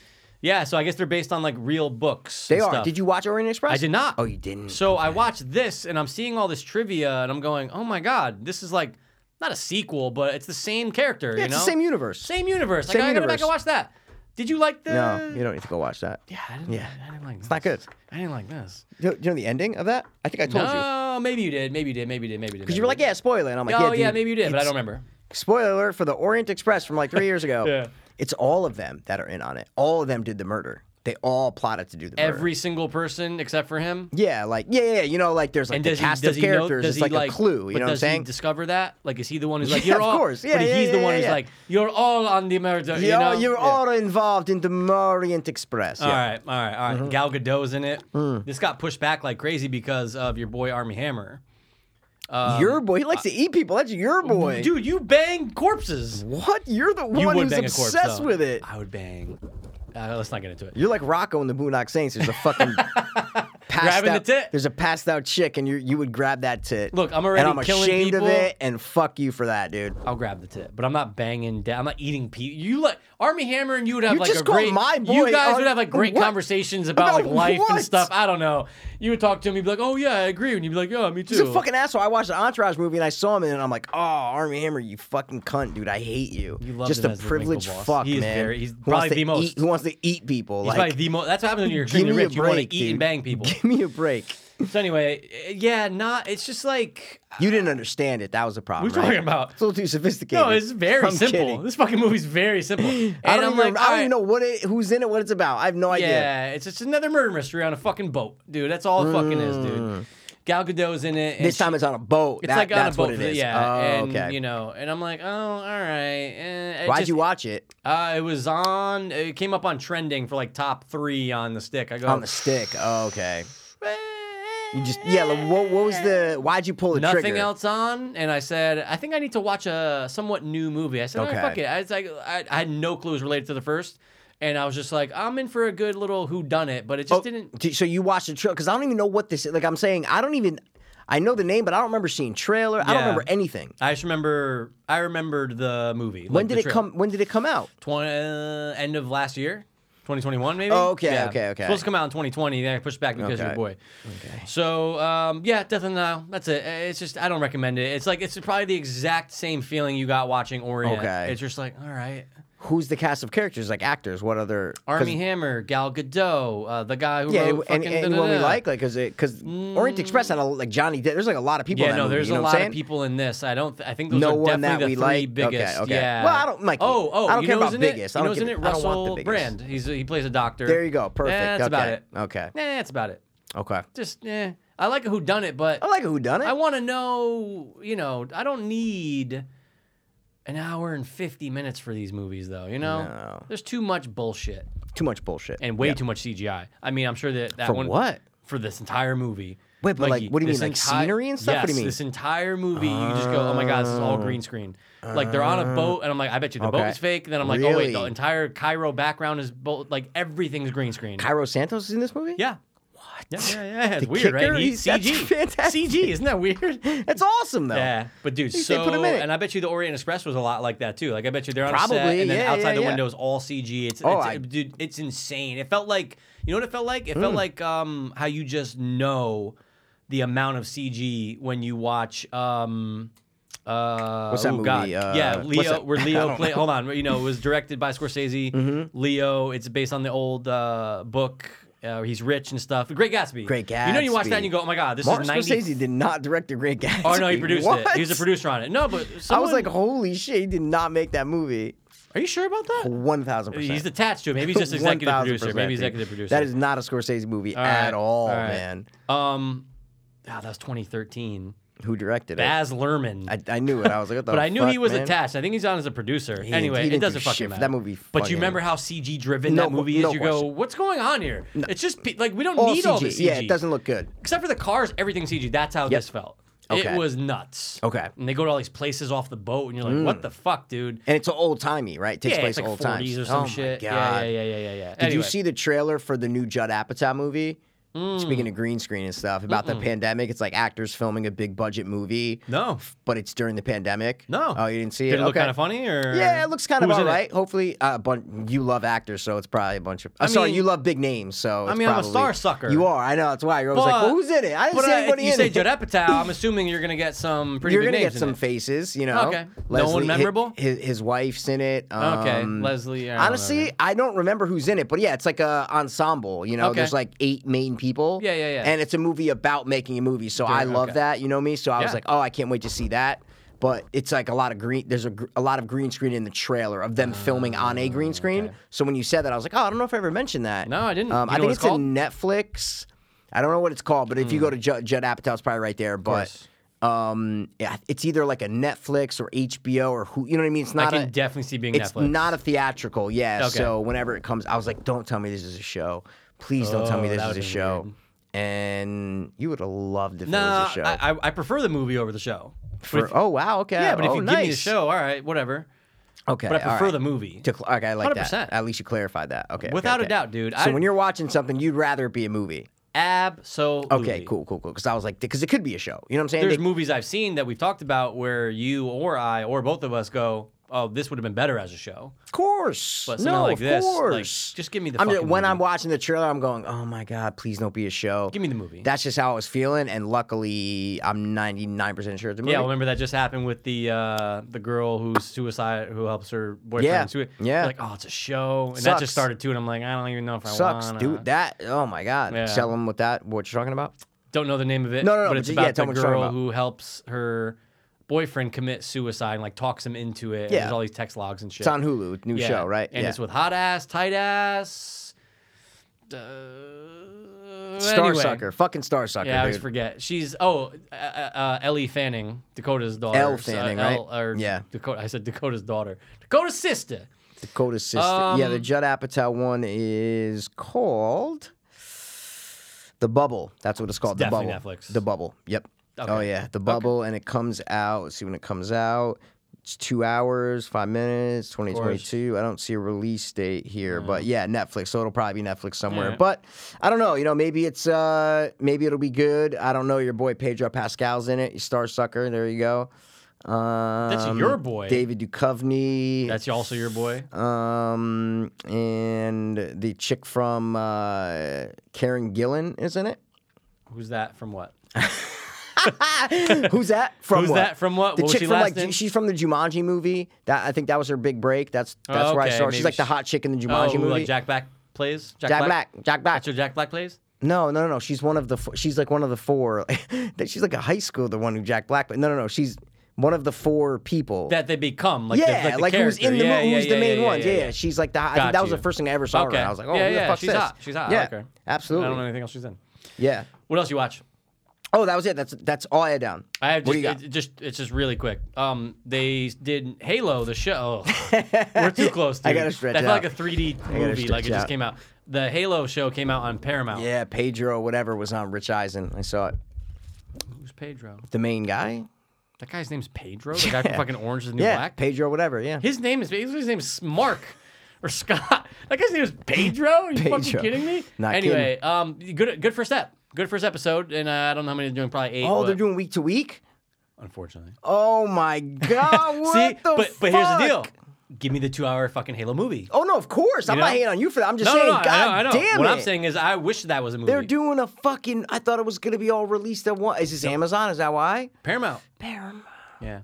C: Yeah, so I guess they're based on like real books.
B: they
C: and
B: are.
C: stuff.
B: Did you watch Orient Express?
C: I did not.
B: Oh, you didn't.
C: So I watched this and I'm seeing all this trivia and I'm going, oh my God, this is like not a sequel, but it's the same character.
B: Yeah,
C: you
B: it's
C: know?
B: the same universe.
C: Same universe. Like
B: Same
C: I gotta go back and
B: universe.
C: watch that. Did you like the?
B: No, you don't need to go watch that.
C: Yeah, I didn't,
B: Yeah.
C: I didn't like. It's
B: not good.
C: I didn't like this.
B: Do you do you know the ending of that? I think I told you.
C: No, Oh, maybe you did. Maybe you did. Maybe you did. Maybe you did.
B: Because
C: maybe
B: you were like,
C: did.
B: yeah, spoiler. And I'm like, yeah,
C: oh yeah,
B: dude,
C: maybe you did, but I
B: it's-
C: don't remember.
B: Spoiler alert for the Orient Express from like three years ago.
C: Yeah.
B: It's all of them that are in on it. All of them did the murder. They all plotted to do the murder.
C: Every single person except for him.
B: Yeah, like yeah, yeah, you know, like there's like
C: And
B: the
C: does he,
B: cast
C: does
B: of
C: he know-
B: characters.
C: does
B: it's
C: he,
B: like, a clue. You know
C: but
B: what I'm
C: does he
B: saying?
C: discover that? Like, is he the one who's like,
B: Yeah,
C: you're
B: of
C: all,
B: course. Yeah,
C: but
B: yeah,
C: he's the
B: yeah,
C: one who's
B: yeah.
C: like, you're all on the murder.
B: You're,
C: you know?
B: all, you're
C: Yeah.
B: all involved in the Orient Express.
C: All
B: yeah.
C: right, all right, all right.
B: Mm-hmm.
C: Gal Gadot's in it.
B: Mm.
C: This got pushed back like crazy because of your boy Army Hammer.
B: your boy. He likes to eat people. That's your boy.
C: Uh, Dude, you bang corpses.
B: what? You're the
C: You
B: one
C: would
B: who's
C: bang a corpse.
B: obsessed
C: though.
B: with it.
C: I would bang. Uh, let's not get into it.
B: You're like Rocco in the Boondock Saints. There's a fucking passed
C: Grabbing the
B: out,
C: tit.
B: There's a passed out chick, and you you would grab that tit.
C: Look, I'm
B: and
C: already
B: I'm
C: killing
B: ashamed
C: people.
B: of it, and fuck you for that, dude.
C: I'll grab the tip, but I'm not banging down. I'm not eating pe You like Army Hammer, and you would have
B: You
C: like
B: just
C: a
B: called
C: great.
B: my
C: you
B: boy
C: guys
B: Ar-
C: would have like great
B: What?
C: conversations about,
B: About
C: like life
B: what?
C: and stuff. I don't know. You would talk to him. You'd be like, "Oh yeah, I agree," and you'd be like, "Yeah, me too."
B: He's a fucking asshole. I watched the Entourage movie and I saw him, and I'm like, oh, Army Hammer, you fucking cunt, dude. I hate you.
C: You loved
B: Just
C: him
B: a
C: as the
B: privileged
C: Winklevoss.
B: fuck,
C: He is
B: man.
C: very- he's
B: who wants
C: probably
B: to
C: the most-
B: Eat, who wants to eat people?
C: He's
B: like,
C: probably the most. That's what happens when you're
B: give
C: extremely
B: me a
C: rich. You want to eat
B: break, dude.
C: and bang people.
B: give me a break.
C: so anyway, eh, yeah, not. It's just like
B: You didn't understand it. That was a problem.
C: What are you
B: right?
C: talking about?
B: It's a little too sophisticated.
C: no, it's very
B: I'm
C: simple.
B: kidding.
C: This fucking movie's very simple. And
B: I don't, even,
C: am like,
B: I don't
C: all right,
B: even know what it, who's in it, what it's about. I have no idea.
C: Yeah, it's just another murder mystery on a fucking boat, dude. That's all it fucking is, dude. Gal Gadot's in it. and
B: Mm. This
C: she-
B: time it's on a boat.
C: It's
B: That-
C: like on
B: that's
C: a boat,
B: what it
C: for the-
B: is.
C: yeah.
B: Oh,
C: and,
B: okay.
C: You know, and I'm like, oh, all right. eh, it
B: Why'd
C: just-
B: you watch it
C: Uh, it was on. It came up on trending for like top three on the stick. I go "Eh,
B: on the stick? Oh, okay. You just yeah. like, What, what was the? Why'd you pull the
C: nothing
B: trigger?
C: else on, and I said, I think I need to watch a somewhat new movie. I said, okay.
B: Okay.
C: fuck it. I was like, I, I had no clue it was related to the first, and I was just like, I'm in for a good little who done it, but it just
B: Oh,
C: didn't.
B: d- So you watched the trailer because I don't even know what this. is. Like I'm saying, I don't even. I know the name, but I don't remember seeing trailer. I don't
C: Yeah.
B: remember anything.
C: I just remember, I remembered the movie.
B: When
C: like, the
B: did it
C: trailer.
B: come? When did it come out?
C: 20, uh, end of last year, 2021 maybe.
B: Oh, okay, okay, okay.
C: Supposed to come out in 2020, then I pushed back because of your
B: Okay.
C: boy. Okay. So um, yeah, Death and Now. That's it. Uh, It's just I don't recommend it. It's like it's probably the exact same feeling you got watching Orient.
B: Okay.
C: It's just like all right,
B: Who's the cast of characters? Like actors? What other? 'cause-
C: Army Hammer, Gal Gadot, uh, the guy who
B: Yeah,
C: wrote
B: and,
C: fucking
B: anyone we
C: da-da-da.
B: like, like, cause it, cause Orient Express had a, like Johnny. Depp- There's like a lot of people.
C: Yeah,
B: in that
C: no,
B: movie,
C: there's
B: you know
C: a
B: what I'm
C: lot
B: saying?
C: of people in this. I don't. Th- I think those
B: No
C: are
B: one
C: definitely
B: that
C: the
B: we
C: three
B: like? Okay,
C: biggest.
B: okay.
C: Yeah.
B: Well, I don't- Mike,
C: Oh, oh,
B: I don't
C: you
B: care
C: know
B: about
C: who's in it?
B: biggest.
C: You
B: I
C: know
B: don't
C: who's
B: give
C: in
B: a-
C: it?
B: I don't want the
C: Russell
B: biggest.
C: Brand. He's he plays a doctor.
B: There you go. Perfect.
C: Yeah,
B: okay.
C: that's about it.
B: Okay.
C: Nah, that's about it.
B: Okay.
C: Just eh. I like a who done it, but
B: I like who done it.
C: I want to know. You know, I don't need an hour and fifty minutes for these movies, though. You know,
B: No.
C: there's too much bullshit
B: too much bullshit.
C: and way
B: Yeah.
C: too much CGI. I mean, I'm sure that that
B: For
C: one
B: what?
C: for this entire movie.
B: Wait, but, like,
C: Mikey,
B: what do you
C: this
B: mean, like, scenery and stuff?
C: Yes,
B: What do you mean?
C: This entire movie, you just go, oh my god, this is all green screen. Like they're on a boat, and I'm like, I bet you the boat
B: Uh, Okay.
C: is fake. Then I'm like, oh wait, the
B: Really?
C: entire Cairo background is boat. Like everything's green screen.
B: Cairo Santos is in this movie?
C: Yeah. What? Yeah, yeah, yeah. It's
B: The
C: weird,
B: kicker?
C: right? He's
B: That's
C: CG.
B: fantastic.
C: CG, isn't that weird?
B: That's awesome though.
C: Yeah, but dude,
B: least they
C: so
B: put 'em in it.
C: and I bet you the Orient Express was a lot like that too. Like I bet you they're on a set
B: Probably,
C: and then
B: yeah,
C: outside
B: yeah,
C: the
B: yeah.
C: windows all CG. It's,
B: Oh,
C: it's
B: I-
C: dude, it's insane. It felt like you know what it felt like. It
B: Hmm.
C: felt like um how you just know the amount of CG when you watch um. Uh,
B: What's that
C: ooh,
B: movie?
C: God.
B: Uh,
C: yeah,
B: what's
C: Leo.
B: that?
C: Where
B: I
C: Leo
B: don't Mm-hmm.
C: play. Hold on. You know, it was directed by Scorsese. Leo. It's based on the old uh, book. Uh, he's rich and stuff. Great Gatsby.
B: Great
C: You know, you watch that
B: Gatsby.
C: and you go, "Oh my God, this
B: Martin
C: is 90
B: Scorsese did not direct the Great Gatsby.
C: Oh no, he produced
B: what?
C: it. He was a producer on it. No, but
B: I was
C: someone-
B: like, holy shit, he did not make that movie.
C: are you sure about that?
B: One thousand percent.
C: He's attached to it. Maybe he's just executive
B: 1000%,
C: producer. Maybe
B: dude.
C: executive producer.
B: That is not a Scorsese movie
C: right,
B: at all,
C: all right.
B: man.
C: um, ah, that was 2013.
B: Who directed it?
C: Baz Luhrmann.
B: I, I knew it. I was like, what the
C: but I knew he
B: fuck,
C: was
B: man?
C: attached. I think he's on as a producer.
B: didn't-
C: anyway,
B: he
C: it
B: didn't
C: doesn't
B: do
C: fucking
B: shit for
C: matter.
B: that movie
C: But you
B: fucking-
C: remember how CG driven
B: No
C: that
B: qu-
C: movie
B: no
C: is? You go,
B: question.
C: what's going on here? It's just pe- like we don't
B: All
C: need
B: CG.
C: all the CG.
B: Yeah, it doesn't look good.
C: except for the cars, everything's CG. That's how this felt. It
B: Okay.
C: was nuts.
B: Okay. Mm.
C: And they go to all these places off the boat, and you're like, what the fuck, dude?
B: And it's old timey, right? It takes
C: yeah,
B: place
C: it's like
B: old
C: 40s
B: times.
C: or some
B: oh
C: shit.
B: My
C: Yeah,
B: God.
C: yeah, yeah, yeah, yeah. yeah.
B: Did you see the trailer for the new Judd Apatow movie?
C: Hmm.
B: Speaking of green screen and stuff about the pandemic, it's like actors filming a big budget movie.
C: No.
B: but it's during the pandemic.
C: No.
B: oh, you didn't see it.
C: Did it look
B: okay.
C: kind of funny or?
B: Yeah, it looks kind
C: Who
B: of
C: was
B: all
C: in it?
B: right. Hopefully, uh, bun you love actors, so it's probably a bunch of. I'm sorry,
C: mean-
B: you love big names, so
C: I
B: it's
C: mean, I'm a
B: probably-
C: star sucker.
B: You are. I know. That's why you're always like,
C: But-
B: well, who's in it? I didn't
C: But
B: see
C: uh,
B: anybody
C: if you
B: in
C: say
B: it.
C: Judd Apatow, I'm assuming you're gonna get some pretty
B: you're
C: big
B: gonna get
C: names in
B: some
C: it.
B: faces, you know.
C: Okay. No one
B: hi-
C: memorable?
B: His, his wife's in it.
C: Okay,
B: um,
C: Leslie, I don't know
B: honestly,
C: her.
B: I don't remember who's in it, but yeah, it's like a ensemble. You know,
C: Okay.
B: there's like eight main people.
C: Yeah, yeah, yeah.
B: And it's a movie about making a movie, so I love
C: okay.
B: that. You know me, so I was
C: Yeah.
B: like, oh, I can't wait to see that. But it's like a lot of green. There's a, gr- a lot of green screen in the trailer of them filming on a green screen. So when you said that, I was like, oh, I don't know if I ever mentioned that.
C: Ah, No, I didn't.
B: Um, I
C: You know
B: think
C: what
B: it's
C: it's
B: a
C: Hmm.
B: Netflix. I don't know what it's called, but if you go to Judd, Judd Apatow's probably right there. But
C: course.
B: um, yeah, it's either like a Netflix or HBO or who you know what I mean. It's
C: I
B: not
C: can
B: a
C: definitely see being
B: it's
C: Netflix.
B: not a theatrical. Yeah.
C: Okay.
B: So whenever it comes, I was like, don't tell me this is a show. Please don't tell me
C: Oh,
B: this
C: that
B: is a
C: would've
B: show.
C: been
B: And you would have loved if it
C: nah,
B: was a show.
C: I, I- I prefer the movie over the show. But
B: For-
C: if-
B: oh wow, okay.
C: yeah, but if
B: oh,
C: you
B: nice.
C: give me the show, all right, whatever.
B: okay.
C: But I
B: all
C: prefer
B: right.
C: the movie.
B: To cl- okay, I like that.
C: 100%.
B: At least you clarified that. Okay, okay,
C: Without a
B: okay.
C: doubt, dude.
B: So
C: I-
B: when you're watching something, you'd rather it be a movie.
C: Absolutely.
B: Okay, cool, cool, cool. Because I was like, because it could be a show. You know what I'm saying?
C: There's
B: They-
C: movies I've seen that we've talked about where you or I or both of us go, "Oh, this would have been better as a show."
B: of course.
C: But something
B: no,
C: like
B: of
C: this, like,
B: course.
C: just give me the
B: I'm just,
C: fucking
B: when
C: movie.
B: I'm watching the trailer, I'm going, oh my god, please don't be a show.
C: Give me the movie.
B: That's just how I was feeling, and luckily, I'm 99% sure it's a movie.
C: yeah, well, remember that just happened with the uh, the girl who's suicide who helps her boyfriend.
B: Yeah,
C: sui-
B: yeah.
C: Like, oh, it's a show, and that
B: Sucks.
C: just started too. And I'm like, I don't even know if I
B: sucks,
C: wanna."
B: dude. That oh my god,
C: Yeah.
B: tell them what that what you're talking about.
C: Don't know the name of it.
B: No, no, no,
C: But
B: but
C: it's
B: yeah,
C: about
B: tell me
C: the
B: what you're talking
C: girl
B: about.
C: who helps her boyfriend commit suicide and like talks him into it. and
B: Yeah.
C: there's all these text logs and shit.
B: It's on Hulu, new
C: Yeah.
B: show, right?
C: And
B: yeah.
C: it's with hot ass, tight ass. Uh,
B: Star
C: anyway.
B: Sucker, fucking Star Sucker.
C: Yeah, I always
B: dude.
C: forget. She's oh uh, uh, Ellie Fanning, Dakota's daughter.
B: Elle
C: So,
B: Fanning,
C: Elle-
B: right?
C: or
B: Yeah.
C: Dakota. I said Dakota's daughter. Dakota's sister.
B: Dakota's sister. yeah,
C: Um,
B: the Judd Apatow one is called The Bubble. That's what it's called. the
C: definitely
B: Bubble.
C: Netflix.
B: The Bubble. Yep. Oh
C: Okay.
B: yeah, The Bubble, and it comes out. Let's see when it comes out. It's two hours, five minutes, 2022. I don't see a release date here,
C: Mm.
B: but yeah, Netflix. So it'll probably be Netflix somewhere.
C: Alright.
B: But I don't know. You know, maybe it's uh, maybe it'll be good. I don't know. Your boy Pedro Pascal's in it. Star sucker. There you go. Um,
C: your boy.
B: David Duchovny.
C: That's also your boy.
B: Um, and the chick from uh, Karen Gillan is in it.
C: Who's that from what?
B: Who's that from?
C: Who's
B: what?
C: that from what?
B: The
C: What was
B: chick
C: she
B: from like
C: last in?
B: she's from the Jumanji movie. That I think that was her big break. That's that's where I
C: Oh, Okay,
B: saw her. She's
C: maybe
B: like the
C: she-
B: hot chick in the
C: Oh,
B: Jumanji
C: who,
B: movie.
C: like Jack Black plays.
B: Jack Black. Jack Black.
C: That's your Jack Black plays.
B: No, no, no, no. She's one of the. Four, she's like one of the four. that she's like a high school. The one who Jack Black. But no, no, no. She's one of the four people.
C: That they become like
B: yeah,
C: the, like, the
B: who's
C: character.
B: in the
C: yeah,
B: mo-
C: yeah,
B: who's
C: yeah,
B: the main
C: yeah,
B: one?
C: Yeah, yeah.
B: she's like the. I think
C: Got
B: that was the
C: you.
B: first thing I ever saw her.
C: Okay.
B: And I was like, oh,
C: yeah,
B: who
C: yeah.
B: the fuck's
C: she's
B: this?
C: hot. She's hot.
B: Yeah,
C: I like her.
B: absolutely.
C: I don't know anything else she's in.
B: Yeah.
C: What else you watch?
B: Oh, that was it. That's that's all I had down.
C: I have just,
B: What do you got?
C: It, it just it's just really quick. Um, they did Halo the show. Oh, we're too close. Dude.
B: I gotta stretch
C: That's
B: out.
C: like a 3D movie. Like
B: stretch
C: it just
B: out.
C: came out. The Halo show came out on Paramount.
B: yeah, Pedro whatever was on Rich Eisen. I saw it.
C: Who's Pedro?
B: The main guy.
C: That guy's name's Pedro. The guy from fucking Orange Is the New
B: Yeah,
C: Black.
B: Pedro whatever. Yeah.
C: His name is his name's Mark or Scott. That guy's name is Pedro. Are you fucking
B: Pedro.
C: kidding me?
B: Not
C: anyway, um, good good first step. Good first episode, and uh, I don't know how many they're doing. Probably eight.
B: oh,
C: but
B: they're doing week to week.
C: unfortunately.
B: Oh my god! What
C: See,
B: the
C: but but here's the
B: fuck?
C: deal. Give me the two-hour fucking Halo movie.
B: Oh no, of course. I'm
C: You
B: not
C: know?
B: hating on you for that. I'm just
C: No,
B: saying,
C: no, no, I know,
B: god
C: I know.
B: damn
C: What
B: it.
C: I'm saying is, I wish that was a movie.
B: they're doing a fucking. I thought it was gonna be all released at once. Is this Amazon? Is that why?
C: Paramount.
B: Paramount.
C: Yeah.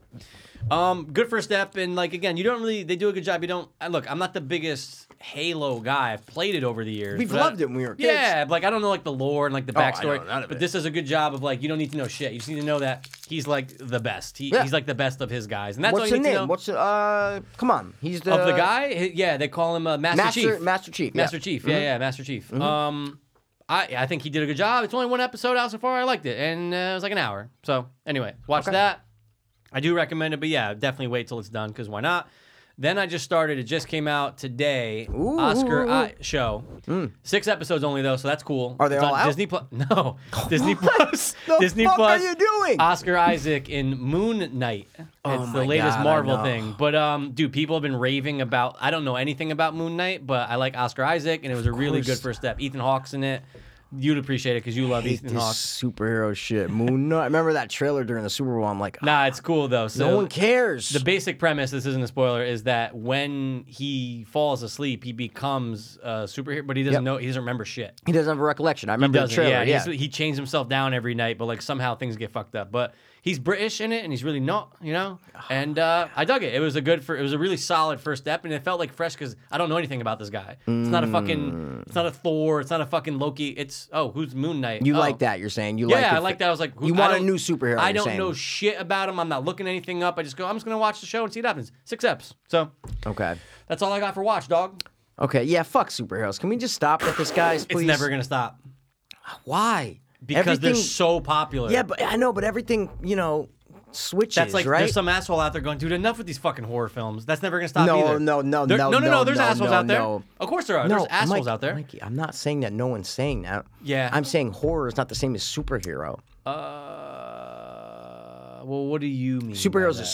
C: Um, good first step, and like again, you don't really. They do a good job. You don't. I, look, I'm not the biggest Halo guy. I've played it over the years.
B: We've
C: but I-
B: loved it when we were kids.
C: Yeah, but, like I don't know like the lore and like the
B: Oh, I
C: backstory.
B: know none of
C: but
B: it.
C: this does a good job of like you don't need to know shit. You just need to know that he's like the best. He,
B: Yeah.
C: He's like the best of his guys, and that's all
B: What's
C: you
B: the
C: need to know.
B: name? What's the? Uh, come on. He's the
C: of the guy? Hi- Yeah, they call him uh, Master,
B: Master
C: Chief.
B: Master Chief. yeah. Mm-hmm.
C: Master Chief. Yeah, yeah, Master Chief. Um, I I think he did a good job. It's only one episode out so far. I liked it, and uh, it was like an hour. So anyway, watch that. I do recommend it, but yeah, definitely wait till it's done because why not? Then I just started. It just came out today.
B: Ooh, ooh,
C: Oscar
B: ooh,
C: I- show. Six episodes only though, so that's cool.
B: Are they
C: It's
B: all
C: on
B: out?
C: Disney Plus. No, Disney
B: What
C: Plus.
B: the
C: Disney
B: fuck are
C: Plus.
B: you doing?
C: Oscar Isaac in Moon Knight. It's the
B: Oh my
C: latest
B: God, I
C: Marvel
B: know.
C: thing. But um, dude, people have been raving about. I don't know anything about Moon Knight, but I like Oscar Isaac, and it was a really good first step. Ethan Hawke's in it. You'd appreciate it because you love
B: hate
C: Ethan
B: this
C: Hawke.
B: superhero shit. Moon Knight. Remember that trailer during the Super Bowl? I'm like,
C: Nah, it's cool though. So
B: no one cares.
C: the basic premise, this isn't a spoiler, is that when he falls asleep, he becomes a superhero, but he doesn't
B: Yep.
C: know, he doesn't remember shit.
B: he doesn't have a recollection. I remember the
C: doesn't.
B: trailer.
C: yeah,
B: Yeah,
C: he's- he chains himself down every night, but like somehow things get fucked up. But he's British in it, and he's really not, you know. And uh, I dug it. It was a good, for, it was a really solid first step, and it felt like fresh because I don't know anything about this guy. It's not a
B: Mm.
C: fucking, it's not a Thor, it's not a fucking Loki. It's oh, who's Moon Knight?
B: you
C: oh.
B: like that? You're saying you
C: Yeah,
B: like?
C: I
B: it.
C: like that. I was like, who,
B: you
C: I
B: want a
C: don't-
B: new superhero?
C: I
B: you're
C: don't
B: saying.
C: know shit about him. I'm not looking anything up. I just go, I'm just gonna watch the show and see what happens. Six eps. So
B: Okay.
C: that's all I got for watch, dog.
B: Okay. Yeah. Fuck superheroes. Can we just stop with this, guys?
C: It's
B: Please.
C: never gonna stop
B: Why?
C: because
B: everything,
C: they're so popular.
B: Yeah, but I know, but everything you know switches.
C: That's like
B: right.
C: there's some asshole out there going, dude, enough with these fucking horror films. That's never gonna stop
B: No,
C: either.
B: no, no,
C: There-
B: no,
C: no, no,
B: no,
C: There's
B: no,
C: assholes
B: no,
C: out there.
B: no.
C: Of course there are. there's assholes
B: Mike-
C: out there.
B: Mikey, I'm not saying that no one's saying that.
C: Yeah.
B: I'm saying horror is not the same as superhero.
C: Uh, well, what do you mean? by
B: Superhero's a
C: that?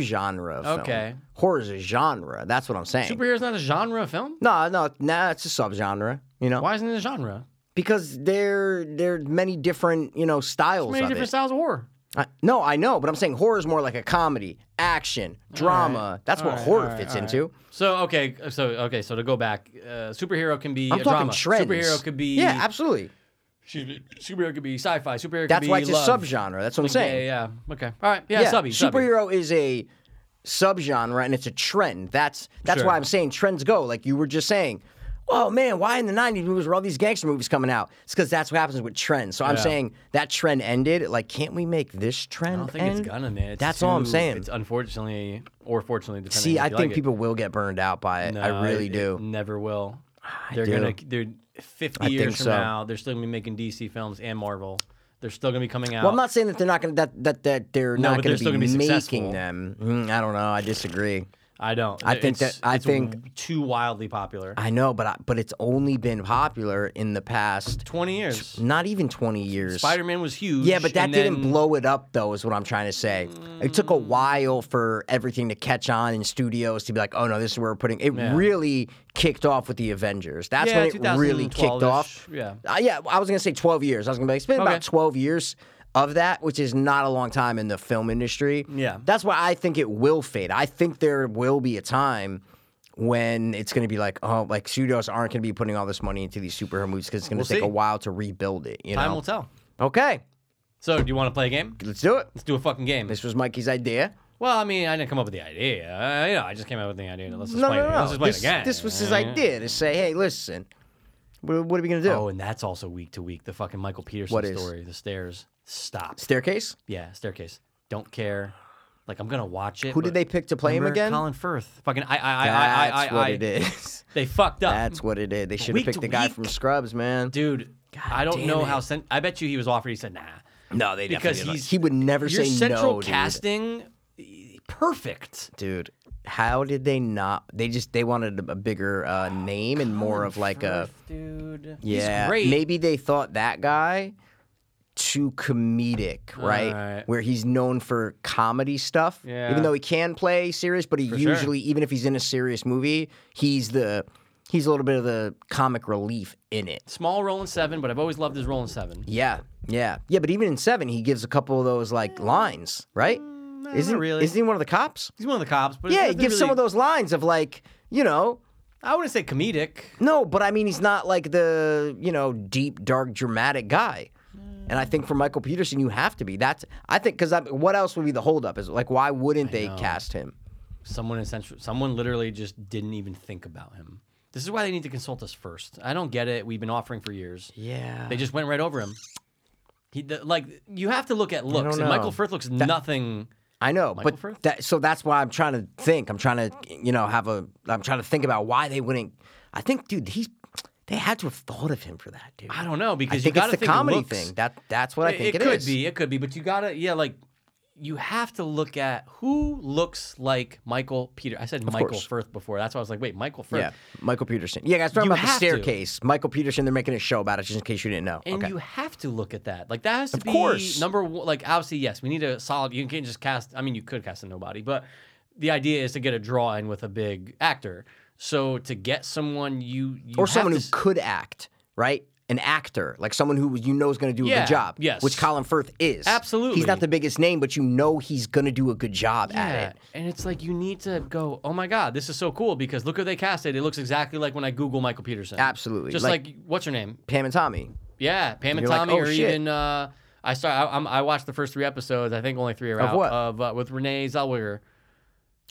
B: subgenre of film.
C: Okay.
B: Horror is a genre. That's what I'm saying.
C: superhero's not a genre of film.
B: no, no, nah, it's a subgenre. You know,
C: Why isn't it a genre?
B: because there there are many different you know styles
C: Many
B: of
C: different
B: it.
C: styles of horror.
B: I- no, I know, but I'm saying horror is more like a comedy, action, drama. That's what
C: right,
B: horror
C: all right,
B: fits
C: all right.
B: into.
C: So okay, so okay, so to go back, uh, superhero can be
B: I'm
C: a
B: talking
C: drama.
B: trends.
C: Superhero could be
B: yeah, absolutely.
C: excuse me, superhero could be sci-fi. Superhero
B: That's
C: could be
B: why it's
C: love.
B: a subgenre. That's what I'm
C: Yeah,
B: saying.
C: yeah, yeah. Okay. All right. Yeah, subby. subby.
B: superhero is a subgenre and it's a trend. That's that's
C: Sure.
B: why I'm saying trends go. Like you were just saying, oh man, why in the '90s movies were all these gangster movies coming out? It's because that's what happens with trends. So I'm
C: Yeah.
B: saying that trend ended. Like, can't we make this trend?
C: I don't think it's gonna, man. It's
B: That's all I'm
C: too-
B: saying.
C: It's unfortunately or fortunately depending.
B: See,
C: if
B: I
C: you
B: think
C: like it.
B: people will get burned out by it.
C: No,
B: I really
C: it- it
B: do.
C: never will. They're
B: do.
C: gonna. They're 50
B: I
C: years
B: think
C: from
B: so.
C: now. They're still gonna be making DC films and Marvel. They're still gonna be coming out.
B: Well, I'm not saying that they're not gonna that that, that they're
C: No,
B: not
C: but they're
B: gonna,
C: still
B: be
C: gonna be successful.
B: making them. Mm, I don't know. I disagree.
C: I don't.
B: I think
C: It's-
B: that- I
C: it's
B: think-
C: too wildly popular.
B: I know, but I, but it's only been popular in the past
C: Twenty years.
B: not even 20 years.
C: Spider Man was huge.
B: Yeah, but that
C: and
B: didn't
C: then-
B: blow it up, though, is what I'm trying to say. It took a while for everything to catch on in studios to be like, oh no, this is where we're putting. It
C: Yeah.
B: really kicked off with the Avengers. That's
C: Yeah,
B: when it really kicked
C: 2012 -ish,
B: off.
C: yeah.
B: Uh, yeah. I was gonna say 12 years. I was gonna be like, it's been
C: Okay.
B: about 12 years of that, which is not a long time in the film industry.
C: Yeah.
B: that's why I think it will fade. I think there will be a time. When it's going to be like, oh, like studios aren't going to be putting all this money into these superhero movies because it's going to
C: We'll
B: take
C: see.
B: a while to rebuild it. You
C: Time
B: know?
C: will tell.
B: okay,
C: So, do you want to play a game?
B: let's do it.
C: Let's do a fucking game.
B: This was Mikey's idea.
C: Well, I mean, I didn't come up with the idea. Uh, you know, I just came up with the idea. Let's just
B: No,
C: play
B: no,
C: it.
B: no.
C: Let's just play
B: This,
C: it again.
B: this was his idea to say, hey, listen, what, what are we going to do?
C: Oh, and that's also week to week. The fucking Michael Peterson
B: What is?
C: story. The stairs. Stop.
B: Staircase?
C: Yeah, staircase. Don't care. Like I'm gonna watch it.
B: Who did
C: but
B: they pick to play him
C: remember
B: again?
C: Colin Firth. Fucking I I I I I.
B: That's
C: I,
B: what
C: I
B: it is.
C: They fucked up,
B: That's what it is. They should
C: Week
B: have picked the
C: to
B: guy
C: week.
B: from Scrubs, man.
C: dude. I don't
B: damn
C: know
B: it.
C: how. Sen- I bet you he was offered. He said nah.
B: no, they
C: Because he's
B: he would never
C: Your
B: say
C: central
B: no, dude.
C: casting, perfect.
B: dude. How did they not? They just they wanted a a bigger uh, name and more of like a
C: Firth, dude.
B: yeah.
C: He's great.
B: Maybe they thought that guy too comedic, right?
C: Alright.
B: Where he's known for comedy stuff.
C: Yeah.
B: Even though he can play serious, but he
C: sure.
B: usually, even if he's in a serious movie, he's the he's a little bit of the comic relief in it.
C: Small role in seven, but I've always loved his role in seven.
B: Yeah, yeah, yeah. But even in Seven, he gives a couple of those like lines, right? isn't
C: Mm, really.
B: Isn't he one of the cops?
C: He's one of the cops, but
B: Yeah, he
C: nothing
B: gives some
C: really-
B: of those lines of like, you know,
C: I wouldn't say comedic.
B: No, but I mean, he's not like the you know deep, dark, dramatic guy. And I think for Michael Peterson, you have to be. That's I think because what else would be the holdup? Is like why wouldn't they cast him?
C: Someone essentially, someone literally just didn't even think about him. This is why they need to consult us first. I don't get it. We've been offering for years.
B: Yeah,
C: They just went right over him. He the, like you have to look at looks,
B: don't
C: and Michael
B: know.
C: Firth looks nothing.
B: I know,
C: Michael
B: but
C: Firth?
B: that so that's why I'm trying to think. I'm trying to you know have a. I'm trying to think about why they wouldn't. I think, dude, he's they had to have thought of him for that, dude.
C: I don't know because
B: I
C: you
B: think
C: got
B: it's
C: to
B: the
C: think
B: comedy
C: looks.
B: thing. That that's what I think
C: it,
B: it
C: could
B: is.
C: be. It could be. But you gotta yeah like you have to look at who looks like Michael Peter. I said Michael
B: course.
C: Firth before. That's why I was like, wait, Michael Firth.
B: Yeah, Michael Peterson. Yeah, guys, talking
C: You
B: about the
C: have to.
B: staircase. Michael Peterson. They're making a show about it, just in case you didn't know.
C: And
B: okay.
C: you have to look at that. Like that has to be
B: course.
C: number one. Like obviously, yes, we need a solid. You can't just cast. I mean, you could cast a nobody, but the idea is to get a draw in with a big actor. So to get someone you, you
B: or
C: have
B: someone
C: to
B: who
C: s-
B: could act, right? an actor, like someone who you know is going to do a
C: Yeah,
B: good job.
C: yes.
B: Which Colin Firth is.
C: Absolutely.
B: He's not the biggest name, but you know he's going to do a good job
C: Yeah,
B: at it.
C: And it's like you need to go, oh my God, this is so cool because look who they casted. It looks exactly like when I Google Michael Peterson.
B: Absolutely.
C: Just like,
B: Like-
C: what's her name?
B: Pam and Tommy.
C: Yeah, Pam and
B: you're like,
C: Tommy,
B: oh,
C: or
B: shit.
C: even uh, I saw I, I'm, I watched the first three episodes. I think only three are out
B: what?
C: of uh, with Renee Zellweger.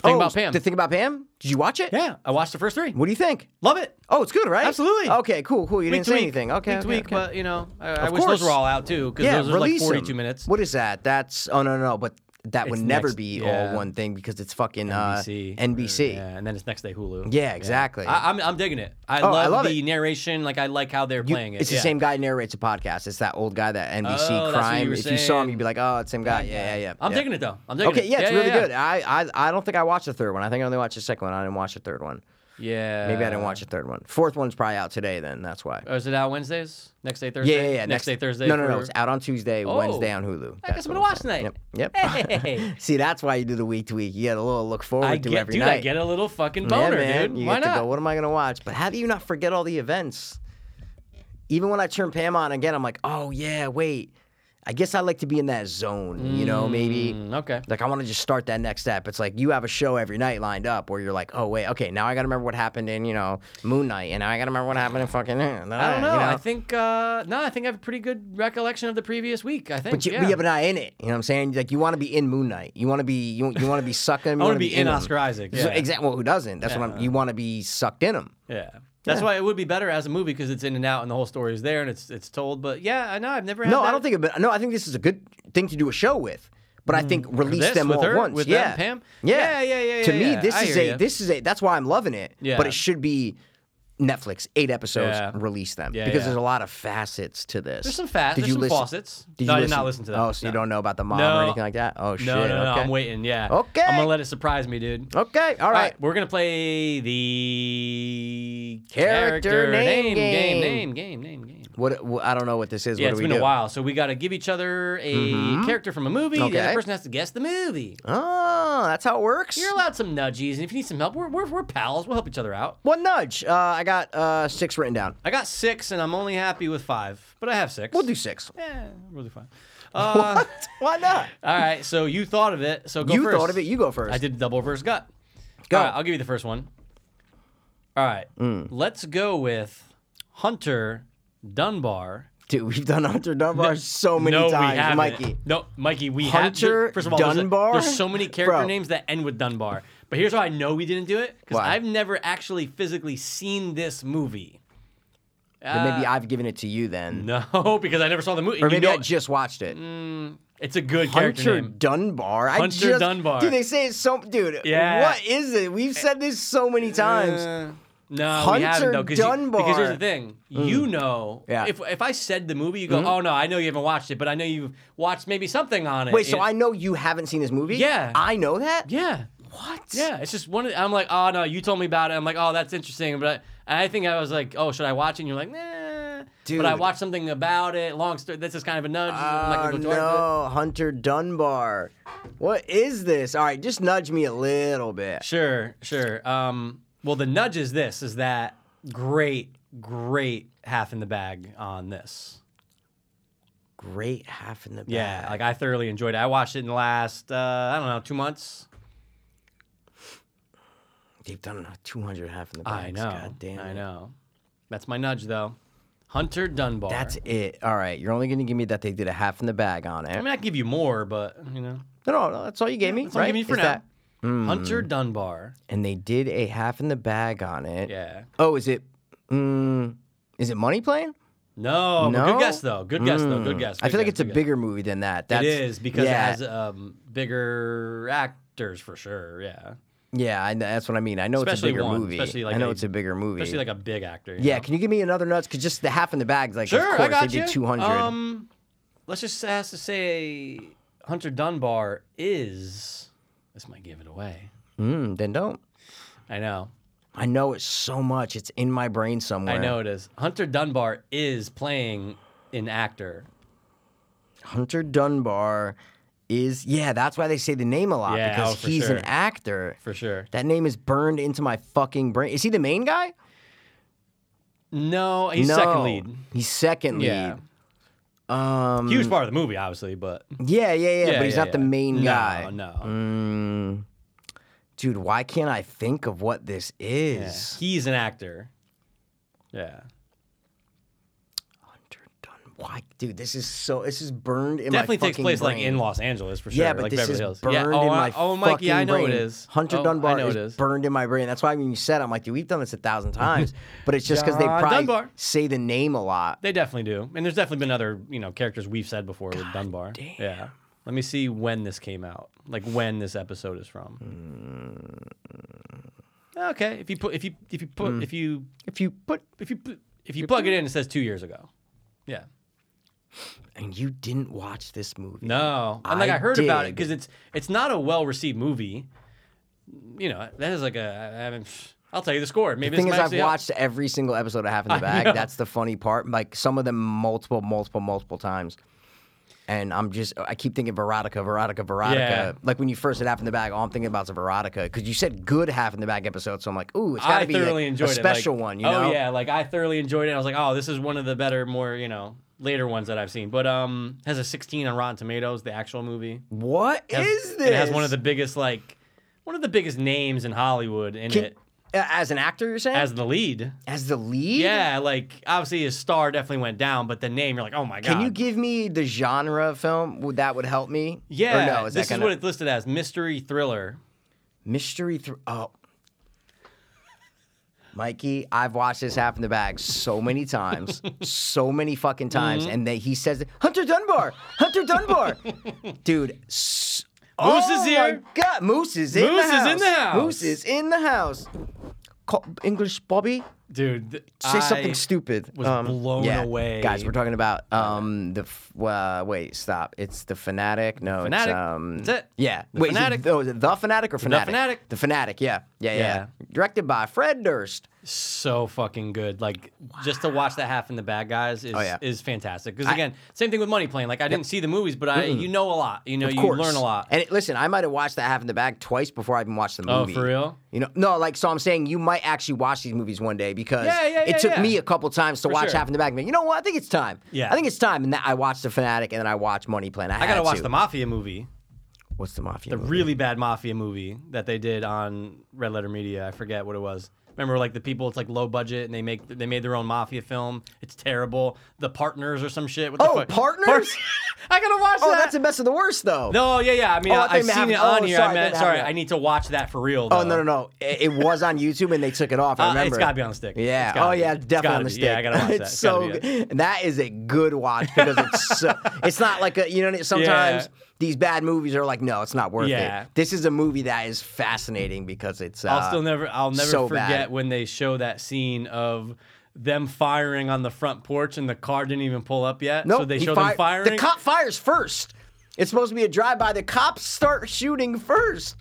C: Think
B: oh,
C: about Pam.
B: The thing about Pam? Did you watch it?
C: yeah, I watched the first three.
B: What do you think?
C: Love it.
B: Oh, it's good, right?
C: Absolutely.
B: Okay, cool, cool. You
C: Week
B: didn't
C: to
B: say
C: week.
B: anything. Okay,
C: week to
B: okay,
C: week,
B: okay.
C: but you know, I, I
B: Of
C: wish
B: course.
C: those were all out too because
B: yeah,
C: those are like
B: release
C: 42
B: them.
C: minutes.
B: What is that? That's oh no no, no but that would
C: It's
B: never
C: next-
B: be
C: yeah.
B: all one thing because it's fucking
C: NBC.
B: uh, NBC.
C: Yeah, and then it's next day Hulu.
B: Yeah, exactly.
C: I, I'm, I'm digging it. I,
B: Oh, I
C: love,
B: love
C: the
B: it.
C: narration. Like I like how they're
B: You-
C: playing it.
B: It's the
C: Yeah.
B: same guy narrates a podcast. It's that old guy that NBC
C: Oh, that's what
B: crime.
C: you were
B: if you saw him,
C: saying.
B: you'd be like, oh, it's same guy. Yeah, yeah, yeah.
C: I'm
B: yeah.
C: digging it though. I'm digging
B: Okay,
C: it.
B: yeah, it's really
C: yeah.
B: good. Uh, I, I I don't think I watched the third one. I think I only watched the second one. I didn't watch the third one.
C: Yeah.
B: Maybe I didn't watch the third one. Fourth one's probably out today. Then that's why.
C: Or is it out Wednesdays? Next day Uh, Thursday.
B: yeah, yeah, yeah.
C: Next, day Thursday.
B: No, no, no.
C: for-
B: It's out on Tuesday,
C: Oh.
B: Wednesday on Hulu.
C: I guess
B: That's
C: I'm gonna
B: what
C: watch tonight.
B: Yep. yep.
C: Hey.
B: See, that's why you do the week to week. You got a little look forward
C: I
B: to
C: get,
B: every
C: dude,
B: night.
C: I get a little fucking boner,
B: yeah, man.
C: dude.
B: You
C: Why
B: get
C: not?
B: to go, what am I going to watch? But how do you not forget all the events? Even when I turn Pam on again, I'm like, oh, yeah, wait. I guess I like to be in that zone, you know, oh, maybe.
C: Mm, okay.
B: Like, I want to just start that next step. It's like you have a show every night lined up where you're like, oh, wait, okay, now I got to remember what happened in, you know, Moon Knight, and now I got to remember what happened in fucking. uh, I don't
C: I don't know. I think uh, no. I think I have a pretty good recollection of the previous week. I think.
B: But you,
C: yeah.
B: yeah, but not in it. You know what I'm saying? Like you want to be in Moon Knight. You want to be you, you want to be sucking. I
C: wanna be in Oscar Isaac, yeah.
B: Exactly. Well, who doesn't? That's what I'm. You want to be sucked in him.
C: yeah. That's why it would be better as a movie because it's in and out and the whole story is there and it's it's told. But yeah, I know I've never. Had
B: No,
C: that.
B: I don't think. It, but no, I think this is a good thing to do a show with. But I think release
C: Mm. this,
B: them
C: with
B: all
C: her,
B: at once.
C: with them,
B: yeah,
C: Pam?
B: Yeah,
C: Yeah, yeah, yeah,
B: To
C: yeah,
B: me,
C: yeah.
B: this
C: I
B: is
C: hear
B: a
C: ya.
B: this is a that's why I'm loving it.
C: Yeah.
B: but it should be Netflix eight episodes.
C: Yeah.
B: Release them
C: Yeah,
B: because
C: yeah.
B: there's a lot of facets to this.
C: There's some fat.
B: Did
C: There's
B: you
C: some
B: listen?
C: faucets.
B: Did
C: no,
B: you
C: I did not listen to that.
B: Oh, so you
C: No.
B: don't know about the mom
C: No.
B: or anything like that? Oh shit.
C: No, no, no.
B: okay.
C: I'm waiting. Yeah.
B: Okay.
C: I'm gonna let it surprise me, dude.
B: Okay, all
C: All
B: right.
C: right, we're gonna play the
B: Character name
C: game.
B: game.
C: Name game name game.
B: What, what I don't know what this is.
C: Yeah,
B: what
C: it's
B: do we
C: been
B: do? Mm-hmm.
C: a while, so we got to give each other a character from a movie. The other
B: Okay.
C: person has to guess the movie.
B: Oh, that's how it works.
C: You're allowed some nudgies, and if you need some help, we're, we're, we're pals. We'll help each other out.
B: One nudge. Uh, I got uh, six written down.
C: I got six, and I'm only happy with five, but I have 6
B: We'll do six.
C: Yeah, we'll do five. Uh,
B: Why not?
C: all right, so you thought of it, so go
B: you
C: first.
B: thought of it. You go first.
C: I did double verse gut.
B: Go. Mm.
C: All right, I'll give you the first one. All right, let's go with Hunter Dunbar.
B: Dude, we've done Hunter Dunbar so many
C: no,
B: times,
C: we haven't.
B: Mikey.
C: No, Mikey, we
B: Hunter
C: have. First of all, there's a-
B: Dunbar?
C: There's, so many character
B: Bro.
C: names that end with Dunbar. But here's how I know we didn't do it because
B: Why?
C: I've never actually physically seen this movie.
B: Then maybe I've given it to you then,
C: No, because I never saw the movie.
B: or
C: You
B: maybe
C: know-
B: I just watched it.
C: it's a good character
B: Mm, Hunter
C: name.
B: Dunbar. I
C: Hunter
B: just,
C: Dunbar.
B: Dude, they say it's so. Dude,
C: Yeah.
B: what is it? We've said this so many times.
C: Uh, no, Hunter we haven't
B: Hunter
C: though. 'cause you- because here's
B: Dunbar. Mm.
C: the thing, you know,
B: Yeah. Mm-hmm.
C: if if I said the movie, you go, oh no, I know you haven't watched it, but I know you've watched maybe something on it.
B: Wait, so
C: you-
B: I know you haven't seen this movie.
C: Yeah.
B: I know that.
C: yeah,
B: What?
C: yeah. It's just one. Of, I'm like, oh no, you told me about it. I'm like, oh that's interesting, but I, I think I was like, oh should I watch it? And you're like, nah. But I
B: Dude.
C: watched something about it. Long story. This is kind of a nudge. I'm not
B: Oh,
C: gonna go too hard,
B: no, Hunter Dunbar. What is this? All right, just nudge me a little
C: but-
B: bit.
C: Sure, sure. Um, well, the nudge is this: is that great, great half in the bag on this.
B: Great half in the back.
C: Yeah, like I thoroughly enjoyed it. I watched it in the last uh, I don't know two months.
B: They've done a 200 half in the back.
C: I know.
B: God damn
C: I
B: it.
C: know. That's my nudge though. Hunter Dunbar.
B: That's it. All right, you're only going to give me that they did a half in the bag on
C: I
B: it.
C: mean, I give you more, but you know,
B: No, no, no that's all you gave me,
C: that's all
B: right?
C: I'm giving you for
B: Is
C: now.
B: that-
C: Hunter Dunbar.
B: and they did a half in the bag on it.
C: Yeah.
B: Oh, is it? Mm, is it money playing?
C: No, but good
B: No? Mm.
C: guess though. Good guess though. Good guess.
B: I feel
C: Good
B: like
C: guess,
B: it's a
C: good guess.
B: bigger movie than that. That's,
C: It is because
B: yeah,
C: it has um, bigger actors for sure. Yeah,
B: yeah, I know, that's what I mean. I know
C: Especially
B: it's a bigger
C: one,
B: movie.
C: especially like
B: I know
C: a-
B: it's a bigger movie.
C: especially like a big actor. you
B: Yeah,
C: know?
B: can you give me another nuts? Because just the half in the bag's like,
C: Sure,
B: of
C: I
B: course,
C: got
B: they
C: you.
B: did 200.
C: Um, let's just ask to say Hunter Dunbar is. This might give it away.
B: mm, then don't.
C: I know.
B: I know it so much. It's in my brain somewhere.
C: I know it is. Hunter Dunbar is playing an actor.
B: Hunter Dunbar is, yeah, that's why they say the name a lot
C: Yeah,
B: because
C: oh, for
B: he's
C: sure.
B: an actor.
C: For sure.
B: That name is burned into my fucking brain. Is he the main guy?
C: No, he's second lead.
B: He's second lead.
C: Yeah. Um, Huge part of the movie, obviously, but
B: Yeah, yeah, yeah,
C: Yeah,
B: but he's
C: yeah,
B: not the
C: yeah.
B: main
C: No,
B: guy.
C: No,
B: Dude, why can't I think of what this
C: Yeah.
B: is?
C: he's an actor. Yeah,
B: Hunter Dunn. Why, dude? This is so. This is burned in
C: definitely
B: my
C: takes
B: fucking
C: place like
B: brain.
C: in Los Angeles for sure.
B: Yeah, but
C: like
B: this
C: Beverly
B: is
C: Hills.
B: burned
C: yeah,
B: in
C: oh,
B: my
C: I- oh,
B: fucking
C: Mike, yeah, I know
B: brain.
C: it is.
B: Hunter
C: oh, I
B: Dunbar
C: know
B: is,
C: it is.
B: burned in my brain. That's why when you said, it, I'm like, dude, we've done this a thousand times. But it's just because they
C: John
B: probably
C: Dunbar.
B: say the name a lot.
C: They definitely do, and there's definitely been other you know characters we've said before with Dunbar. Yeah. Let me see when this came out, like when this episode is from.
B: Hmm.
C: Okay, if you put if you if you put if you
B: If you put
C: if you put, if you plug it in, it says two years ago. Yeah.
B: and you didn't watch this movie,
C: No, I'm like
B: I
C: I heard about it
B: did.
C: because it's it's not a well received movie. You know that is like a I haven't. I'll tell you the score. Maybe
B: The thing
C: this
B: is,
C: might
B: I've
C: actually help.
B: watched every single episode of Half in the Bag.
C: know.
B: That's the funny part. Like some of them multiple, multiple, multiple times. And I'm just, I keep thinking Veronica, Veronica, Veronica.
C: Yeah.
B: Like when you first said Half in the Bag, all I'm thinking about is Veronica because you said good Half in the Bag episode. So I'm like, ooh, it's got
C: I
B: to be
C: thoroughly
B: a,
C: enjoyed
B: a
C: it. like,
B: special one, you
C: Oh
B: know?
C: yeah, like I thoroughly enjoyed it. I was like, oh, this is one of the better, more you know, later ones that I've seen. But um, has a 16 on Rotten Tomatoes. The actual movie
B: What is
C: It has-
B: this?
C: It has one of the biggest like one of the biggest names in Hollywood in
B: Can-
C: it
B: uh, as an actor, you're saying?
C: as the lead.
B: As the lead?
C: Yeah, like obviously his star definitely went down, but the name you're like, oh my god.
B: Can you give me the genre of film? Would that would help me?
C: Yeah,
B: Or no? Is
C: this
B: that
C: is
B: kind
C: what
B: of
C: it's listed as: mystery thriller.
B: mystery? Thr- oh, Mikey, I've watched this half in the bag so many times, so many fucking times,
C: Mm-hmm.
B: and that he says, "Hunter Dunbar, Hunter Dunbar, dude." S-
C: Moose
B: oh
C: is here.
B: My God, Moose is in
C: Moose
B: the
C: is
B: house.
C: in the house.
B: Moose is in the house. Co- English Bobby,
C: Dude, th-
B: say
C: I-
B: something stupid. um,
C: was blown away.
B: guys. We're talking about um the f- uh, wait stop. It's the fanatic. No,
C: Fanatic.
B: It's, um,
C: That's it.
B: Yeah,
C: The
B: wait, is it
C: Fanatic.
B: the, oh, is it the fanatic or fanatic?
C: Fanatic.
B: The fanatic. Yeah. yeah, yeah,
C: Yeah.
B: Directed by Fred Durst.
C: so fucking good. Like just to watch that half in the bad guys is
B: Oh, yeah.
C: is fantastic. Because again, same thing with Money Plane. Like I didn't see the movies, but I you know a lot. You know
B: Of
C: you
B: course.
C: learn a lot.
B: And it, listen, I might have watched that half in the bag twice before I even watched the
C: Oh,
B: movie.
C: for real?
B: You know, no, like so. I'm saying you might actually watch these movies one day because
C: Yeah, yeah, yeah,
B: it took
C: yeah.
B: me a couple times to watch
C: sure.
B: half in the bag. And be like, you know what? I think it's time.
C: Yeah.
B: I think it's time. And that I watched the fanatic, and then I watched Money Plan. I,
C: I gotta
B: had
C: watch
B: to.
C: the Mafia movie,
B: What's the mafia?
C: the
B: movie?
C: really bad Mafia movie that they did on Red Letter Media. I forget what it was. Remember, like the people, it's like low budget, and they make they made their own mafia film. It's terrible. The partners or some shit. What the
B: Oh,
C: fuck?
B: Partners?
C: I gotta watch
B: Oh,
C: that.
B: that's the best of the worst, though.
C: No, yeah, yeah. I mean,
B: Oh, I
C: I,
B: thought
C: I
B: you meant
C: seen
B: having-
C: it on
B: oh,
C: here.
B: sorry,
C: I
B: I
C: meant,
B: didn't
C: sorry,
B: have it.
C: I need to watch that for real.
B: Oh no no no! It, it was on YouTube and they took it off. I
C: Uh,
B: remember.
C: it's gotta be on the stick.
B: Yeah.
C: It's gotta
B: Oh
C: be.
B: yeah,
C: It's
B: definitely
C: gotta
B: on the
C: be.
B: stick.
C: Yeah, I gotta watch that.
B: It's
C: It's
B: so
C: gotta be
B: good. that is a good watch because it's so. it's not like a you know sometimes these bad movies are like no, it's not worth
C: Yeah.
B: it. This is a movie that is fascinating because it's. Uh,
C: I'll still never I'll never
B: so
C: forget
B: bad.
C: when they show that scene of them firing on the front porch and the car didn't even pull up yet.
B: Nope,
C: so they
B: he
C: show them
B: fi-
C: firing.
B: The cop fires first. It's supposed to be a drive-by. The cops start shooting first.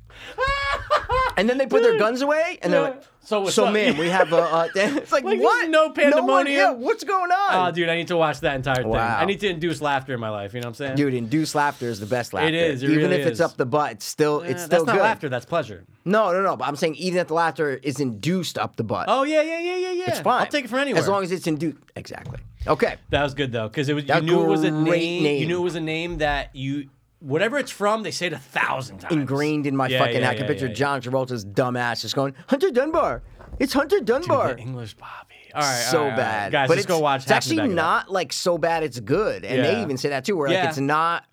B: And then they put their guns away, and they're
C: Yeah.
B: like,
C: So what's up?"
B: man, we have a." Uh, it's like,
C: Like, there's
B: what?
C: no
B: one-
C: pandemonium.
B: yeah, what's going on?
C: Oh, dude, I need to watch that entire thing.
B: Wow.
C: I need to induce laughter in my life. You know what I'm saying?
B: Dude, induced laughter is the best laughter.
C: is, it
B: even
C: really
B: if it's
C: is.
B: up the butt, it's still
C: Eh,
B: it's
C: that's
B: still
C: not
B: good.
C: laughter. That's pleasure.
B: No, no, no. But I'm saying even if the laughter is induced up the butt,
C: Oh yeah, yeah, yeah, yeah, yeah.
B: it's fine.
C: I'll take it from anywhere.
B: as long as it's induced. Exactly. Okay.
C: That was good though, because it was you
B: That
C: knew it was a
B: great
C: name, You
B: name.
C: knew it was a name that you whatever it's from, they say it a thousand times.
B: Ingrained in my
C: Yeah,
B: fucking.
C: yeah,
B: I can
C: yeah,
B: picture
C: yeah,
B: John Travolta's dumb ass just going Hunter Dunbar. It's Hunter
C: yeah.
B: Dunbar.
C: The English Bobby. All right, all right,
B: so
C: all right.
B: bad,
C: guys.
B: but
C: let's
B: it's,
C: go watch.
B: It's
C: Hack in the
B: actually
C: Bag of
B: not like so bad it's good, and they
C: Yeah.
B: even say that too. Where like
C: Yeah.
B: it's not.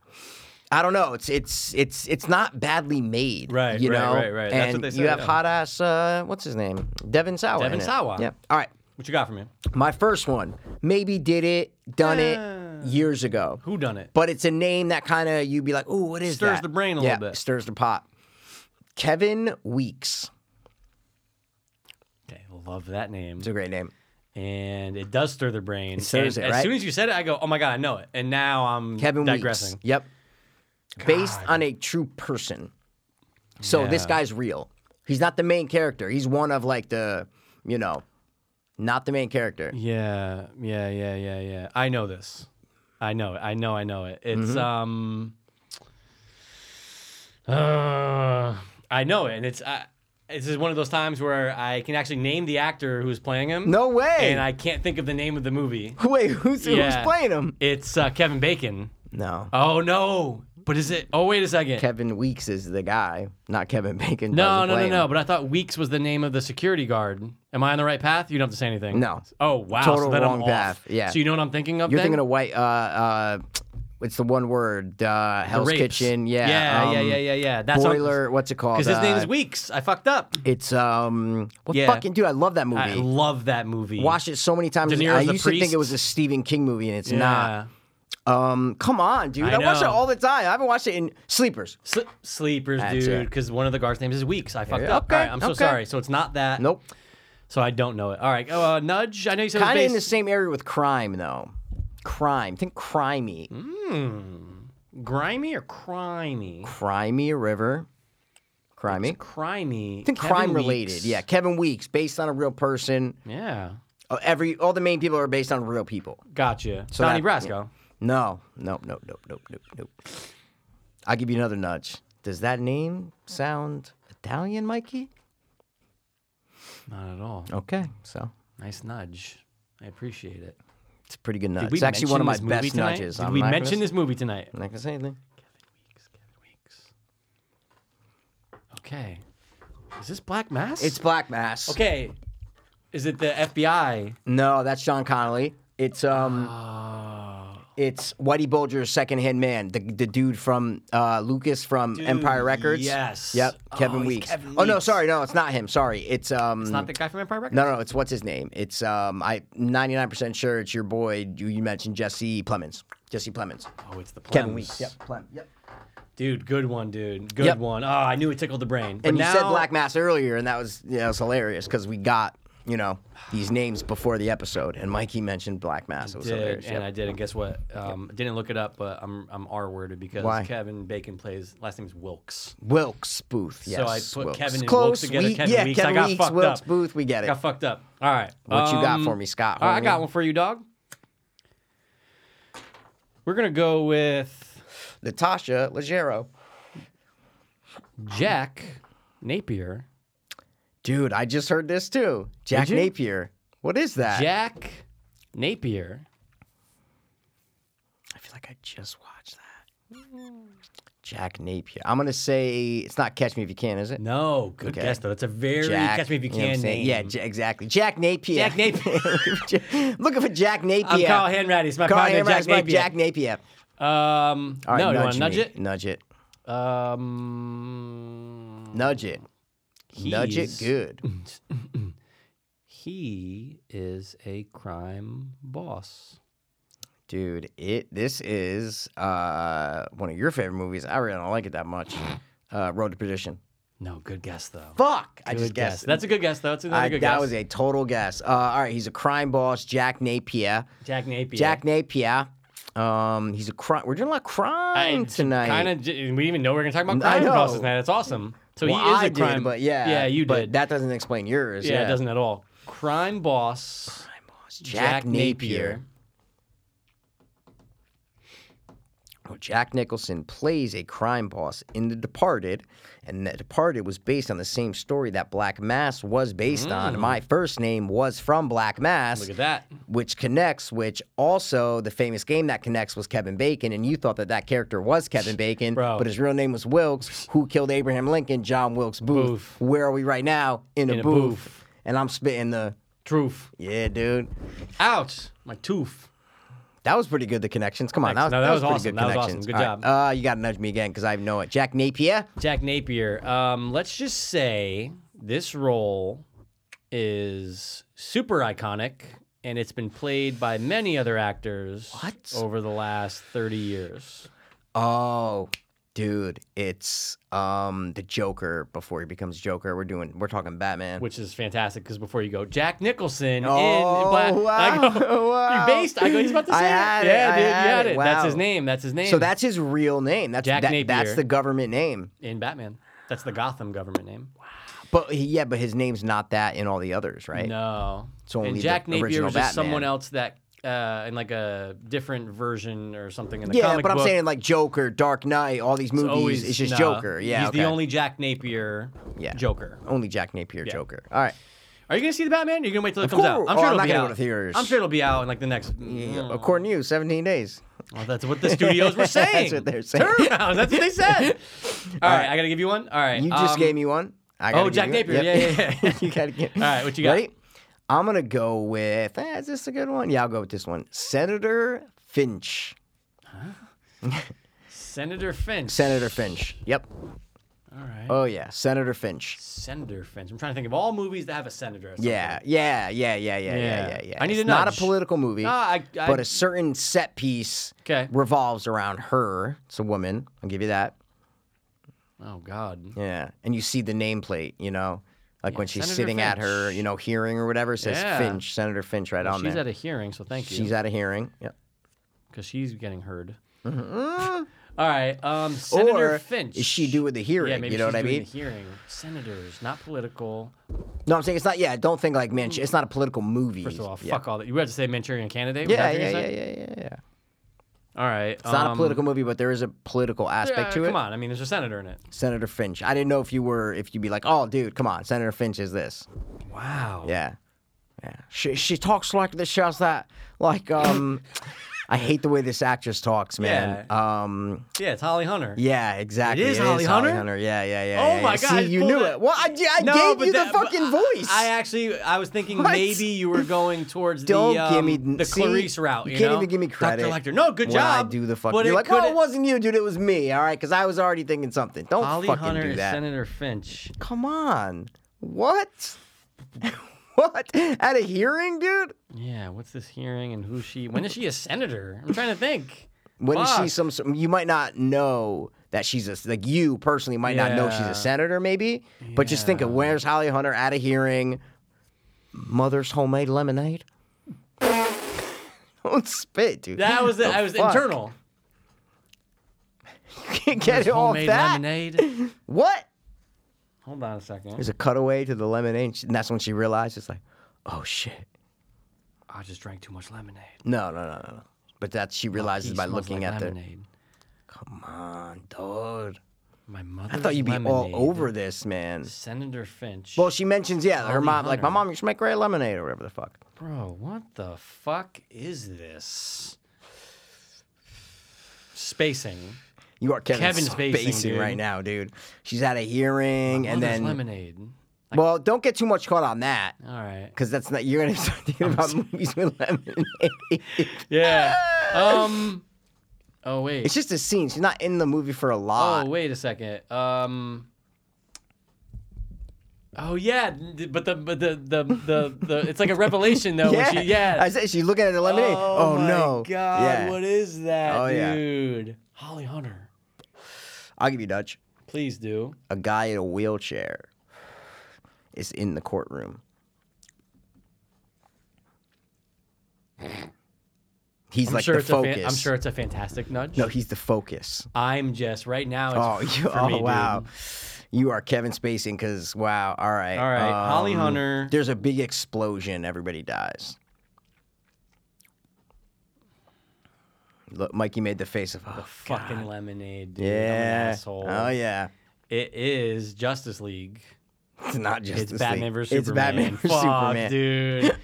B: I don't know. It's it's it's it's not badly made,
C: Right,
B: You
C: right,
B: know,
C: right, right.
B: And
C: That's what they
B: you
C: say,
B: have
C: yeah.
B: hot ass. Uh, what's his name? Devin Sawa.
C: Devin
B: in it.
C: Sawa.
B: Yeah. All right.
C: That. What you got for me?
B: My first one. Maybe did it, done it years ago.
C: Who done it?
B: But it's a name that kind of you'd be like, "Ooh, what is
C: Stirs
B: that?"
C: the brain a
B: Yeah,
C: little bit.
B: Stirs the pot. Kevin Weeks.
C: Okay, love that name.
B: It's a great name.
C: And it does stir the brain. It
B: stirs it,
C: as
B: right?
C: soon as you said it, I go, "Oh my god, I know it." And now I'm
B: Kevin
C: digressing.
B: Weeks. Yep. Based on a true person. So this
C: Yeah.
B: guy's real. He's not the main character. He's one of like the, you know, not the main character.
C: Yeah, yeah, yeah, yeah, yeah. I know this. I know it. I know. I know it.
B: Mm-hmm.
C: It's um. uh, I know it, and it's I. This is one of those times where I can actually name the actor who's playing him.
B: No way.
C: And I can't think of the name of the movie.
B: Wait, who's,
C: Yeah.
B: who's playing him?
C: It's uh, Kevin Bacon.
B: No.
C: Oh no! But is it? Oh wait a second.
B: Kevin Weeks is the guy, not Kevin Bacon.
C: no,
B: doesn't
C: no, no,
B: play
C: no.
B: him.
C: But I thought Weeks was the name of the security guard. Am I on the right path? You don't have to say anything.
B: No.
C: Oh wow. so
B: Total
C: then I'm
B: wrong
C: off.
B: path, yeah.
C: So you know what I'm thinking of?
B: You're
C: then?
B: thinking of white. Uh, uh, it's the one word. Uh, Hell's
C: rapes.
B: Kitchen. Yeah.
C: Yeah, yeah,
B: um,
C: yeah, yeah, yeah. That's what-
B: Boiler. What's it called?
C: Because his name is
B: Uh,
C: Weeks. I fucked up.
B: It's um. What
C: Yeah.
B: fucking dude? I love that movie.
C: I love that movie.
B: Watched it so many times.
C: De Niro's
B: I
C: the
B: used to think
C: priest.
B: it was a Stephen King movie, and it's
C: Yeah.
B: not. Um, come on, dude.
C: I
B: I, watch it
C: know.
B: all the time. I haven't watched it in Sleepers.
C: Sl- sleepers,
B: That's
C: dude.
B: it.
C: Because one of the guards' names is Weeks. I fucked
B: Yeah.
C: up.
B: Okay,
C: All right, I'm so
B: okay.
C: sorry. So it's not that.
B: Nope.
C: So I don't know it. All right. Oh, uh, Nudge. I know you said it was
B: Kind of in the
C: based-
B: same area with crime, though. Crime. Think crimey.
C: Hmm? grimy or crimey.
B: Crimey River. Crimey.
C: Crimey.
B: I think
C: Kevin
B: crime related.
C: Weeks.
B: Yeah, Kevin Weeks, based on a real person.
C: Yeah.
B: Uh, Every all the main people are based on real people.
C: Gotcha. Donnie
B: that-
C: Brasco.
B: No, no, no, no, no, no, no. I'll give you another nudge. Does that name sound Italian, Mikey?
C: Not at all.
B: Okay, so
C: Nice nudge. I appreciate it.
B: it's a pretty good nudge.
C: Did we
B: It's actually one of my
C: mention this movie
B: best
C: tonight?
B: nudges.
C: Did
B: I'm
C: we
B: not gonna
C: mention
B: s-
C: this movie tonight?
B: I'm not gonna say anything.
C: Okay. Is this Black Mass?
B: It's Black Mass.
C: okay. Is it the FBI?
B: No, that's Sean Connolly. It's um,
C: Uh,
B: it's Whitey Bulger's secondhand man, the, the dude from uh, Lucas from Empire Records.
C: yes.
B: Yep.
C: Oh,
B: Kevin
C: he's
B: Weeks.
C: Kevin
B: Oh no,
C: Weeks.
B: sorry, no, it's not him. Sorry, it's um.
C: It's not the guy from Empire Records.
B: no, no, it's what's his name? It's um, I 99% sure it's your boy. You, you mentioned Jesse Plemons. Jesse Plemons.
C: Oh, it's the Plums.
B: Kevin Weeks. Yep. Plem. Yep.
C: Dude, good one, dude. Good
B: Yep.
C: one. Oh, I knew it tickled the brain. But
B: And
C: now,
B: you said Black Mass earlier, and that was yeah, it was hilarious because we got you know these names before the episode, and Mikey mentioned Black Mass. It was
C: Did,
B: hilarious.
C: and
B: Yep.
C: I did, and guess what? Um, Didn't look it up, but I'm I'm R worded because
B: Why?
C: Kevin Bacon plays last name is Wilkes.
B: Wilkes Booth. Yes.
C: So I put
B: Wilkes.
C: Kevin and Wilkes
B: Close,
C: together,
B: we-
C: Kevin
B: yeah,
C: Weeks. I
B: Kevin
C: got
B: Weeks,
C: fucked
B: Wilkes
C: up.
B: Booth. We get it.
C: Got fucked up. All right.
B: What you got
C: um,
B: for me, Scott?
C: All right, I
B: homie?
C: got one for you, dog. We're gonna go with
B: Natasha Leggero.
C: Jack Napier.
B: Dude, I just heard this too. Jack
C: you?
B: Napier. What is that?
C: Jack Napier.
B: I feel like I just watched that. Jack Napier. I'm gonna say it's not Catch Me If You Can, is it?
C: No, good
B: Okay.
C: guess though. That's a very
B: Jack,
C: catch me if you
B: know what I'm
C: can
B: saying?
C: name.
B: Yeah, J- exactly. Jack Napier.
C: Jack Napier.
B: Looking for Jack Napier.
C: I'm Carl Hanratty. It's my
B: Carl
C: partner,
B: Hammer,
C: Jack
B: it's my
C: Napier.
B: Jack Napier.
C: Um,
B: All right,
C: no, you
B: nudge
C: want to nudge
B: me.
C: it?
B: Nudge it.
C: Um,
B: Nudge it. Nudge it
C: he's-
B: good.
C: He is a crime boss.
B: Dude, it this is uh, one of your favorite movies. I really don't like it that much. Uh, Road to Perdition.
C: No, good guess though.
B: Fuck! I
C: Good
B: just guessed.
C: That's a good guess though. That's another
B: I,
C: good
B: that
C: guess.
B: was a total guess. Uh, all right, he's a crime boss, Jack Napier.
C: Jack Napier.
B: Jack Napier. Um, he's a crime. We're doing a lot of crime tonight.
C: Kind of. We didn't even know we were gonna talk about
B: I
C: crime boss
B: know.
C: tonight. That's awesome. So
B: Well,
C: he is
B: I
C: a crime.
B: did, but yeah,
C: Yeah, you
B: but
C: did.
B: That doesn't explain yours.
C: yeah, it doesn't at all. Crime boss. Crime boss.
B: Jack Napier. Well, Jack Nicholson plays a crime boss in The Departed, and The Departed was based on the same story that Black Mass was based on. My first name was from Black Mass,
C: Mm. Look at that.
B: which connects, which also the famous game that connects was Kevin Bacon, and you thought that that character was Kevin Bacon,
C: Bro.
B: but his real name was Wilkes, who killed Abraham Lincoln, John Wilkes Booth.
C: Booth.
B: Where are we right now? In a,
C: In a
B: booth.
C: booth.
B: And I'm spitting the,
C: Truth.
B: yeah, dude.
C: Ouch. My tooth.
B: That was pretty good. The connections. Come on, that was,
C: No, that
B: that was,
C: was
B: pretty
C: awesome.
B: good.
C: That was awesome.
B: connections.
C: Good
B: All right. Uh, you got to nudge me again because I know it. Jack Napier.
C: Jack Napier. Um, let's just say this role is super iconic, and it's been played by many other actors
B: What?
C: over the last thirty years.
B: Oh, dude, it's um the Joker before he becomes Joker. We're doing. We're talking Batman.
C: Which is fantastic because before you go, Jack Nicholson in
B: Oh,
C: Black. I
B: wow,
C: go,
B: wow.
C: you based. I go, he's about to
B: I
C: say it.
B: had it,
C: yeah,
B: I
C: dude,
B: had
C: you had
B: it.
C: it. That's
B: Wow.
C: his name. That's his name.
B: so that's his real name. That's
C: Jack
B: that,
C: Napier.
B: That's the government name.
C: in Batman. That's the Gotham government name.
B: But he- yeah, but his name's not that in all the others, right?
C: No.
B: It's only
C: and
B: the
C: Jack Napier
B: original
C: was just someone
B: Batman.
C: else that uh, in like a different version or something in the
B: Yeah,
C: comic
B: but I'm
C: book.
B: saying like Joker, Dark Knight, all these movies.
C: always
B: it's just
C: nah,
B: Joker. Yeah,
C: he's
B: okay.
C: the only Jack Napier.
B: Yeah.
C: Joker.
B: Only Jack Napier Joker. All right.
C: Are you gonna see the Batman? Or are you gonna wait till it
B: Of
C: comes out?
B: course.
C: I'm
B: Oh,
C: sure
B: I'm
C: it'll
B: not
C: be
B: gonna go
C: out.
B: to theaters.
C: I'm sure itll be out in like the next. mm,
B: According to you, 17 days.
C: Well, that's what the studios were
B: That's
C: saying.
B: what they're saying.
C: Turnaround. That's what they said. All right, I gotta give you one. All right,
B: You just
C: um,
B: gave me one. I gotta
C: oh,
B: give
C: Jack
B: you-
C: Napier.
B: Yep.
C: Yeah, yeah, yeah.
B: you gotta get.
C: All right, what you got?
B: Ready? I'm gonna go with. eh, is this a good one? Yeah, I'll go with this one. Senator Finch.
C: Senator Finch.
B: Senator Finch. Yep.
C: All right.
B: Oh yeah, Senator Finch.
C: Senator Finch. I'm trying to think of all movies that have a senator. or something.
B: Yeah, yeah, yeah, yeah, yeah, yeah,
C: Yeah.
B: yeah, yeah.
C: I need
B: it's
C: a
B: not a
C: nudge.
B: political movie,
C: Ah, I- I-
B: but a certain set piece
C: 'Kay.
B: revolves around her. It's a woman. I'll give you that.
C: Oh God.
B: Yeah, and you see the nameplate, you know, like when she's
C: Senator
B: sitting at her,
C: Finch.
B: you know, hearing or whatever, it says
C: Yeah.
B: Finch, Senator Finch, right on
C: she's
B: there.
C: at a hearing, so thank
B: Oh, she's
C: you.
B: at a hearing. Yep.
C: Because she's getting heard. all right. Um, Senator
B: Mm-hmm. or
C: Finch.
B: is she due with the hearing?
C: Yeah, maybe
B: you know
C: she's
B: what I
C: doing
B: mean?
C: the hearing. Senators, not political.
B: No, I'm saying it's not. Yeah, don't think like Minch. It's not a political movie.
C: First of all,
B: yeah.
C: fuck all that. You had to say Manchurian Candidate. Was
B: Yeah,
C: that what
B: yeah,
C: you
B: yeah,
C: said?
B: yeah, yeah, yeah.
C: All right. um,
B: It's not a political movie, but there is a political aspect to it.
C: Come on. I mean, there's a senator in it.
B: Senator Finch. I didn't know if you were if you'd be like, oh, dude, come on, Senator Finch is this.
C: Wow.
B: Yeah, yeah. She she talks like this. She has that like um. I hate the way this actress talks, man. Um,
C: Yeah, it's Holly Hunter.
B: yeah, exactly.
C: It is Holly Hunter?
B: Yeah, yeah, yeah.
C: Oh
B: yeah,
C: my
B: yeah.
C: God, I
B: See, you
C: pulled
B: knew
C: it.
B: it. Well, I, I gave
C: but
B: you
C: that-
B: the
C: but
B: fucking
C: I-
B: voice.
C: I actually, I was thinking
B: What?
C: maybe you were going towards
B: Don't
C: the, um,
B: give me
C: the
B: see,
C: Clarice route.
B: You,
C: You,
B: can't
C: know?
B: even give me credit.
C: Dr. Lecter. No, good
B: when
C: job.
B: I do the fucking.
C: But
B: You're
C: it
B: like, oh, it
C: couldn't-
B: wasn't you, dude. It was me. All right, because I was already thinking something. Don't
C: Holly
B: fucking
C: Hunter
B: do
C: is
B: that.
C: Senator Finch.
B: Come on. What? what? At a hearing, dude?
C: Yeah, what's this hearing and who's she? When is she a senator? I'm trying to think.
B: When is she
C: Fuck.
B: some sort- you might not know that she's a like you personally might not know she's
C: Yeah.
B: a senator maybe, but just think of where's Holly Hunter at a hearing? Mother's homemade lemonade. Don't spit, dude.
C: That was it.
B: The
C: I was
B: fuck?
C: internal.
B: You can't get it off
C: Homemade
B: that.
C: lemonade.
B: What?
C: Hold on a second.
B: There's a cutaway to the lemonade, and that's when she realized it's like, oh shit.
C: I just drank too much lemonade.
B: No, no, no, no, no. But that she realizes
C: He
B: by
C: smells
B: looking
C: like
B: at the.
C: lemonade.
B: Come on, dude.
C: My mother.
B: I thought you'd be all over this, man.
C: Senator Finch.
B: Well, she mentions, yeah, her
C: Holly
B: mom, like, my
C: Hunter.
B: mom used to make great lemonade or whatever the fuck.
C: Bro, what the fuck is this? Spacing.
B: You are Kevin,
C: Kevin
B: Spacing,
C: Spacing, dude.
B: right now, dude. She's at a hearing, and
C: Mother's
B: then,
C: lemonade.
B: well, don't get too much caught on that.
C: All right.
B: Because that's not, you're going to start thinking about movies with lemonade.
C: Yeah. um. Oh wait.
B: it's just a scene. She's not in the movie for a lot.
C: Oh wait a second. Um. Oh yeah, th- but the but the the the, the it's like a revelation though.
B: yeah.
C: when she, yeah.
B: I said she's looking at the lemonade. Oh,
C: my
B: no.
C: God,
B: Yeah.
C: what is that,
B: Oh, yeah.
C: dude? Holly Hunter,
B: I'll give you Dutch.
C: please do.
B: a guy in a wheelchair is in the courtroom. He's
C: I'm
B: like
C: sure
B: the
C: it's
B: focus.
C: a fan- I'm sure it's a fantastic nudge.
B: No, he's the focus.
C: I'm just right now.
B: Oh,
C: It's
B: you,
C: for
B: oh
C: me, dude.
B: wow. You are Kevin Spacing because, wow. All right.
C: All right, Holly
B: um,
C: Hunter.
B: There's a big explosion. Everybody dies. Look, Mikey made the face of, oh,
C: Fucking
B: God.
C: lemonade, dude. I'm an
B: Yeah.
C: asshole.
B: Oh, yeah.
C: It is Justice League.
B: It's not just
C: It's Batman versus
B: It's Batman
C: Superman.
B: versus
C: Fuck,
B: Superman.
C: dude.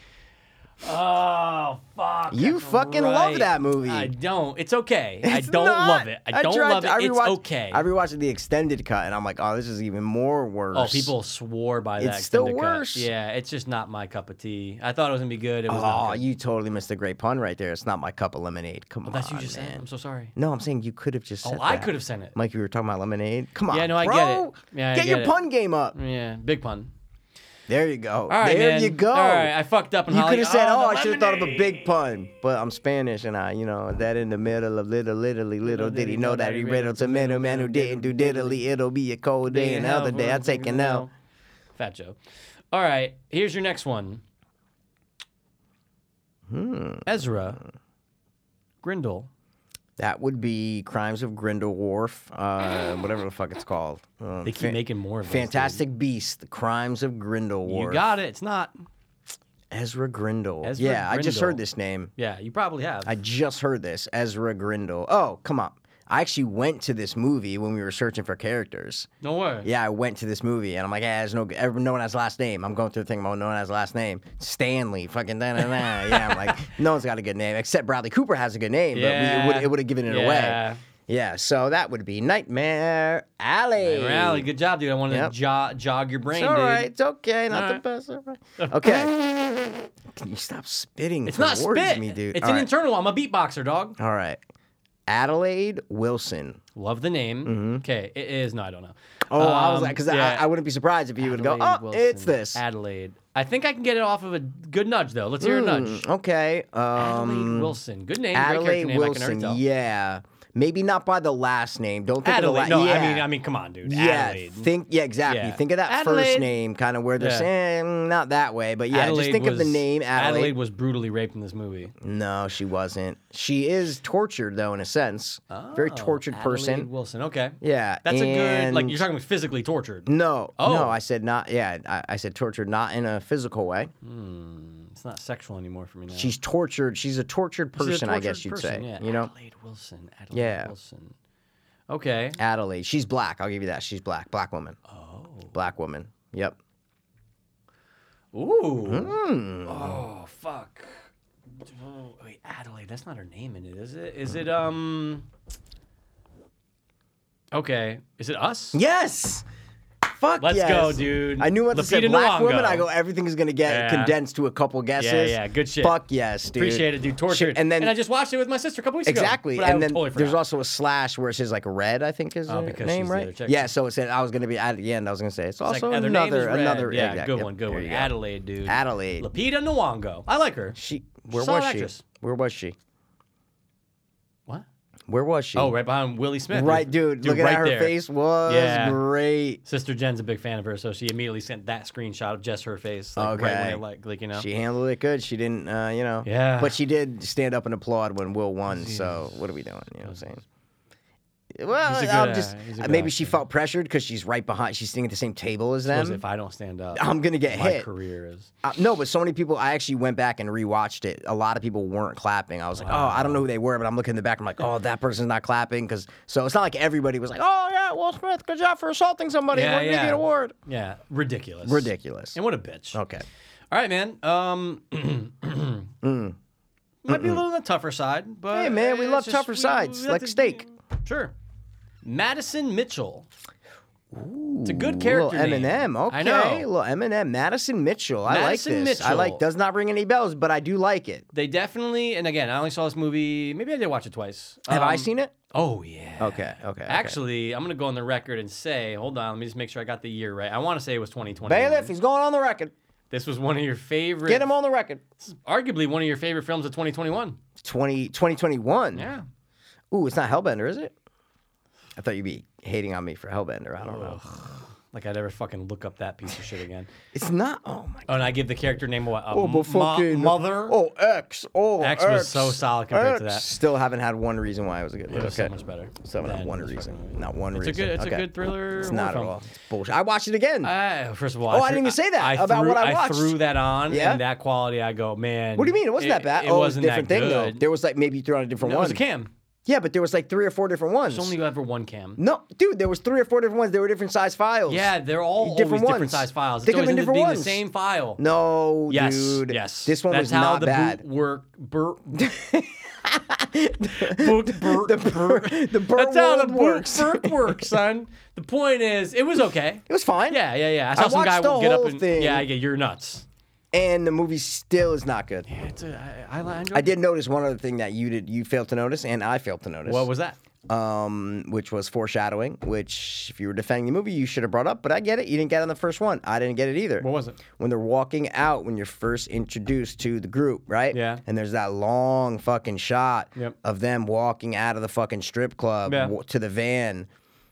C: Oh fuck!
B: You
C: that's
B: fucking love
C: right.
B: that movie.
C: I don't. It's okay.
B: It's
C: I don't
B: not.
C: love it. I don't
B: tried
C: love it.
B: to- I
C: it's
B: rewatched-
C: okay.
B: I rewatched the extended cut, and I'm like, oh, this is even more worse.
C: oh, people swore by that.
B: It's still
C: extended cut.
B: worse.
C: Yeah, it's just not my cup of tea. I thought it was gonna be good. It was
B: Oh,
C: not. Good.
B: you totally missed a great pun right there. It's not my cup of lemonade. Come
C: Oh,
B: on,
C: that's you just
B: man.
C: said. I'm so sorry.
B: No, I'm saying you could have just.
C: Oh,
B: said
C: I
B: that.
C: could have sent it.
B: Mike, you were talking about lemonade. Come on,
C: Yeah, no, I get
B: bro.
C: it. Yeah, I
B: get,
C: get
B: your
C: it.
B: pun game up.
C: Yeah, big pun.
B: There you go.
C: All right,
B: there
C: man.
B: you go.
C: All right, I fucked up. And
B: you
C: Holly-
B: could have said, "Oh,
C: the
B: I should have thought of a
C: lemonade."
B: big pun," but I'm Spanish, and I, you know, that in the middle of little, literally, little did he know that he riddled to middle man who didn't do diddly. It'll be a cold day, and another day I take an L.
C: Fat Joe. All right, here's your next one.
B: Hmm.
C: Ezra Grindel.
B: That would be Crimes of Grindelwolf, uh, whatever the fuck it's called. Um,
C: They keep
B: fan-
C: making more of those, dude.
B: Fantastic Beast, The Crimes of Grindelwolf.
C: You got it. It's not.
B: Ezra Grindle.
C: Ezra
B: yeah, I just heard
C: Grindle.
B: this name.
C: Yeah, you probably have.
B: I just heard this. Ezra Grindle. Oh, come on. I actually went to this movie when we were searching for characters.
C: no way.
B: Yeah, I went to this movie and I'm like, yeah, there's no everyone, no one has last name. I'm going through the thing about no one has last name. Stanley, fucking da da da. Yeah, I'm like, no one's got a good name except Bradley Cooper has a good name,
C: Yeah.
B: but we, it would have given it
C: Yeah.
B: away. Yeah, so that would be Nightmare Alley.
C: Hey, Rally, good job, dude. I wanted
B: Yep.
C: to jog, jog your brain,
B: It's all
C: dude.
B: right. It's okay. Not
C: All
B: the
C: right.
B: best. all right. Okay. Can you stop spitting
C: It's not
B: towards
C: spit.
B: me, dude?
C: It's
B: All
C: an
B: right.
C: internal. I'm a beatboxer, dog.
B: All right. Adelaide Wilson.
C: Love the name. Okay, it is. No, I don't know.
B: Mm-hmm. Oh, I was
C: Um,
B: like, because
C: yeah.
B: I, I wouldn't be surprised if you would go, oh,
C: Adelaide
B: it's
C: Wilson,
B: this.
C: Adelaide. I think I can get it off of a good nudge though. Let's hear a nudge.
B: Mm, okay.
C: Adelaide
B: Um,
C: Wilson. Good name.
B: Adelaide
C: great character name. I can
B: Wilson.
C: already tell.
B: yeah. Maybe not by the last name. Don't think
C: Adelaide.
B: of the
C: No,
B: last
C: I mean, I mean, come on, dude.
B: yeah,
C: Adelaide.
B: think yeah, exactly.
C: Yeah.
B: Think of that
C: Adelaide.
B: first name, kind of where they're
C: Yeah.
B: saying "Mm, not that way, but yeah, just think of the
C: was-
B: name Adelaide.
C: Adelaide was brutally raped in this movie.
B: No, she wasn't. She is tortured though, in a sense. Very
C: Oh,
B: tortured person.
C: Adelaide Wilson. Okay.
B: Yeah,
C: That's a good. Like
B: and-
C: you're talking about physically tortured.
B: No,
C: Oh.
B: no, I said not. Yeah, I, I said tortured, not in a physical way.
C: It's not sexual anymore for me now.
B: She's tortured. She's a tortured person,
C: She's a
B: I
C: tortured
B: guess you'd
C: person,
B: say.
C: yeah.
B: You know,
C: Adelaide Wilson. Adelaide
B: Yeah.
C: Wilson. Okay.
B: Adelaide. She's black. I'll give you that. She's black. Black woman. Oh. Black woman. Yep.
C: Ooh.
B: Mm.
C: Oh fuck. Oh, wait, Adelaide. That's not her name in it, is it? Is it um? Okay. Is it us?
B: Yes. Fuck
C: Let's
B: yes.
C: go, dude.
B: I knew once I said
C: Lupita
B: black
C: Nyong'o.
B: woman, I go everything's gonna get
C: Yeah.
B: condensed to a couple guesses.
C: yeah, good shit.
B: Fuck yes, dude.
C: Appreciate it, dude. Tortured.
B: and then
C: I just watched it with my sister a couple weeks
B: Exactly,
C: ago.
B: and then there's also a slash where it says like red, I think is her
C: Oh, because
B: name,
C: she's the other
B: right?
C: chick.
B: yeah, so it said I was gonna be at the end. I was gonna say it's,
C: like,
B: also
C: other name is
B: another
C: Red.
B: another
C: Yeah,
B: exact-
C: good
B: yep,
C: one. Good
B: there
C: one.
B: you go.
C: Adelaide, dude.
B: Adelaide.
C: Lupita Nyong'o. I like her.
B: She where
C: Solid
B: was she?
C: actress.
B: Where was she?
C: What?
B: Where was she?
C: Oh, right behind Willie Smith.
B: right, dude. Look at
C: right
B: her
C: there.
B: face was
C: Yeah.
B: great.
C: Sister Jen's a big fan of her, so she immediately sent that screenshot of just her face, like, right when
B: Okay.
C: it, like, like you know.
B: She handled it good. She didn't, uh, you know.
C: Yeah.
B: But she did stand up and applaud when Will won. So what are we doing? You know what I'm saying? Well,
C: He's a
B: I'm
C: good,
B: just
C: uh, he's a
B: uh,
C: good
B: maybe she
C: actor.
B: felt pressured because she's right behind. She's sitting at the same table as
C: Because
B: them.
C: if I don't stand up,
B: I'm gonna get
C: my
B: hit.
C: career is.
B: Uh, no, but so many people. I actually went back and rewatched it. A lot of people weren't clapping. I was like, oh, I don't know who they were, but I'm looking in the back. I'm like, oh, that person's not clapping because. So it's not like everybody was like, oh yeah, Will Smith, good job for assaulting somebody.
C: Yeah,
B: Yeah, yeah.
C: yeah.
B: an award.
C: Yeah, ridiculous.
B: Ridiculous. Oh.
C: And what a bitch.
B: Okay.
C: All right, man. Um,
B: Mm.
C: might be a little on the tougher side, but
B: Hey, man, we
C: it's
B: love
C: just-
B: tougher
C: we-
B: sides,
C: we have
B: like
C: to-
B: steak.
C: Sure. Madison Mitchell. it's a good
B: Little
C: character. name.
B: Eminem, okay.
C: I know.
B: Little Eminem, Madison Mitchell. I
C: Madison
B: like this. I
C: Mitchell.
B: like. Does not ring any bells, but I do like it.
C: They definitely, and again, I only saw this movie. Maybe I did watch it twice.
B: Have I
C: Um,
B: seen it?
C: Oh yeah.
B: Okay. Okay.
C: Actually, I'm gonna go on the record and say, hold on, let me just make sure I got the year right. I want to say it was 2020.
B: okay. bailiff, he's going on the record.
C: This was one of your favorite.
B: Get him on the record.
C: Arguably one of your favorite films of 2021.
B: 20, 2021.
C: Yeah.
B: Ooh, it's not Hellbender, is it? I thought you'd be hating on me for Hellbender. I don't know.
C: Like I'd ever fucking look up that piece of shit again.
B: It's not. Oh my.
C: Oh, and I give the character name what? A
B: Oh, but
C: mo-
B: fucking
C: mother.
B: Oh, X. Oh,
C: X was so solid compared to that.
B: Still haven't had one reason why it was a good
C: It
B: list.
C: was
B: Okay.
C: so much better.
B: So not
C: than
B: one
C: this
B: reason.
C: fucking movie.
B: Not one
C: It's a
B: reason.
C: good. It's
B: okay.
C: a good thriller.
B: It's not at
C: film.
B: all. It's bullshit. I watched it again.
C: I, first of all,
B: Oh, I
C: threw-
B: didn't even say that about
C: threw,
B: what I watched.
C: threw that on,
B: Yeah?
C: and that quality, I go, man.
B: what do you mean? It wasn't that bad.
C: It,
B: oh,
C: wasn't
B: it was a different
C: that
B: thing though.
C: good.
B: There was like maybe you threw out a different
C: No, it
B: one.
C: was a cam.
B: Yeah, but there was like three or four different ones.
C: There's only ever one cam.
B: no, dude, there was three or four different ones. They were different size files.
C: Yeah, they're all
B: Different
C: always different
B: ones.
C: size files. It's
B: They could've
C: always
B: been
C: ended up
B: different
C: being the
B: ones.
C: same file.
B: No,
C: Yes.
B: dude.
C: Yes.
B: This one
C: That's
B: was
C: how
B: not
C: the
B: bad.
C: Boot work. Bur- book bur-
B: the bur- the bur-
C: That's how
B: world
C: the boot
B: works.
C: work works, son. The point is, it was okay.
B: It was fine.
C: Yeah, yeah, yeah. I saw some
B: watched
C: guy
B: the
C: get up
B: whole
C: and
B: thing.
C: yeah, yeah, you're nuts.
B: And the movie still is not good.
C: It's a, I, I, I,
B: I did notice one other thing that you did you failed to notice, and I failed to notice.
C: What was that?
B: um, which was foreshadowing. Which, if you were defending the movie, you should have brought up. But I get it. You didn't get it on the first one. I didn't get it either.
C: What was it?
B: When they're walking out, when you're first introduced to the group, right?
C: Yeah.
B: And there's that long fucking shot
C: Yep.
B: of them walking out of the fucking strip club
C: Yeah.
B: w- to the van.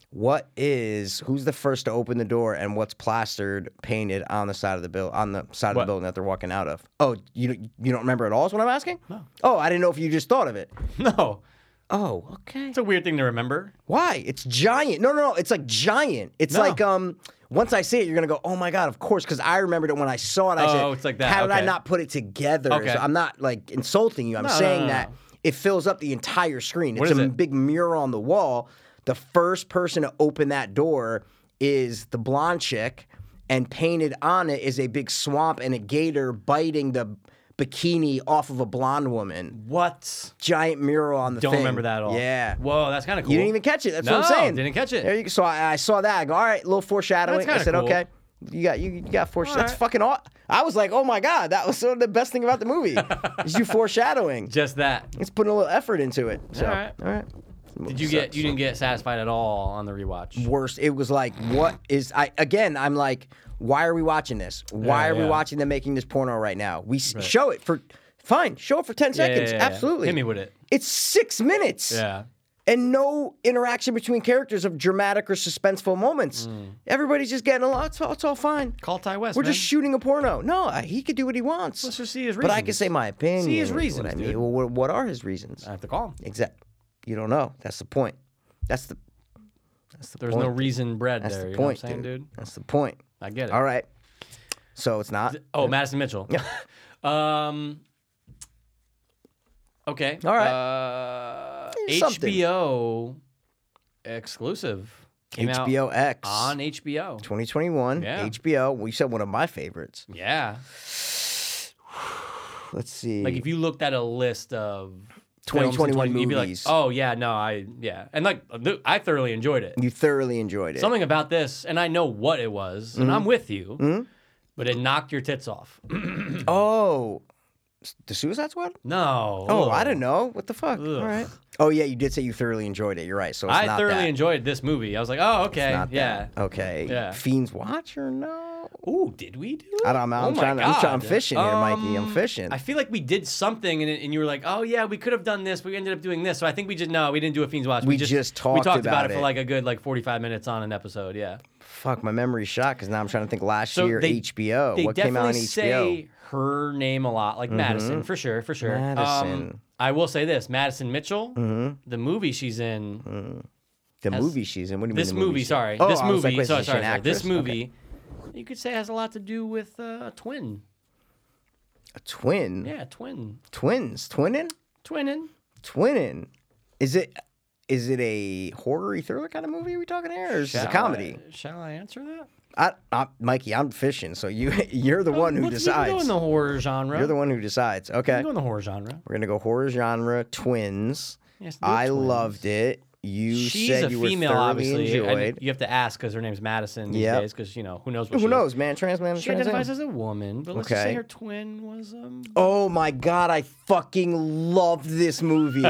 B: What is who's the first to open the door and what's plastered painted on the side of the bill on the side of
C: What?
B: the building that they're walking out of? Oh, you you don't remember at all is what I'm asking? No. Oh, I didn't know if you just thought of it.
C: No,
B: Oh, okay.
C: it's a weird thing to remember.
B: Why? It's giant. No, no, no. It's like giant. It's
C: No.
B: like um. once I see it, you're gonna go, "Oh my god, of course!" Because I remembered it when I saw it. I
C: Oh,
B: said,
C: it's like that.
B: How did I
C: Okay.
B: not put it together?
C: Okay.
B: So I'm not like insulting you. I'm
C: no,
B: saying
C: no, no.
B: that it fills up the entire screen.
C: What
B: it's
C: is
B: a
C: it?
B: big mirror on the wall. The first person to open that door is the blonde chick, and painted on it is a big swamp and a gator biting the bikini off of a blonde woman.
C: What?
B: Giant mural on the
C: Don't
B: thing.
C: remember that at all.
B: Yeah.
C: Whoa, that's kind of cool.
B: You didn't even catch it. That's
C: no,
B: what I'm saying.
C: Didn't catch it.
B: There you, so I, I saw that. I go, all right, little foreshadowing.
C: That's
B: I said,
C: kinda cool.
B: okay, you got you, you got foreshadowing. That's
C: right.
B: fucking aw I was like, oh my god, that was sort of the best thing about the movie. is you foreshadowing.
C: Just that.
B: It's putting a little effort into it. So,
C: All right.
B: all right.
C: Did you get? You didn't get satisfied at all on the rewatch.
B: worst? It was like, what is? I again, I'm like, why are we watching this? Why
C: Yeah,
B: are we
C: yeah.
B: watching them making this porno right now? We s show it for fine. Show it for ten seconds.
C: yeah, yeah.
B: Absolutely.
C: Hit me with it.
B: It's six minutes.
C: Yeah.
B: and no interaction between characters of dramatic or suspenseful moments. Everybody's just getting along. It's all, it's all fine.
C: Call Ty West.
B: We're
C: Hmm. man.
B: just shooting a porno. No, I, he could do what he wants.
C: Let's just see his
B: But I can
C: reasons.
B: say my opinion.
C: See his
B: is what
C: reasons,
B: I
C: dude. Uh,
B: mean, well, what, what are his reasons?
C: I have to call him.
B: Exact. You don't know. That's the point. That's the. That's the
C: There's
B: point.
C: no reason bread
B: That's
C: there.
B: the
C: you
B: point,
C: know what I'm saying,
B: dude.
C: dude?
B: That's the point.
C: I get it.
B: All right. So it's not.
C: Oh, Madison Mitchell. um. Okay.
B: All right.
C: Uh,
B: Eh, something.
C: HBO exclusive came out
B: HBO X.
C: on HBO.
B: 2021.
C: Yeah.
B: HBO. Well, you said one of my favorites.
C: Yeah.
B: Let's see.
C: Like if you looked at a list of films in
B: 2021
C: 20 you'd be like,
B: movies.
C: oh yeah, no, I yeah, and like th- I thoroughly enjoyed it.
B: you thoroughly enjoyed it.
C: Something about this, and I know what it was, and
B: Mm-hmm.
C: I'm with you, but it knocked your tits off.
B: Oh, s- the Suicide Squad?
C: no.
B: Oh, I don't know. What the fuck? All
C: Ugh.
B: right. Oh yeah, you did say you thoroughly enjoyed it. You're right. So it's
C: I
B: not
C: thoroughly
B: that.
C: enjoyed this movie. I was like, oh okay,
B: Not
C: yeah.
B: that. Okay.
C: Yeah.
B: Fiends Watch or no? Oh
C: Ooh, did we do? it? Oh
B: I don't know. I'm
C: my
B: trying to- I'm trying- I'm
C: God.
B: fishing here, Mikey. I'm
C: Um,
B: fishing.
C: I feel like we did something, and, it- and you were like, "Oh yeah, we could have done this. but We ended up doing this." So I think we just no, we didn't do a fiends watch.
B: We just talked
C: we talked about,
B: about
C: it
B: it.
C: for like a good like forty five minutes on an episode. Yeah,
B: Fuck, my memory's shot because now I'm trying to think. Last
C: So
B: year,
C: they-
B: HBO.
C: they
B: What
C: definitely
B: came out on HBO?
C: say her name a lot, like Madison for sure, for sure. Um,
B: Mm-hmm. Madison. Mm-hmm.
C: I will say this: Madison Mitchell, the movie she's in,
B: the movie she's in. What do you
C: this
B: mean? Mm-hmm. the
C: movie,
B: movie she's in?
C: sorry,
B: Oh,
C: this
B: I was
C: movie,
B: like, wait,
C: sorry,
B: is she an
C: sorry, sorry, this
B: actress? Okay.
C: movie, you could say has a lot to do with uh, a twin.
B: A twin.
C: Yeah, twin,
B: Twins. Twinning.
C: twinning.
B: Twinning. Is it? Is it a horror thriller kind of movie? Are we talking here, or is this a
C: Shall
B: comedy?
C: I- shall I answer that?
B: I, I, Mikey, I'm fishing, so you you're the one who
C: Let's- We can go
B: decides.
C: in the horror genre.
B: You're the one who decides.
C: We
B: Okay,
C: can go in the horror genre.
B: we're gonna go horror genre twins.
C: Yes, they're
B: I
C: twins.
B: loved it. You
C: She's
B: said
C: a
B: you
C: female,
B: were thoroughly
C: obviously. and
B: enjoyed.
C: you have to ask because her name's Madison these
B: Yep.
C: days. Because you know who knows what
B: Who
C: she
B: knows, man? Trans man,
C: Is. She
B: trans
C: identifies
B: man.
C: as a woman, but let's just say
B: Okay.
C: her twin was um.
B: Oh my god, I fucking love this movie.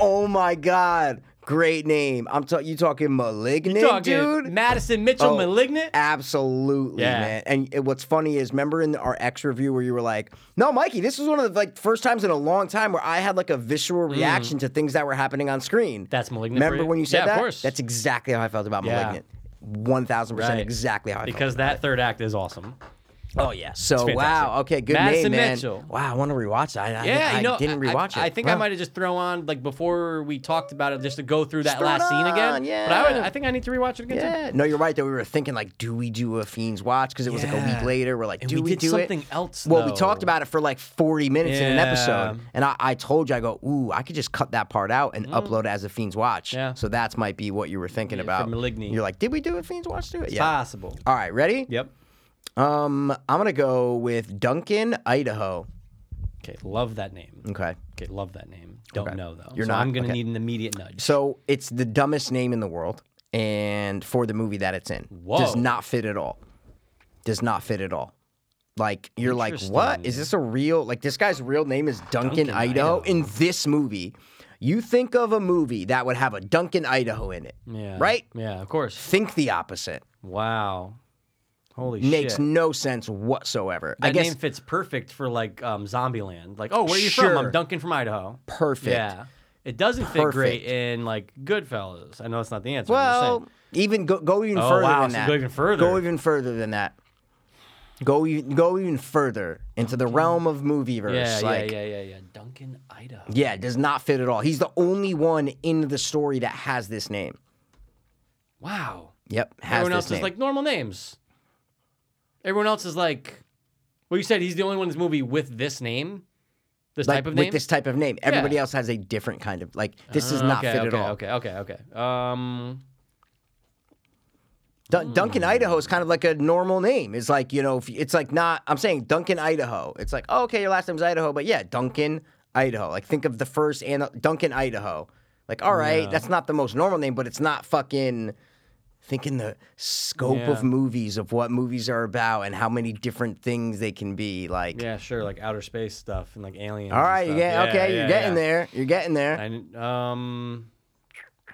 B: oh my god, great name. I'm ta- you talking malignant,
C: Talking
B: dude?
C: Madison Mitchell,
B: Oh.
C: malignant.
B: Absolutely,
C: Yeah.
B: man. And it- what's funny is, remember in our X review where you were like, "No, Mikey, this was one of the like first times in a long time where I had like a visceral reaction to things that were happening on screen."
C: That's malignant. Mm. for
B: remember
C: you.
B: when you said
C: yeah,
B: that?
C: Of course.
B: That's exactly how I felt about
C: Yeah.
B: malignant. One thousand percent,
C: Right.
B: exactly how I
C: because that third act is awesome.
B: felt. Oh yeah. So
C: fantastic.
B: wow. Okay. Good
C: Madison
B: name, man.
C: Mitchell.
B: Wow. I want to rewatch that. I, I-
C: Yeah,
B: I,
C: you know,
B: didn't rewatch
C: I,
B: it.
C: I think I
B: Wow.
C: might have just thrown on like before we talked about it, just to go through that
B: throw it
C: last scene
B: on,
C: again. But I, would,
B: yeah.
C: I think I need to rewatch it again. too.
B: Yeah. No, you're right. Though we were thinking like, do we do a Fiends watch? Because it was like a
C: Yeah.
B: week later. We're like,
C: And
B: do
C: we
B: we,
C: did
B: do
C: something
B: it?
C: else,
B: Well, we
C: though.
B: talked about it for like 40 minutes in an
C: Yeah.
B: episode, and I, I told you, I go, ooh, I could just cut that part out and upload it as a Fiends watch.
C: Mm. Yeah.
B: So that's might be what you were thinking
C: Yeah, for
B: about.
C: Malignant.
B: You're like, did we do a Fiends watch? Do it? Yeah.
C: Possible.
B: All right. Ready?
C: Yep.
B: Um, I'm gonna go with Duncan, Idaho.
C: Okay, love that name.
B: Okay.
C: Okay, love that name. Don't know though.
B: You're
C: so
B: not?
C: I'm gonna
B: Okay.
C: need an immediate nudge.
B: So it's the dumbest name in the world, and for the movie that it's in, does
C: Whoa.
B: not fit at all. Does not fit at all. Like you're like, what is this a real? Like this guy's real name is Duncan, Idaho, in this movie. You think of a movie that would have a Duncan Idaho in it,
C: Yeah.
B: right?
C: Yeah, of course.
B: Think the opposite.
C: Wow. Holy
B: Makes
C: shit.
B: no sense whatsoever.
C: That
B: I guess
C: name fits perfect for like um, Zombieland. Like, oh, where are you from?
B: Sure.
C: I'm Duncan from Idaho.
B: perfect.
C: Yeah. It doesn't fit great in like Goodfellas. I know it's not the answer. I'm just
B: Well,
C: saying.
B: even go, go even
C: Oh,
B: further
C: wow,
B: than
C: so
B: that.
C: go even further.
B: Go even further than that. Go even, go even further into the realm of movieverse.
C: yeah,
B: like,
C: yeah, yeah, yeah, yeah. Duncan, Idaho.
B: yeah, it does not fit at all. He's the only one in the story that has this name.
C: Wow.
B: Yep. Has
C: Everyone
B: this
C: else is
B: name.
C: like normal names. Everyone else is like, well, you said he's the only one in this movie with this name, this
B: Like,
C: type of
B: with
C: name.
B: this type of name. Everybody
C: Yeah.
B: else has a different kind of like. This is not
C: okay,
B: fit
C: okay,
B: at all.
C: Okay, okay, okay. Um, Hmm.
B: Dun- Duncan, Idaho is kind of like a normal name. It's like you know, if, it's like not. I'm saying Duncan, Idaho. It's like oh, okay, your last name's Idaho, but yeah, Duncan, Idaho. Like think of the first and Duncan, Idaho. Like all right, that's not the most normal name, but it's not fucking. Think in the scope
C: Yeah.
B: of movies of what movies are about and how many different things they can be. Like
C: yeah, sure, like outer space stuff and like aliens.
B: all right, you get okay, you're getting there,
C: there.
B: you're getting there.
C: And um,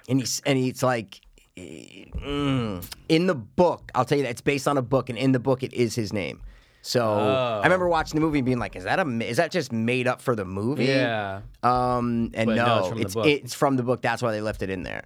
B: and he's and he's like mm. in the book i'll tell you that it's based on a book and in the book it is his name so
C: Oh.
B: i remember watching the movie and being like is that a is that just made up for the movie
C: yeah,
B: um and
C: But no,
B: no,
C: it's from the
B: it's
C: book.
B: it's from the book that's why they left it in there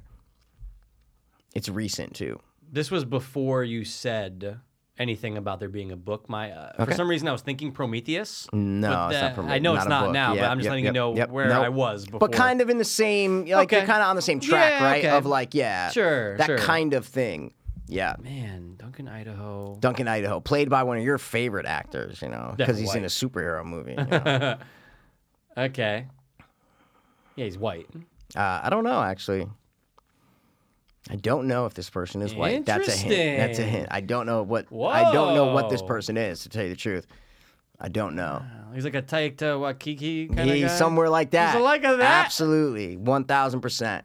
B: it's recent too
C: this was before you said anything about there being a book. My uh, for
B: Okay.
C: some reason I was thinking Prometheus.
B: No,
C: but
B: it's not
C: that-
B: Prometheus,
C: I know
B: not
C: it's
B: a
C: not
B: book.
C: now,
B: Yep,
C: but I'm just
B: yep,
C: letting
B: yep,
C: you know
B: yep,
C: where
B: nope.
C: I was before.
B: but kind of in the same like
C: Okay.
B: you're kind of on the same track
C: Yeah,
B: right
C: okay.
B: of like yeah
C: Sure,
B: that
C: sure.
B: kind of thing yeah
C: man, Duncan, Idaho.
B: Duncan Idaho, played by one of your favorite actors, you know, because he's in a
C: White.
B: superhero movie. you know.
C: Okay. Yeah, he's white.
B: Uh, I don't know, actually. I don't know if this person is white. That's a hint. That's a hint. I don't know what. I don't know what this
C: Whoa.
B: person is. To tell you the truth, I don't know.
C: Uh, He's like a Taika Waikiki kind of
B: He's
C: guy.
B: somewhere like that.
C: like a that?
B: Absolutely, one thousand percent.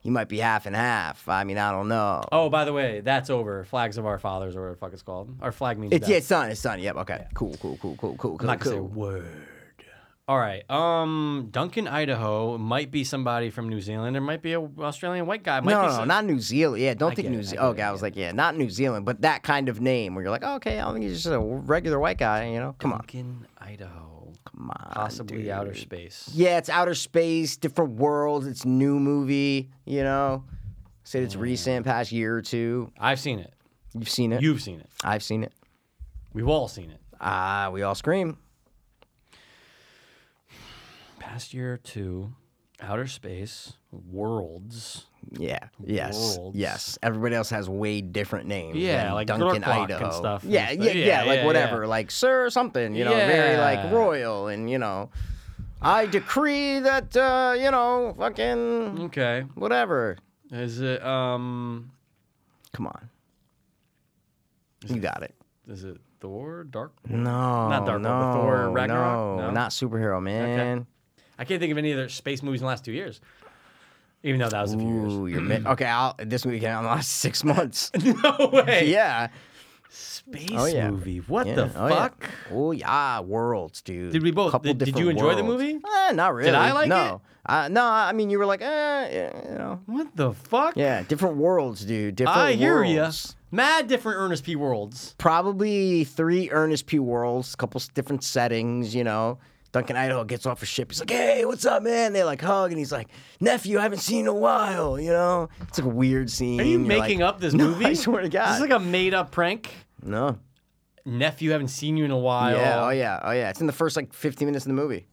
B: He might be half and half. I mean, I don't know.
C: Oh, by the way, that's over. Flags of Our Fathers, or whatever the fuck it's called. Our flag means
B: it's
C: death.
B: yeah, it's done. It's done. Yep. Okay. Cool. Cool. Cool. Cool. Cool.
C: I'm
B: Cool.
C: not gonna say a
B: Cool.
C: word. All right. Um, Duncan, Idaho might be somebody from New Zealand. There might be an Australian white guy. Might
B: No,
C: be
B: no, no,
C: some-
B: not New Zealand. Yeah, don't think
C: get
B: New
C: it, I
B: Zealand.
C: get
B: Okay,
C: it,
B: I was like, yeah, not New Zealand, but that kind of name where you're like, oh, okay, I think he's just a regular white guy. You know, come on,
C: Duncan, Idaho.
B: come on,
C: Possibly
B: dude.
C: outer space.
B: Yeah, it's outer space, different worlds. It's new movie. You know, said
C: Mm.
B: it's recent, past year or two.
C: I've seen it.
B: You've seen it.
C: You've seen it.
B: I've seen it.
C: We've all seen it.
B: Ah, we all scream.
C: Past year or two, outer space, worlds.
B: Yeah. Yes.
C: Worlds.
B: Yes. Everybody else has way different names.
C: Yeah,
B: than
C: like
B: Duncan
C: Glorklok and
B: Idaho
C: stuff and
B: Yeah,
C: stuff.
B: yeah,
C: Yeah,
B: yeah, Like
C: yeah,
B: whatever.
C: yeah.
B: Like sir something. You know, very
C: Yeah.
B: like royal and you know, I decree that uh, you know fucking
C: Okay.
B: whatever.
C: Is it um
B: Come on. You got it.
C: is it Thor? Dark?
B: No,
C: Dark World,
B: no,
C: but Thor Ragnarok?
B: No,
C: No?
B: not superhero man.
C: I can't think of any other space movies in the last two years. Even though that was a few years.
B: Ooh, you're mi- okay. I'll, this weekend I'm last six months.
C: No way.
B: yeah.
C: Space
B: Oh, yeah.
C: movie. What
B: Yeah.
C: the
B: oh,
C: fuck?
B: Yeah. Oh yeah, worlds, dude.
C: Did we both- did- did
B: different
C: you enjoy the movie?
B: Eh, not really.
C: I like
B: no. Uh, no, I mean you were like, eh, yeah, you know,
C: What the fuck?
B: yeah, different worlds, dude. Different.
C: I hear ya.
B: worlds.
C: Mad different Ernest P. Worlds.
B: Probably three Ernest P. Worlds, a couple s- different settings, you know. Duncan Idaho gets off a ship. He's like, "Hey, what's up, man?" They like hug, and he's like, "Nephew, I haven't seen you in a while." You know, it's like a weird scene.
C: Are you
B: You're
C: making
B: like,
C: up this
B: "No,
C: movie?
B: I swear to God,
C: Is this like a made up prank?
B: no.
C: Nephew, haven't seen you in a while.
B: Yeah, oh yeah, oh yeah. It's in the first like 15 minutes of the movie.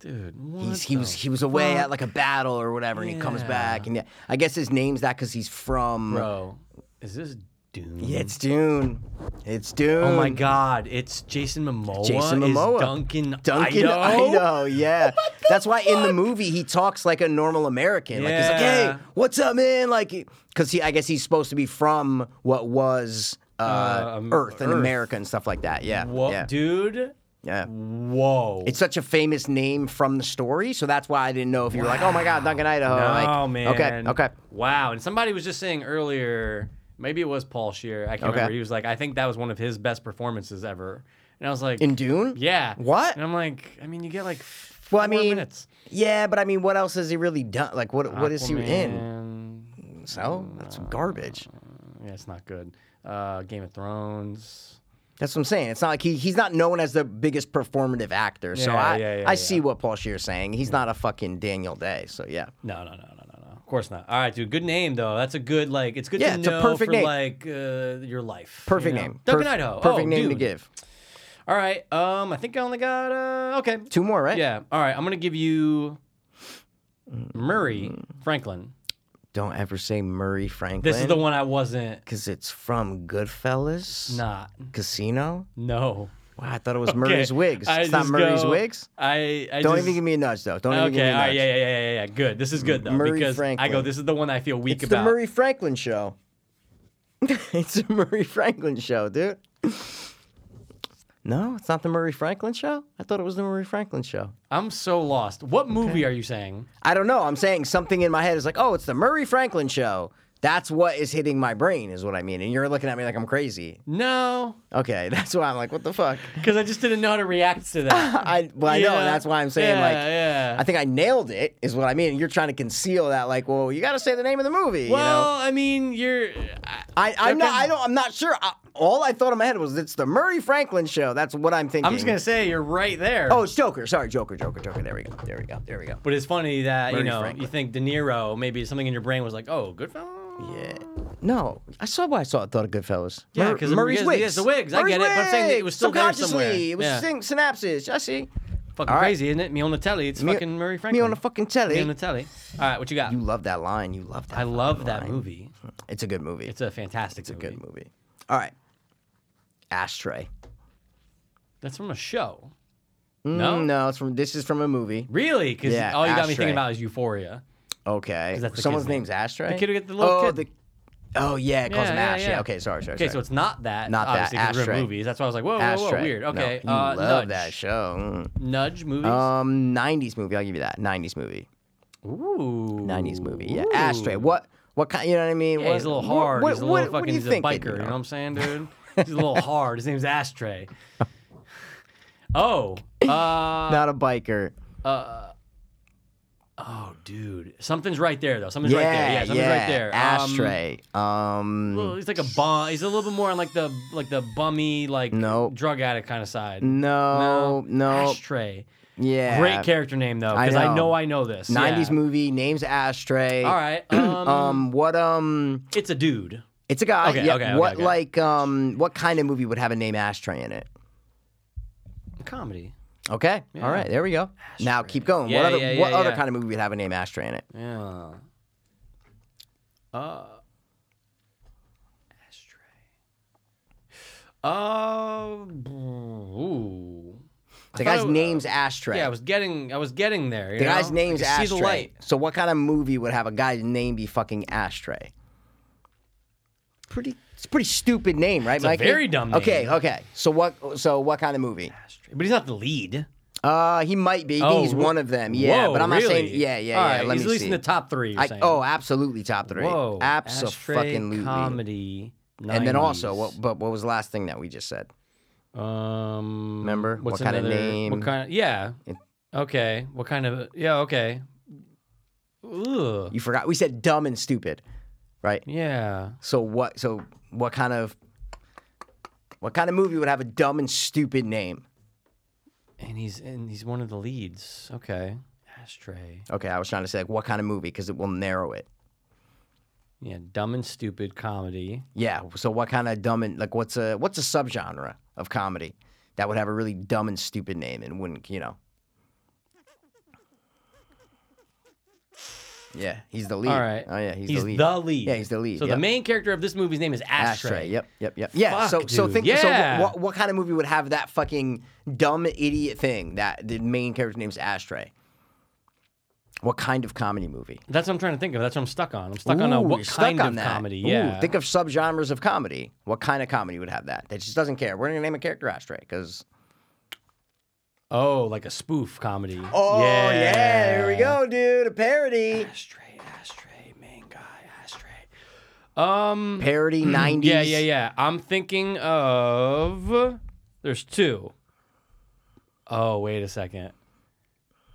C: Dude, what
B: He's, he
C: the
B: was he was away
C: fuck?
B: at like a battle or whatever, and he comes back, and yeah, I guess his name's that because he's from.
C: Bro, is this Dune?
B: Yeah, it's Dune. It's Dune.
C: Oh my God! It's Jason Momoa.
B: Jason Momoa.
C: Is Duncan.
B: Duncan
C: Idaho.
B: Idaho, yeah. That's why in the movie he talks like a normal American. Like he's like,
C: Yeah.
B: "Hey, what's up, man?" Like, because he, I guess he's supposed to be from what was uh,
C: um,
B: Earth and
C: Earth.
B: America and stuff like that. Yeah,
C: Whoa,
B: yeah,
C: dude.
B: yeah.
C: Whoa.
B: It's such a famous name from the story, so that's why I didn't know if you were like, "Oh my God, Duncan Idaho."
C: oh
B: like,
C: man.
B: Okay, okay.
C: Wow. And somebody was just saying earlier, maybe it was Paul Shear. I can't
B: Okay.
C: remember. He was like, I think that was one of his best performances ever. And I was like,
B: In Dune?
C: yeah.
B: What?
C: And I'm like, I mean, you get like. f-
B: Well, I
C: four
B: mean,
C: minutes.
B: Yeah, but I mean, what else has he really done? Like, what what is he in?
C: Aquaman.
B: So that's garbage.
C: Yeah, it's not good. Uh, Game of Thrones.
B: That's what I'm saying. It's not like he, he's not known as the biggest performative actor. so
C: Yeah,
B: I
C: yeah, yeah,
B: I
C: yeah.
B: see what Paul Shear's saying. He's not a fucking Daniel Day. So yeah,
C: No, no, no, no, no, no. Of course not. All right, dude. Good name though. That's a good like. It's good
B: Yeah,
C: to
B: it's a
C: know
B: perfect
C: for
B: name.
C: like uh, your life. you
B: perfect
C: know?
B: name.
C: Duncan
B: Perf-
C: Idaho.
B: Perfect
C: Oh,
B: name to
C: dude.
B: give.
C: All right. Um, I think I only got uh. Okay.
B: Two more, right? Mm.
C: Yeah. All right. I'm gonna give you Murray Franklin.
B: Don't ever say Murray Franklin.
C: This is the one I wasn't
B: Because it's from Goodfellas
C: not.
B: Casino.
C: No.
B: Wow, I thought it was Murray's Wigs.
C: I
B: It's not
C: just
B: Murray's
C: go-
B: Wigs.
C: I, I
B: Don't
C: just,
B: even give me a nudge, though. Don't even give me
C: Okay,
B: a
C: all
B: nudge.
C: right, yeah, yeah, yeah, yeah, yeah. Good. This is good though
B: Murray
C: because I go.
B: Franklin.
C: This is the one I feel weak
B: It's the
C: about.
B: Murray Franklin show. it's the Murray Franklin show, dude. No, it's not the Murray Franklin show. I thought it was the Murray Franklin show.
C: I'm so lost. What movie are you saying?
B: I don't know. I'm saying something in my head is like, oh, it's the Murray Franklin show. That's what is hitting my brain, is what I mean. And you're looking at me like I'm crazy.
C: No,
B: Okay, that's why I'm like, what the fuck?
C: because I just didn't know how to react to that.
B: I well, I know,
C: Yeah,
B: and that's why I'm saying
C: yeah,
B: like,
C: yeah.
B: I think I nailed it, is what I mean. You're trying to conceal that, like, well, you got to say the name of the movie. you know?
C: well, I mean, you're. I-
B: I, I'm not.
C: Okay.
B: I don't. I'm not sure. I, all I thought in my head was it's the Murray Franklin show. That's what I'm thinking.
C: I'm just gonna say you're right there.
B: Oh, it's Joker. Sorry, Joker. Joker. Joker. There we go. There we go. There we go.
C: But it's funny that you
B: Murray
C: know
B: Franklin.
C: you think De Niro maybe something in your brain was like, oh, Goodfellas.
B: Yeah. No, I saw why I saw. I thought of Goodfellas.
C: Yeah,
B: Mur-
C: 'cause it-
B: Murray's
C: yes,
B: wigs.
C: yes, the wigs. I get it, but I'm saying that it was still there
B: subconsciously.
C: somewhere.
B: It was
C: Yeah.
B: syn- synapses. I see.
C: Fucking
B: All right.
C: crazy, isn't it? Me on the telly. It's
B: Me-
C: fucking Murray Franklin.
B: Me on the fucking
C: Me
B: telly.
C: on the telly. All right, what you got?
B: you love that line. You love that.
C: I love that
B: line.
C: movie.
B: It's a good movie.
C: It's a fantastic
B: a
C: movie.
B: good movie. All right. Ashtray.
C: That's from a show.
B: Mm,
C: No?
B: no, it's from. This is from a movie.
C: Really? Because
B: Yeah,
C: all you got me
B: Ashtray.
C: thinking about is Euphoria.
B: Okay.
C: that's the
B: Someone's
C: kid's name.
B: name's Ashtray.
C: The kid who get the little
B: oh,
C: kid.
B: The, oh yeah, it calls
C: Yeah,
B: him
C: yeah,
B: Ash. Yeah.
C: yeah.
B: Okay, sorry, sorry.
C: Okay,
B: sorry.
C: so it's not that.
B: Not that,
C: obviously, 'cause we're
B: Ashtray.
C: movies. That's why I was like, whoa, whoa, whoa,
B: Ashtray.
C: weird.
B: No,
C: Okay,
B: you
C: uh,
B: love
C: nudge.
B: that show.
C: Nudge movies.
B: Mm. Um, '90s movie. I'll give you that. '90s movie.
C: Ooh,
B: '90s movie. Yeah.
C: Ooh.
B: Ashtray. What? What kind? You know what I mean?
C: Yeah,
B: what,
C: he's a little
B: what-
C: hard.
B: What,
C: he's a little
B: what,
C: fucking.
B: what are you
C: he's
B: thinking?
C: a biker. You know? what I'm saying, dude? he's a little hard. His name's Ashtray. Oh, uh,
B: Not a biker.
C: oh, dude, something's right there though. Something's
B: Yeah,
C: right there. Yeah, something's
B: yeah.
C: right there. Um,
B: Ashtray. Um,
C: well, he's like a bum. He's a little bit more on like the like the bummy like
B: Nope.
C: drug addict kind of side.
B: no, no.
C: Ashtray.
B: yeah.
C: Great character name though,
B: I
C: because I,
B: know.
C: know I know this.
B: '90s
C: yeah.
B: movie. Name's Ashtray.
C: All right. Um,
B: Um, what? Um,
C: it's a dude.
B: it's a guy.
C: Okay,
B: yeah,
C: okay, okay,
B: what
C: okay.
B: like? Um, what kind of movie would have a name Ashtray in it?
C: Comedy.
B: Okay. All right. There we go. Now keep going.
C: Yeah,
B: what other,
C: yeah,
B: what
C: yeah,
B: other
C: yeah.
B: kind of movie would have a name Ashtray in it?
C: Yeah. Uh. Ashtray. Uh. b- Ooh. I
B: The
C: thought
B: guy's
C: it-
B: name's Ashtray.
C: Yeah, I was getting. I was getting there. you
B: the guy's
C: know? I
B: name's
C: could
B: Ashtray.
C: See the light.
B: So what kind of movie would have a guy's name be fucking Ashtray? Pretty. It's a pretty stupid name, right,
C: a
B: Mike?
C: very dumb name.
B: Okay. Okay. So what? So what kind of movie?
C: Ashtray. But he's not the lead.
B: Uh, he might be. I think
C: Oh,
B: he's
C: re-
B: one of them. Yeah,
C: Whoa,
B: but I'm not saying.
C: really?
B: Yeah, yeah,
C: All
B: yeah.
C: right,
B: Let
C: he's
B: me
C: at least
B: see.
C: in the top three. You're
B: I,
C: saying.
B: oh, absolutely, top three.
C: Whoa.
B: absolutely.
C: Ashtray, Comedy.
B: And then also,
C: 90s.
B: what? But what was the last thing that we just said?
C: Um,
B: Remember? What kinda
C: another-
B: name?
C: What kind of? Yeah.
B: It-
C: Okay. What kind of? Yeah. Okay. Ugh.
B: You forgot. We said dumb and stupid, right?
C: Yeah.
B: So what? So what kind of what kind of movie would have a dumb and stupid name?
C: And he's and he's one of the leads. Okay. Ashtray.
B: Okay, I was trying to say like what kind of movie because it will narrow it.
C: Yeah. Dumb and stupid comedy.
B: Yeah. So what kind of dumb and like what's a what's a subgenre of comedy that would have a really dumb and stupid name and wouldn't you know? Yeah, he's the lead.
C: All right.
B: Oh yeah, he's,
C: he's
B: the lead. Yeah, he's the lead.
C: So
B: yep.
C: the main character of this movie's name is Ashtray.
B: Ashtray. Yep, yep, yep. Yeah.
C: Fuck,
B: so, so
C: dude.
B: think.
C: Yeah.
B: So, what, what kind of movie would have that fucking dumb idiot thing that the main character's name's Ashtray? What kind of comedy movie?
C: That's what I'm trying to think of. That's what I'm stuck on. I'm stuck on a
B: Ooh,
C: what
B: you're stuck
C: kind
B: on
C: of
B: that.
C: comedy.
B: Ooh,
C: Yeah.
B: think of subgenres of comedy. What kind of comedy would have that? That just doesn't care. We're gonna name a character Ashtray because.
C: oh, like a spoof comedy.
B: Oh yeah. There we go, dude. A parody.
C: Ashtray. Ashtray. Main guy. Ashtray. Um.
B: Parody '90s.
C: Yeah, yeah, yeah. I'm thinking of. There's two. Oh, wait a second.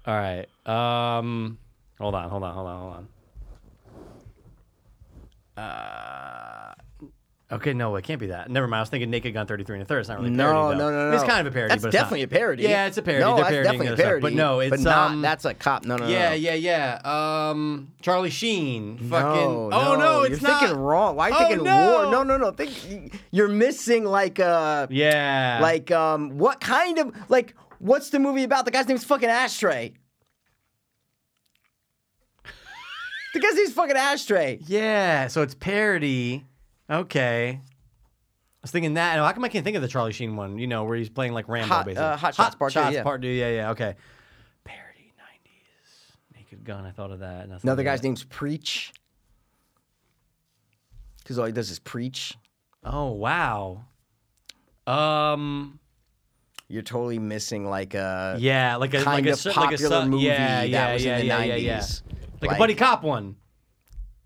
C: All right. Um, hold on, hold on, hold on, hold on. Uh, okay, no, it can't be that. Never mind. I was thinking Naked Gun 33 and a third. It's not really a
B: No, no,
C: parody. though.
B: no, no.
C: It's kind of a parody.
B: That's
C: but it's not.
B: definitely a parody.
C: Yeah, it's a parody.
B: No,
C: They're
B: that's
C: parodying
B: definitely a
C: other stuff.
B: parody.
C: But no, it's
B: but not.
C: um,
B: that's a cop. No, no, no,
C: yeah,
B: no.
C: yeah, yeah. Um, Charlie Sheen. Fucking.
B: No,
C: oh no,
B: no,
C: it's
B: you're
C: not.
B: thinking wrong. Why are you
C: Oh,
B: thinking war?
C: no.
B: No, no, no. Think you're missing like uh
C: Yeah.
B: like um what kind of like what's the movie about? The guy's name's fucking Ashtray. the because he's fucking ashtray.
C: Yeah, so it's parody. Okay. I was thinking that. and How come I can't think of the Charlie Sheen one? You know, where he's playing like Rambo,
B: Hot-
C: basically.
B: uh, Hot Shots Part Two,
C: Shots
B: yeah.
C: Part Two. Yeah, yeah. Okay. Parody '90s. Naked Gun. I thought of that. and I thought
B: Another
C: of
B: guy's
C: that.
B: name's Preach. Because all he does is preach.
C: Oh wow. Um.
B: You're totally missing like uh, a
C: Yeah, like a
B: kind
C: like a
B: of
C: su- like a
B: popular
C: su-
B: movie
C: yeah,
B: that
C: yeah,
B: was
C: yeah,
B: in the
C: yeah, yeah,
B: 90s.
C: yeah. Like,
B: Like-
C: a buddy cop one,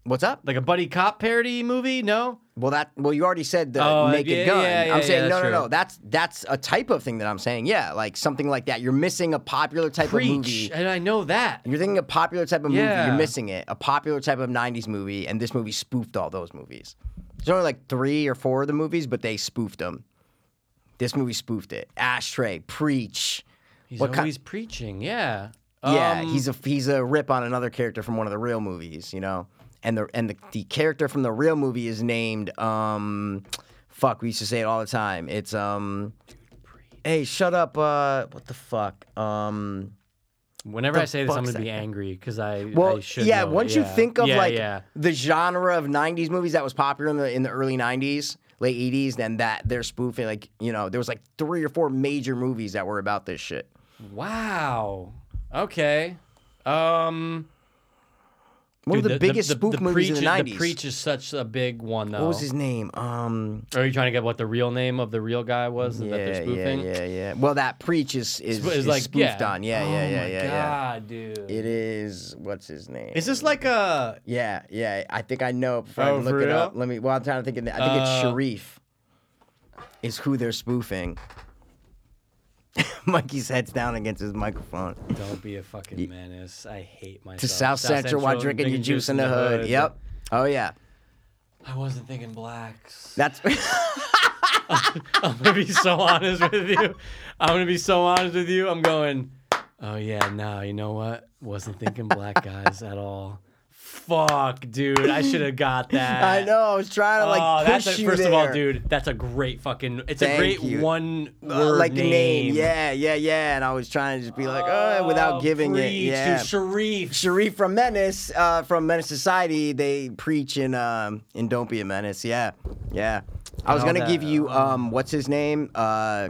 B: What's up?
C: like a buddy cop parody movie. No.
B: Well, that well, you already said the
C: Oh,
B: naked
C: yeah,
B: gun.
C: yeah, yeah,
B: I'm
C: yeah,
B: saying no,
C: that's
B: no, no.
C: true.
B: That's that's a type of thing that I'm saying. Yeah, like something like that. You're missing a popular type of
C: Preach,
B: movie.
C: and I know that.
B: You're thinking a popular type of movie.
C: Yeah.
B: You're missing it. A popular type of '90s movie, and this movie spoofed all those movies. There's only like three or four of the movies, but they spoofed them. This movie spoofed it. Ashtray, Preach.
C: He's
B: What kind-
C: always preaching. Yeah.
B: Yeah,
C: Um,
B: he's a he's a rip on another character from one of the real movies, you know. And the and the, the character from the real movie is named um fuck, we used to say it all the time. It's um Hey, shut up uh what the fuck? Um
C: Whenever
B: The
C: I say this, I'm
B: fuck's
C: gonna be
B: that?
C: angry because I
B: well,
C: I should
B: yeah.
C: know it.
B: Once you
C: Yeah.
B: think of
C: Yeah,
B: like
C: yeah.
B: the genre of '90s movies that was popular in the in the early '90s, late '80s, then that they're spoofing. Like you know, there was like three or four major movies that were about this shit.
C: wow okay um
B: One of
C: dude,
B: the, biggest spoof movies in
C: Preach-
B: the '90s.
C: the preach oh. is such a big one though
B: what was his name? Um,
C: are you trying to get what the real name of the real guy was that they're spoofing
B: Yeah, yeah, yeah. Well, that preach is is,
C: It's
B: is
C: like
B: spoofed
C: yeah.
B: on. Yeah, yeah,
C: oh
B: yeah,
C: my
B: yeah, yeah.
C: god dude
B: It is. What's his name?
C: is this like a
B: Yeah, yeah. I think I know. Before I
C: Oh,
B: can look
C: for
B: it up.
C: real?
B: Let me. Well, I'm trying to think. Of, the- I think
C: Uh,
B: it's Sharif. Is who they're spoofing. Mikey's head's down against his microphone.
C: don't be a fucking menace i hate myself
B: To South, Central, while drinking your juice in the hood. Yep. Oh yeah.
C: i wasn't thinking blacks
B: That's.
C: I'm gonna be so honest with you. I'm gonna be so honest with you. I'm going. Oh yeah, no, you know what? Wasn't thinking black guys at all. Fuck, dude. I should have got that.
B: I know. I was trying to like
C: oh,
B: push
C: that's a,
B: you
C: first of all,
B: there.
C: dude. That's a great fucking. It's a
B: Thank
C: great
B: you.
C: one word
B: Uh, like the
C: name.
B: name. Yeah, yeah, yeah. And I was trying to just be like, oh, without giving
C: preach,
B: it. Yeah.
C: dude, Sharif.
B: Sharif from Menace, uh, from Menace Society, they preach in um, in Don't Be a Menace. Yeah, yeah. I was
C: all
B: gonna
C: that,
B: give you um, what's his name? Uh,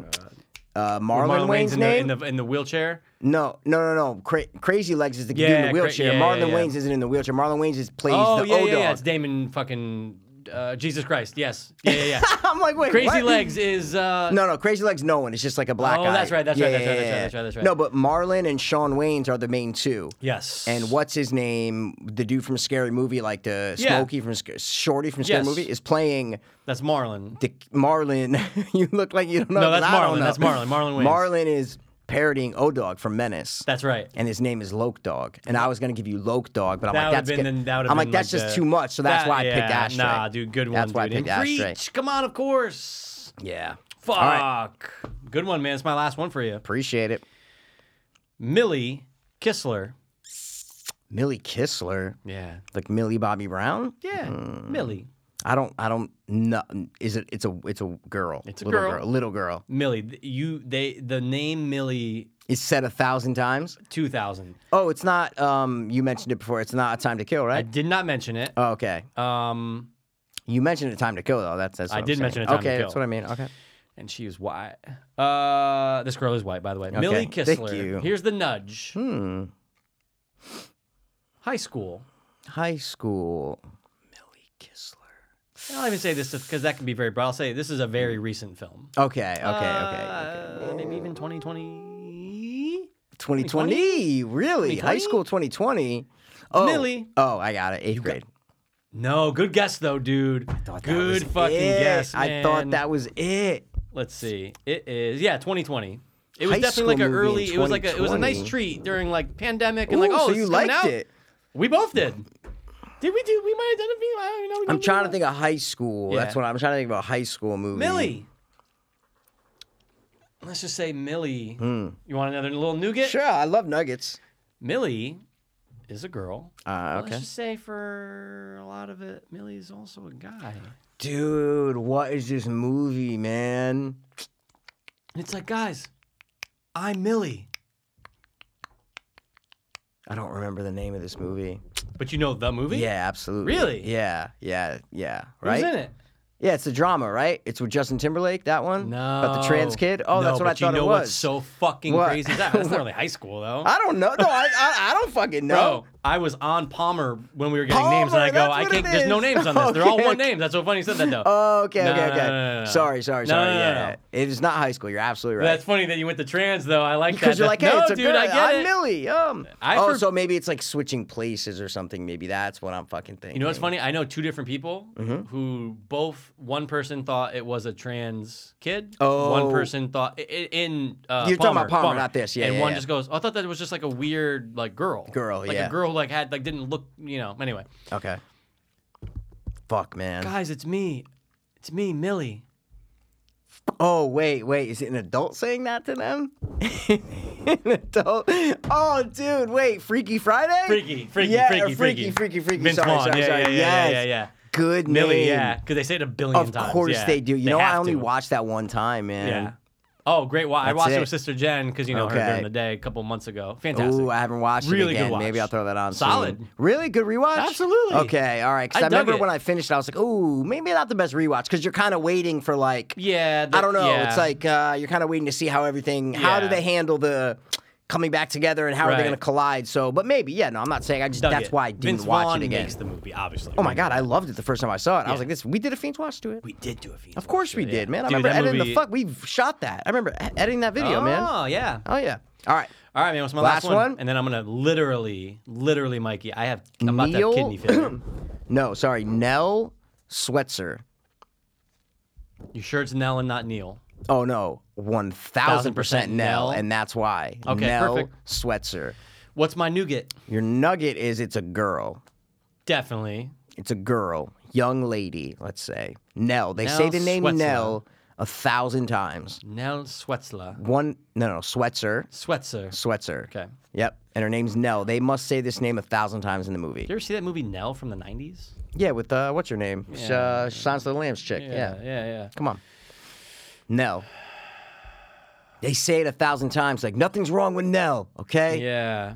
B: uh, Marlon,
C: Marlon
B: Wayne's,
C: in the,
B: name?
C: in the in the wheelchair.
B: No, no, no, no. Cra- Crazy Legs is the dude in
C: Yeah,
B: the
C: cra-
B: wheelchair.
C: yeah,
B: Marlon
C: yeah, yeah.
B: Wayne's isn't in the wheelchair. Marlon Wayne's is plays
C: Oh
B: the
C: yeah,
B: O
C: yeah, yeah. It's
B: dog.
C: Damon fucking uh, Jesus Christ. Yes. Yeah, yeah. yeah.
B: I'm like, wait,
C: Crazy
B: what?
C: Legs is uh,
B: No, no, Crazy Legs. No one. It's just like a black
C: Oh,
B: guy.
C: that's right, that's
B: Yeah,
C: right, that's
B: yeah,
C: right, that's
B: yeah,
C: right,
B: yeah.
C: that's right, that's right.
B: No, but Marlon and Sean Wayne's are the main two.
C: yes.
B: And what's his name? The dude from Scary Movie, like the
C: Yeah.
B: Smokey from Sc- Shorty from Scary
C: Yes.
B: Movie, is playing
C: That's Marlon.
B: the Marlin. you look like you don't know.
C: No,
B: 'cause
C: that's
B: I don't
C: Marlon.
B: know.
C: That's Marlon. Marlon Wayans.
B: Marlin is parodying O Dog from Menace.
C: That's right.
B: and his name is Loke Dog, and I was gonna give you Loke Dog, but I'm
C: That
B: like, that's
C: would've been-
B: good.
C: that would've
B: I'm
C: been
B: like, that's
C: like
B: just
C: the-
B: too much, so that's
C: That-
B: why I
C: yeah,
B: picked Ashtray.
C: Nah, dude, good one.
B: That's why I
C: dude.
B: picked
C: And
B: Ashtray.
C: Preach, come on, of course.
B: Yeah,
C: Fuck.
B: right.
C: Good one, man. It's my last one for you.
B: appreciate it.
C: Millie Kissler.
B: Millie Kissler,
C: Yeah.
B: like Millie Bobby Brown.
C: Yeah.
B: Hmm.
C: Millie.
B: I don't, I don't know. Is it? It's a, it's a girl.
C: It's a
B: little
C: girl.
B: Little girl.
C: Millie. th- You they the name Millie
B: It's said a thousand times.
C: two thousand.
B: Oh, it's not. Um, you mentioned it before. It's not a time to kill,
C: I
B: right?
C: did not mention it.
B: oh, okay.
C: Um
B: You mentioned a time to kill, though. That's that's. What
C: I
B: am
C: did
B: saying.
C: mention A Time to
B: okay,
C: Kill.
B: that's what I mean. Okay.
C: and she was white. Uh this girl is white, by the way. Millie Kissler.
B: Thank you.
C: Here's the nudge.
B: Hmm.
C: High school.
B: High school. Millie Kissler.
C: And I'll even say this because that can be very broad. I'll say this is a very recent film.
B: Okay. Okay. okay.
C: Uh, Maybe even 2020.
B: 2020. Really? High
C: 2020?
B: school 2020. Oh.
C: Millie.
B: Oh, I got it. Eighth grade.
C: No, good guess though, dude.
B: Thought that was
C: Good fucking
B: it.
C: guess.
B: I
C: man.
B: thought that was it.
C: Let's see. It is yeah, 2020. It was
B: High school
C: definitely like an
B: movie in
C: early. It was like a it was a nice
B: 2020.
C: treat during like pandemic and
B: Ooh,
C: like oh
B: so
C: this
B: you
C: is coming
B: liked
C: out.
B: it.
C: We both did. Did we do? We might have done it. I don't even know. We
B: I'm
C: did
B: trying to
C: it.
B: think of high school.
C: Yeah.
B: That's what I'm trying to think about. High school movie.
C: Millie. Let's just say Millie. You want another little nougat?
B: Hmm. Sure. I love nuggets.
C: Millie is a girl.
B: Uh,
C: Let's
B: okay.
C: Oh, just say for a lot of it, Millie is also a guy.
B: Dude, what is this movie, man?
C: And it's like, guys, I'm Millie.
B: I don't remember the name of this movie.
C: But you know the movie?
B: Yeah, absolutely.
C: Really?
B: Yeah, yeah, yeah.
C: Who's
B: Right?
C: in it?
B: Yeah, it's a drama, right? It's with Justin Timberlake, that one?
C: No.
B: About the trans kid? Oh, that's
C: No,
B: what I
C: but
B: thought
C: you know
B: it was.
C: What's so fucking
B: What?
C: crazy is that? That's not really high school though.
B: I don't know. No, I, I, I don't fucking know.
C: Bro, I was on Palmer when we were getting names, and
B: Palmer,
C: I go,
B: that's
C: I
B: what
C: can't.
B: it
C: There's no
B: is.
C: names on this. They're all
B: Okay,
C: one
B: okay.
C: names. That's so funny you said that though.
B: Oh, okay,
C: No,
B: okay,
C: no,
B: okay.
C: no, no, no.
B: Sorry, sorry,
C: No,
B: sorry.
C: no, no,
B: yeah,
C: no, no.
B: yeah. It is not high school. You're absolutely right.
C: That's funny that you went to trans though. I like that.
B: because you're like, hey,
C: no,
B: it's a
C: dude,
B: girl.
C: I get
B: I'm
C: it.
B: Millie. Um,
C: I
B: oh,
C: for-
B: so maybe it's like switching places or something. Maybe that's what I'm fucking thinking.
C: You know what's funny? I know two different people
B: Mm-hmm.
C: who both one person thought it was a trans kid.
B: Oh.
C: One person thought i- i- in uh,
B: You're talking about Palmer,
C: Palmer,
B: not this. Yeah,
C: And
B: yeah,
C: one
B: yeah.
C: just goes, "Oh, I thought that was just like a weird like girl,
B: Girl,
C: like
B: yeah.
C: a girl who like had like didn't look, you know. Anyway,
B: Okay. Fuck, man.
C: guys, it's me, it's me, Millie.
B: Oh wait, wait. Is it an adult saying that to them? an adult. Oh, dude, wait. Freaky Friday.
C: Freaky, freaky,
B: yeah,
C: freaky,
B: or freaky, freaky, freaky.
C: Vince
B: sorry,
C: Vaughn,
B: sorry,
C: yeah,
B: sorry.
C: yeah, yeah,
B: yes.
C: yeah, yeah, yeah.
B: Good
C: Millie,
B: name.
C: yeah, because they say it a billion
B: Of
C: times.
B: course
C: yeah.
B: they do. You
C: They
B: know, I
C: have
B: only
C: to.
B: watched that one time, man.
C: Yeah. Oh, great! Wa- I
B: That's
C: watched it.
B: it.
C: with Sister Jen because you know her
B: Okay.
C: during the day a couple months ago. Fantastic.
B: Ooh, I haven't watched
C: Really
B: it
C: good
B: again.
C: watch.
B: Maybe I'll throw that on. soon.
C: Solid.
B: Really good rewatch.
C: Absolutely.
B: Okay. All right. Because
C: I
B: I,
C: dug
B: remember
C: it.
B: when I finished, I was like, "Ooh, maybe not the best rewatch." Because you're kind of waiting for like,
C: yeah,
B: I don't know.
C: yeah.
B: It's like uh, you're kind of waiting to see how everything. How do
C: Yeah.
B: they handle the coming back together and how are they
C: Right.
B: going to collide? So, but maybe, yeah. No, I'm not saying. I just
C: Dug
B: that's
C: it.
B: why I didn't
C: Vince
B: watch
C: Vaughn
B: it again.
C: Makes the movie, obviously.
B: oh my god, I loved it the first time I saw it. I was
C: Yeah.
B: like, "This, we did a fiend's watch to it."
C: we did do a few.
B: of course we did, man. I
C: Dude,
B: remember
C: that
B: editing
C: movie-
B: the fuck. We shot that. I remember e- editing that video,
C: oh,
B: man.
C: yeah.
B: Oh yeah. All right.
C: All right, man. What's my
B: Last
C: last,
B: one?
C: And then I'm gonna literally, literally, Mikey. I have. I'm about
B: Neil-
C: to have kidney failure.
B: No, sorry, Nell Swetzer.
C: you sure it's Nell and not Neil?
B: Oh no, one thousand percent Nell,
C: Nell.
B: and that's why
C: Okay,
B: Nell
C: perfect.
B: Swetzer.
C: What's my nougat?
B: Your nugget is it's a girl.
C: Definitely.
B: It's a girl, young lady. Let's say Nell. They
C: Nell
B: say the name
C: Swetzer.
B: Nell a thousand times.
C: Nell Swetzler.
B: One, no, no, Swetzer,
C: Swetzer. Do
B: Swetzer.
C: Okay.
B: Yep, and her name's Nell. They must say this name a thousand times in the movie.
C: you ever see that movie Nell from the 90s?
B: Yeah, with uh, what's her name? Sh- Uh, Silence of the Lambs chick.
C: yeah, yeah.
B: Come on. Nell. They say it a thousand times, like nothing's wrong with Nell, okay?
C: Yeah.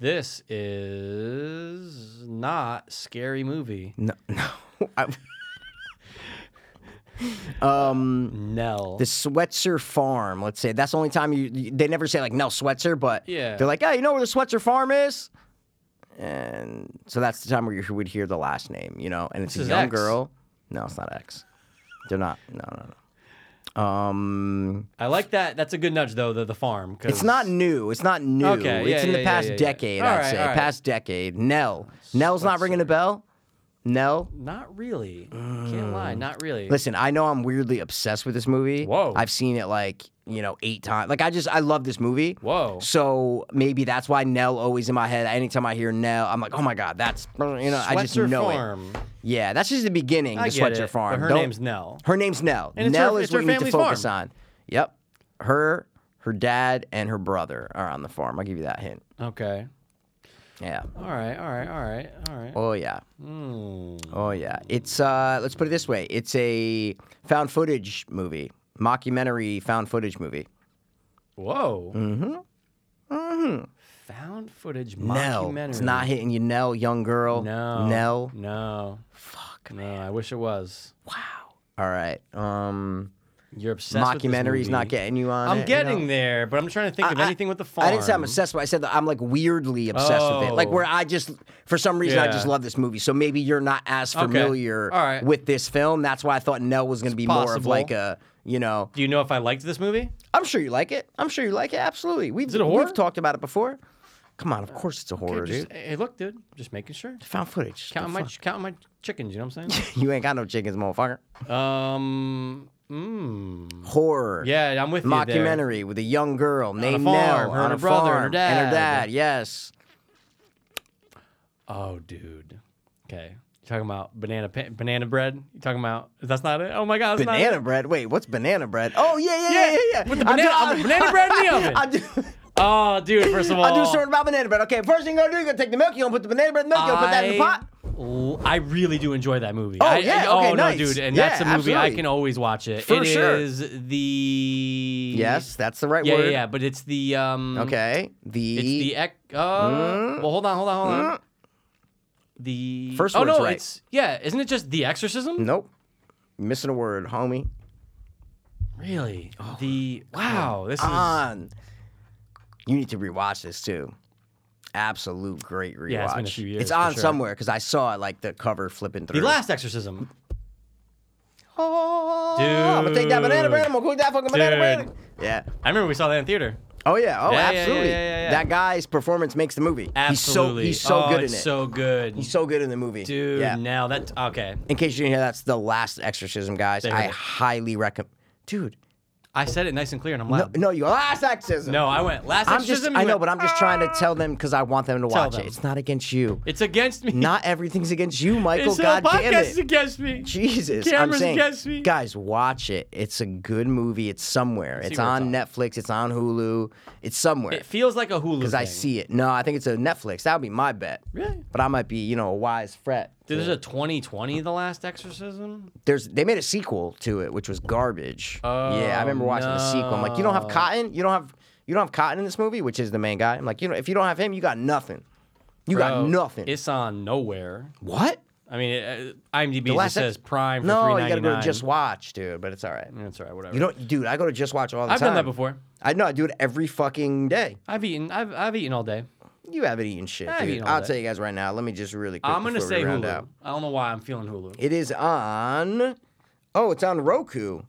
C: This is not scary movie.
B: No, no. I,
C: Nell.
B: the Swetzer Farm, let's say. That's the only time you, you- they never say like Nell Swetzer, but
C: Yeah.
B: they're like, hey, you know where the Swetzer Farm is? And so that's the time where you would hear the last name, you know? And it's a
C: This is
B: young
C: X.
B: girl. No, it's not X. They're not. No, no, no. Um,
C: I like that. That's a good nudge though. The the farm. 'cause-
B: It's not new. It's not new.
C: Okay, yeah,
B: it's in the
C: yeah, yeah,
B: past
C: yeah, yeah.
B: decade,
C: All
B: I'd
C: right,
B: say.
C: all right.
B: Past decade. Nell. Nell's not ringing a bell. Nell.
C: Not really.
B: Uh,
C: Can't lie. Not really.
B: Listen, I know I'm weirdly obsessed with this movie.
C: Whoa.
B: I've seen it like, you know, eight times. Like, I just, I love this movie.
C: Whoa.
B: So maybe that's why Nell always in my head. Anytime I hear Nell, I'm like, oh my God, that's, you know, I just
C: Sweatser
B: know it.
C: farm.
B: Yeah, that's just the beginning,
C: I
B: the
C: get
B: Sweatshirt
C: it,
B: Farm.
C: But her
B: Don't-
C: name's Nell.
B: Her name's Nell.
C: And it's her-
B: Nell is
C: it's her
B: what you need to
C: family's
B: focus
C: farm.
B: on. Yep. Her, her dad, and her brother are on the farm. I'll give you that hint.
C: Okay.
B: Yeah.
C: All right. All right. All right. All right.
B: Oh yeah.
C: Mm.
B: Oh yeah. It's uh let's put it this way. It's a found footage movie. Mockumentary found footage movie.
C: Whoa. Mm-hmm. Mm-hmm. Found footage
B: Mm-hmm. Nell.
C: mockumentary.
B: It's not hitting you, Nell, young girl.
C: No.
B: Nell.
C: No.
B: Fuck.
C: No. I wish it was.
B: All right. Um
C: You're obsessed. with this
B: mockumentary's not
C: movie.
B: getting you on. it,
C: I'm
B: you
C: getting
B: know?
C: there, but I'm trying to think of
B: I-
C: anything with the farm.
B: I didn't say I'm obsessed, but I said that I'm like weirdly obsessed with it. Like
C: Oh.
B: where I just, for some reason, I
C: Yeah.
B: just love this movie. So maybe you're not as
C: Okay.
B: familiar
C: All right.
B: with this film. That's why I thought Nell was going to be more of
C: possible.
B: like a, you know,
C: Do you know if I liked this movie?
B: I'm sure you like it. I'm sure you like it. Absolutely. We've,
C: it a horror?
B: we've talked about it before. Come on, of course it's a horror,
C: Just-
B: dude.
C: hey, look, dude. Just making sure.
B: Found footage.
C: Counting
B: The
C: my counting my chickens. You know what I'm
B: fuck? You ain't got no chickens, motherfucker.
C: saying? um. Mm.
B: Horror.
C: Yeah, I'm with you there.
B: Mockumentary with a young girl named
C: farm,
B: Nell
C: her
B: on
C: and
B: a
C: her brother
B: farm
C: and her
B: And her
C: dad.
B: dad, yes.
C: Oh, dude. Okay. You talking about banana pa- banana bread? You talking about? That's not it. Oh my god, that's
B: Banana
C: Not it.
B: bread. Wait, what's banana bread? Oh yeah, yeah, yeah,
C: Yeah,
B: yeah. yeah.
C: with the banana-
B: I'm,
C: uh, banana bread in the oven.
B: I'm, do-
C: Oh, dude. First of all,
B: I'm doing something about banana bread. Okay, first thing you're gonna do, you're gonna take the milk, you're gonna put the banana bread in the milk, you're gonna put that in the pot.
C: l- I really do enjoy that movie. I,
B: yeah,
C: I- oh
B: okay,
C: no,
B: nice.
C: dude, and
B: Yeah,
C: that's a movie
B: absolutely.
C: I can always watch it.
B: For
C: It
B: sure.
C: is the
B: Yes, that's the right
C: yeah,
B: word.
C: yeah, yeah, but it's the um
B: Okay. The E
C: it's the ec- uh, well, hold on, hold on, hold on. the
B: Uh, First
C: oh
B: word's
C: no,
B: right.
C: it's yeah. Isn't it just the exorcism?
B: Nope. Missing a word, homie.
C: Really? the wow. This is
B: On. You need to rewatch this too. Absolute great rewatch.
C: Yeah, it's been a few years,
B: It's
C: for
B: on
C: sure.
B: somewhere because I saw it like the cover flipping through.
C: the last exorcism.
B: Oh, I'm gonna take that banana bread. I'm gonna cook that fucking banana bread.
C: Dude.
B: Yeah.
C: I remember we saw that in theater.
B: Oh yeah. Oh,
C: Yeah, yeah, yeah,
B: absolutely.
C: yeah, yeah, yeah.
B: That guy's performance makes the movie.
C: Absolutely.
B: He's so he's so
C: Oh,
B: good in it.
C: it's So good.
B: he's so good in the movie.
C: Dude,
B: Yeah.
C: now that okay.
B: In case you didn't hear, that's the last exorcism, guys.
C: heard
B: I
C: it.
B: highly recommend. Dude,
C: I said it nice and clear, and I'm
B: no,
C: loud.
B: no, you go last exorcism.
C: No, I went last
B: I'm just.
C: exorcism.
B: I
C: you
B: know,
C: went,
B: but I'm just trying to tell them because I want them to
C: Tell
B: watch
C: them.
B: it. It's not against you.
C: It's against me.
B: Not everything's against you, Michael.
C: It's
B: God
C: the
B: damn
C: podcast
B: it.
C: is against me.
B: Jesus, I'm
C: Cameras
B: saying,
C: against me.
B: guys, watch it. It's a good movie. It's somewhere. It's
C: where it's
B: on Netflix. It's on Hulu. It's somewhere
C: It feels like a Hulu.
B: because I see it. No, I think it's a Netflix. That would be my bet.
C: Really?
B: But I might be, you know, a wise fret.
C: Dude, there's a 2020 The Last Exorcism.
B: There's they made a sequel to it, which was garbage.
C: Oh,
B: yeah, I remember watching the sequel. I'm like, you don't have Cotton. You don't have you don't have Cotton in this movie, which is the main guy. I'm like, you know, if you don't have him, you got nothing. You
C: Bro,
B: got nothing.
C: It's on nowhere.
B: what?
C: I mean, it, uh, IMDb just
B: last ex-
C: says Prime for
B: No,
C: $3.99.
B: you gotta go to Just Watch, dude. But it's all right.
C: That's all right, whatever.
B: You don't, dude. I go to Just Watch all the
C: I've
B: time.
C: done that before.
B: I know. I do it every fucking day.
C: I've eaten. I've, I've eaten all day.
B: You haven't eaten shit,
C: I've
B: dude.
C: eaten all
B: I'll
C: day.
B: tell you guys right now. Let me just really quick.
C: I'm gonna
B: before
C: say
B: we round
C: Hulu.
B: out.
C: I don't know why I'm feeling Hulu.
B: It is on. Oh, it's on Roku.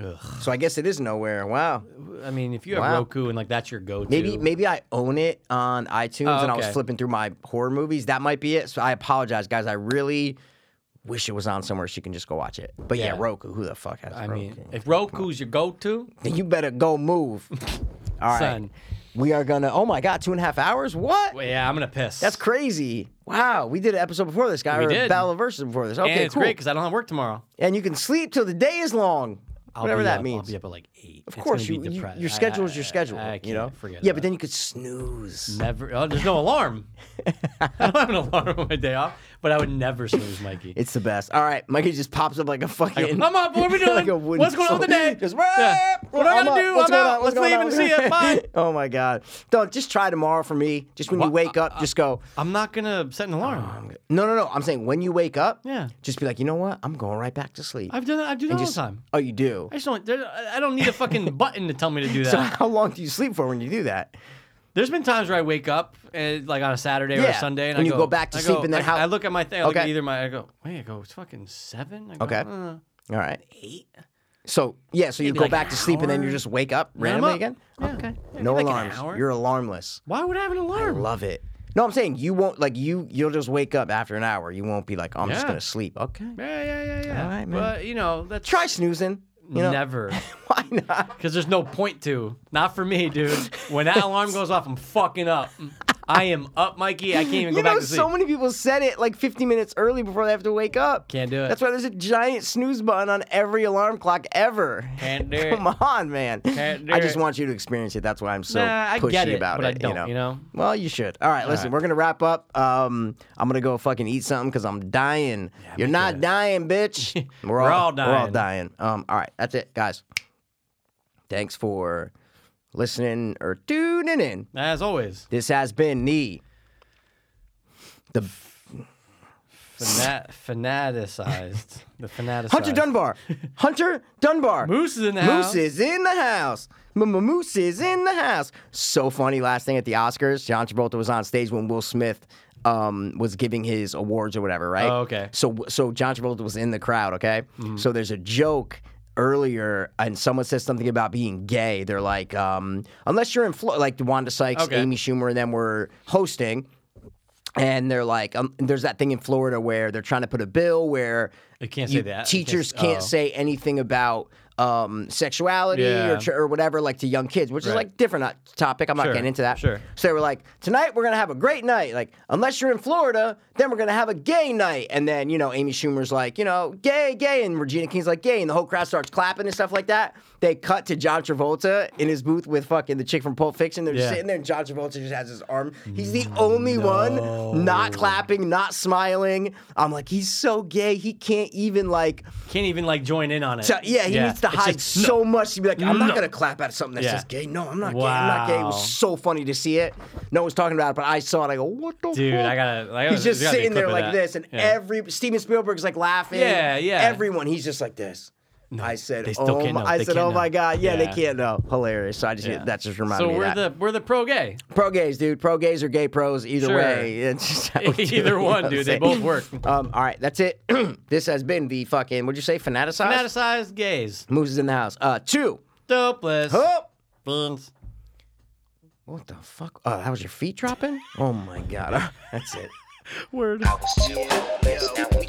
C: Ugh.
B: So I guess it is nowhere. Wow.
C: I mean, if you have
B: Wow.
C: Roku and like that's your go-to,
B: Maybe maybe I own it on iTunes
C: Oh,
B: and I was
C: okay.
B: flipping through my horror movies. That might be it. So I apologize, guys. I really wish it was on somewhere so you can just go watch it. But yeah,
C: Yeah.
B: Roku. Who the fuck has
C: I
B: Roku?
C: mean, if Roku's your go-to,
B: then you better go move. All right.
C: Son.
B: We are gonna. Oh my god, two and a half hours. What?
C: well, yeah, I'm gonna piss.
B: That's crazy. Wow, we did an episode before this guy,
C: We
B: or a
C: did.
B: battle of verses before this. Okay,
C: and it's
B: cool.
C: great because I don't have work tomorrow.
B: And you can sleep till the day is long,
C: I'll
B: whatever
C: be
B: that
C: up-
B: means.
C: I'll be up at like eight.
B: of course, you, you, your schedule is your schedule.
C: I, I
B: you know,
C: can't forget.
B: yeah,
C: about
B: but then you could snooze.
C: it. never. Oh, there's no alarm. I don't have an alarm on my day off, but I would never snooze, Mikey.
B: It's the best. All right, Mikey just pops up like a fucking.
C: I'm up. What are we doing?
B: like a wooden
C: What's going on
B: sword.
C: with the day?
B: Just,
C: Yeah. What do I
B: I'm
C: gotta
B: up.
C: do?
B: What's
C: I'm
B: going
C: out.
B: on? What's
C: Let's
B: going
C: leave and
B: on?
C: see you. Bye.
B: oh my god! Don't just try tomorrow for me. Just when you
C: What? Uh,
B: wake up, just go.
C: I'm not gonna set an alarm.
B: No, no, no. Oh, I'm saying when you wake up,
C: Yeah.
B: just be like, you know what? I'm going right back to sleep.
C: I've done that. I do that all
B: just,
C: the time.
B: Oh, you do.
C: I just don't. there- I don't need a fucking button to tell me to do
B: So
C: that.
B: how long do you sleep for when you do that?
C: There's been times where I wake up and like on a Saturday or a
B: Yeah,
C: Sunday, and,
B: and
C: I
B: you go back to
C: I
B: sleep, and then
C: I,
B: how-
C: I look at my thing. I look at
B: Okay.
C: either my. I go. Wait, I go. It's fucking seven. I go,
B: Okay.
C: uh,
B: All right.
C: eight.
B: So yeah, so you
C: Maybe
B: go
C: like
B: back
C: an
B: to sleep and then you
C: hour.
B: just wake up
C: Then I'm
B: randomly
C: up.
B: again. Oh,
C: Yeah. Yeah,
B: No
C: like an
B: alarms.
C: hour.
B: You're alarmless.
C: Why would I have an
B: I
C: alarm?
B: love it. No, I'm saying you won't like you. You'll just wake up after an hour. You won't be like, I'm just
C: Yeah.
B: gonna sleep. Okay.
C: Yeah, yeah, yeah, yeah.
B: All right, man.
C: But you know, that's
B: Try snoozing. You know
C: never
B: why not?
C: because there's no point to. Not for me, dude. When that alarm goes off, I'm fucking up. I am up, Mikey. I can't even go
B: You know,
C: back to sleep.
B: so many people said it like 50 minutes early before they have to wake up.
C: Can't do it.
B: That's why there's a giant snooze button on every alarm clock ever.
C: Can't do it.
B: Come on, man.
C: Can't do
B: I just
C: it.
B: want you to experience it. That's why I'm so
C: Nah, I
B: pushy
C: get it,
B: about
C: but
B: it.
C: I don't, you know?
B: Well, you should. All right, listen, we're gonna wrap up. Um, I'm gonna go fucking eat something because I'm dying. You're not dying, bitch. We're,
C: We're all
B: We're all dying.
C: dying.
B: Um, all right, that's it, guys. Thanks for listening or tuning in.
C: As always,
B: This has been the the
C: fana- fanaticized. The fanaticized.
B: Hunter Dunbar. Hunter Dunbar.
C: Moose is in the
B: Moose
C: house.
B: is in the house. M-m-moose is in the house. So funny. Last thing at the Oscars, John Travolta was on stage when Will Smith um, was giving his awards or whatever, right?
C: Oh, okay. Mm-hmm.
B: So so John Travolta was in the crowd, okay? So there's a joke earlier and someone says something about being gay they're like um, unless you're in Flo- like wanda sykes
C: Okay.
B: amy schumer and them were hosting and they're like um, there's that thing in florida where they're trying to put a bill where
C: You can't
B: you-
C: say that. You
B: Teachers can't,
C: oh.
B: say anything about um, sexuality or,
C: Yeah.
B: tr- or whatever, like to young kids, which is
C: Right.
B: like different uh, topic. I'm not
C: Sure,
B: getting into that.
C: sure.
B: So they were like, tonight we're gonna have a great night. Like, unless you're in Florida, then we're gonna have a gay night. And then you know, Amy Schumer's like, you know, gay, gay, and Regina King's like, gay, and the whole crowd starts clapping and stuff like that. They cut to John Travolta in his booth with fucking the chick from Pulp Fiction. They're just
C: Yeah.
B: sitting there, and John Travolta just has his arm. He's the only one not clapping, not smiling. I'm like, he's so gay, he can't even like.
C: Can't even like join in on it.
B: So- yeah, he needs to
C: It's
B: hide
C: just-
B: so much to be like, I'm not
C: No.
B: gonna clap at something that
C: Yeah.
B: says gay. No, I'm not gay. I'm not gay. It
C: Wow.
B: was so funny to see it. No one was talking about it, but I saw it. I go, what the
C: Dude,
B: fuck?
C: I gotta- I gotta-
B: he's just
C: there's gotta be a
B: sitting there
C: clip of
B: like
C: that.
B: this, and
C: Yeah.
B: every Steven Spielberg's like laughing.
C: Yeah, yeah.
B: Everyone, he's just like this. I said,
C: they still
B: oh,
C: can't
B: my,
C: know.
B: I
C: They
B: said,
C: can't
B: oh my
C: know."
B: god, yeah,
C: Yeah.
B: they can't know. Hilarious. So I just
C: Yeah.
B: that just reminded
C: So
B: me. of
C: we're
B: that.
C: the we're the pro gay.
B: Pro gays, dude. Pro gays or gay pros. Either
C: Sure.
B: way, it's just how we do it, you
C: Either
B: know what
C: one,
B: Oh, I'm
C: dude. They
B: saying?
C: both work.
B: Um, all right, that's it. this has been the fucking. What'd you say? Fanaticized.
C: Fanaticized gays.
B: Moose is in the house. Uh, two.
C: Dopeless.
B: Oh.
C: Boons.
B: What the fuck? Oh, that was your feet dropping? Oh my god. That's it.
C: Word.
A: I was too hopeless. Now I'm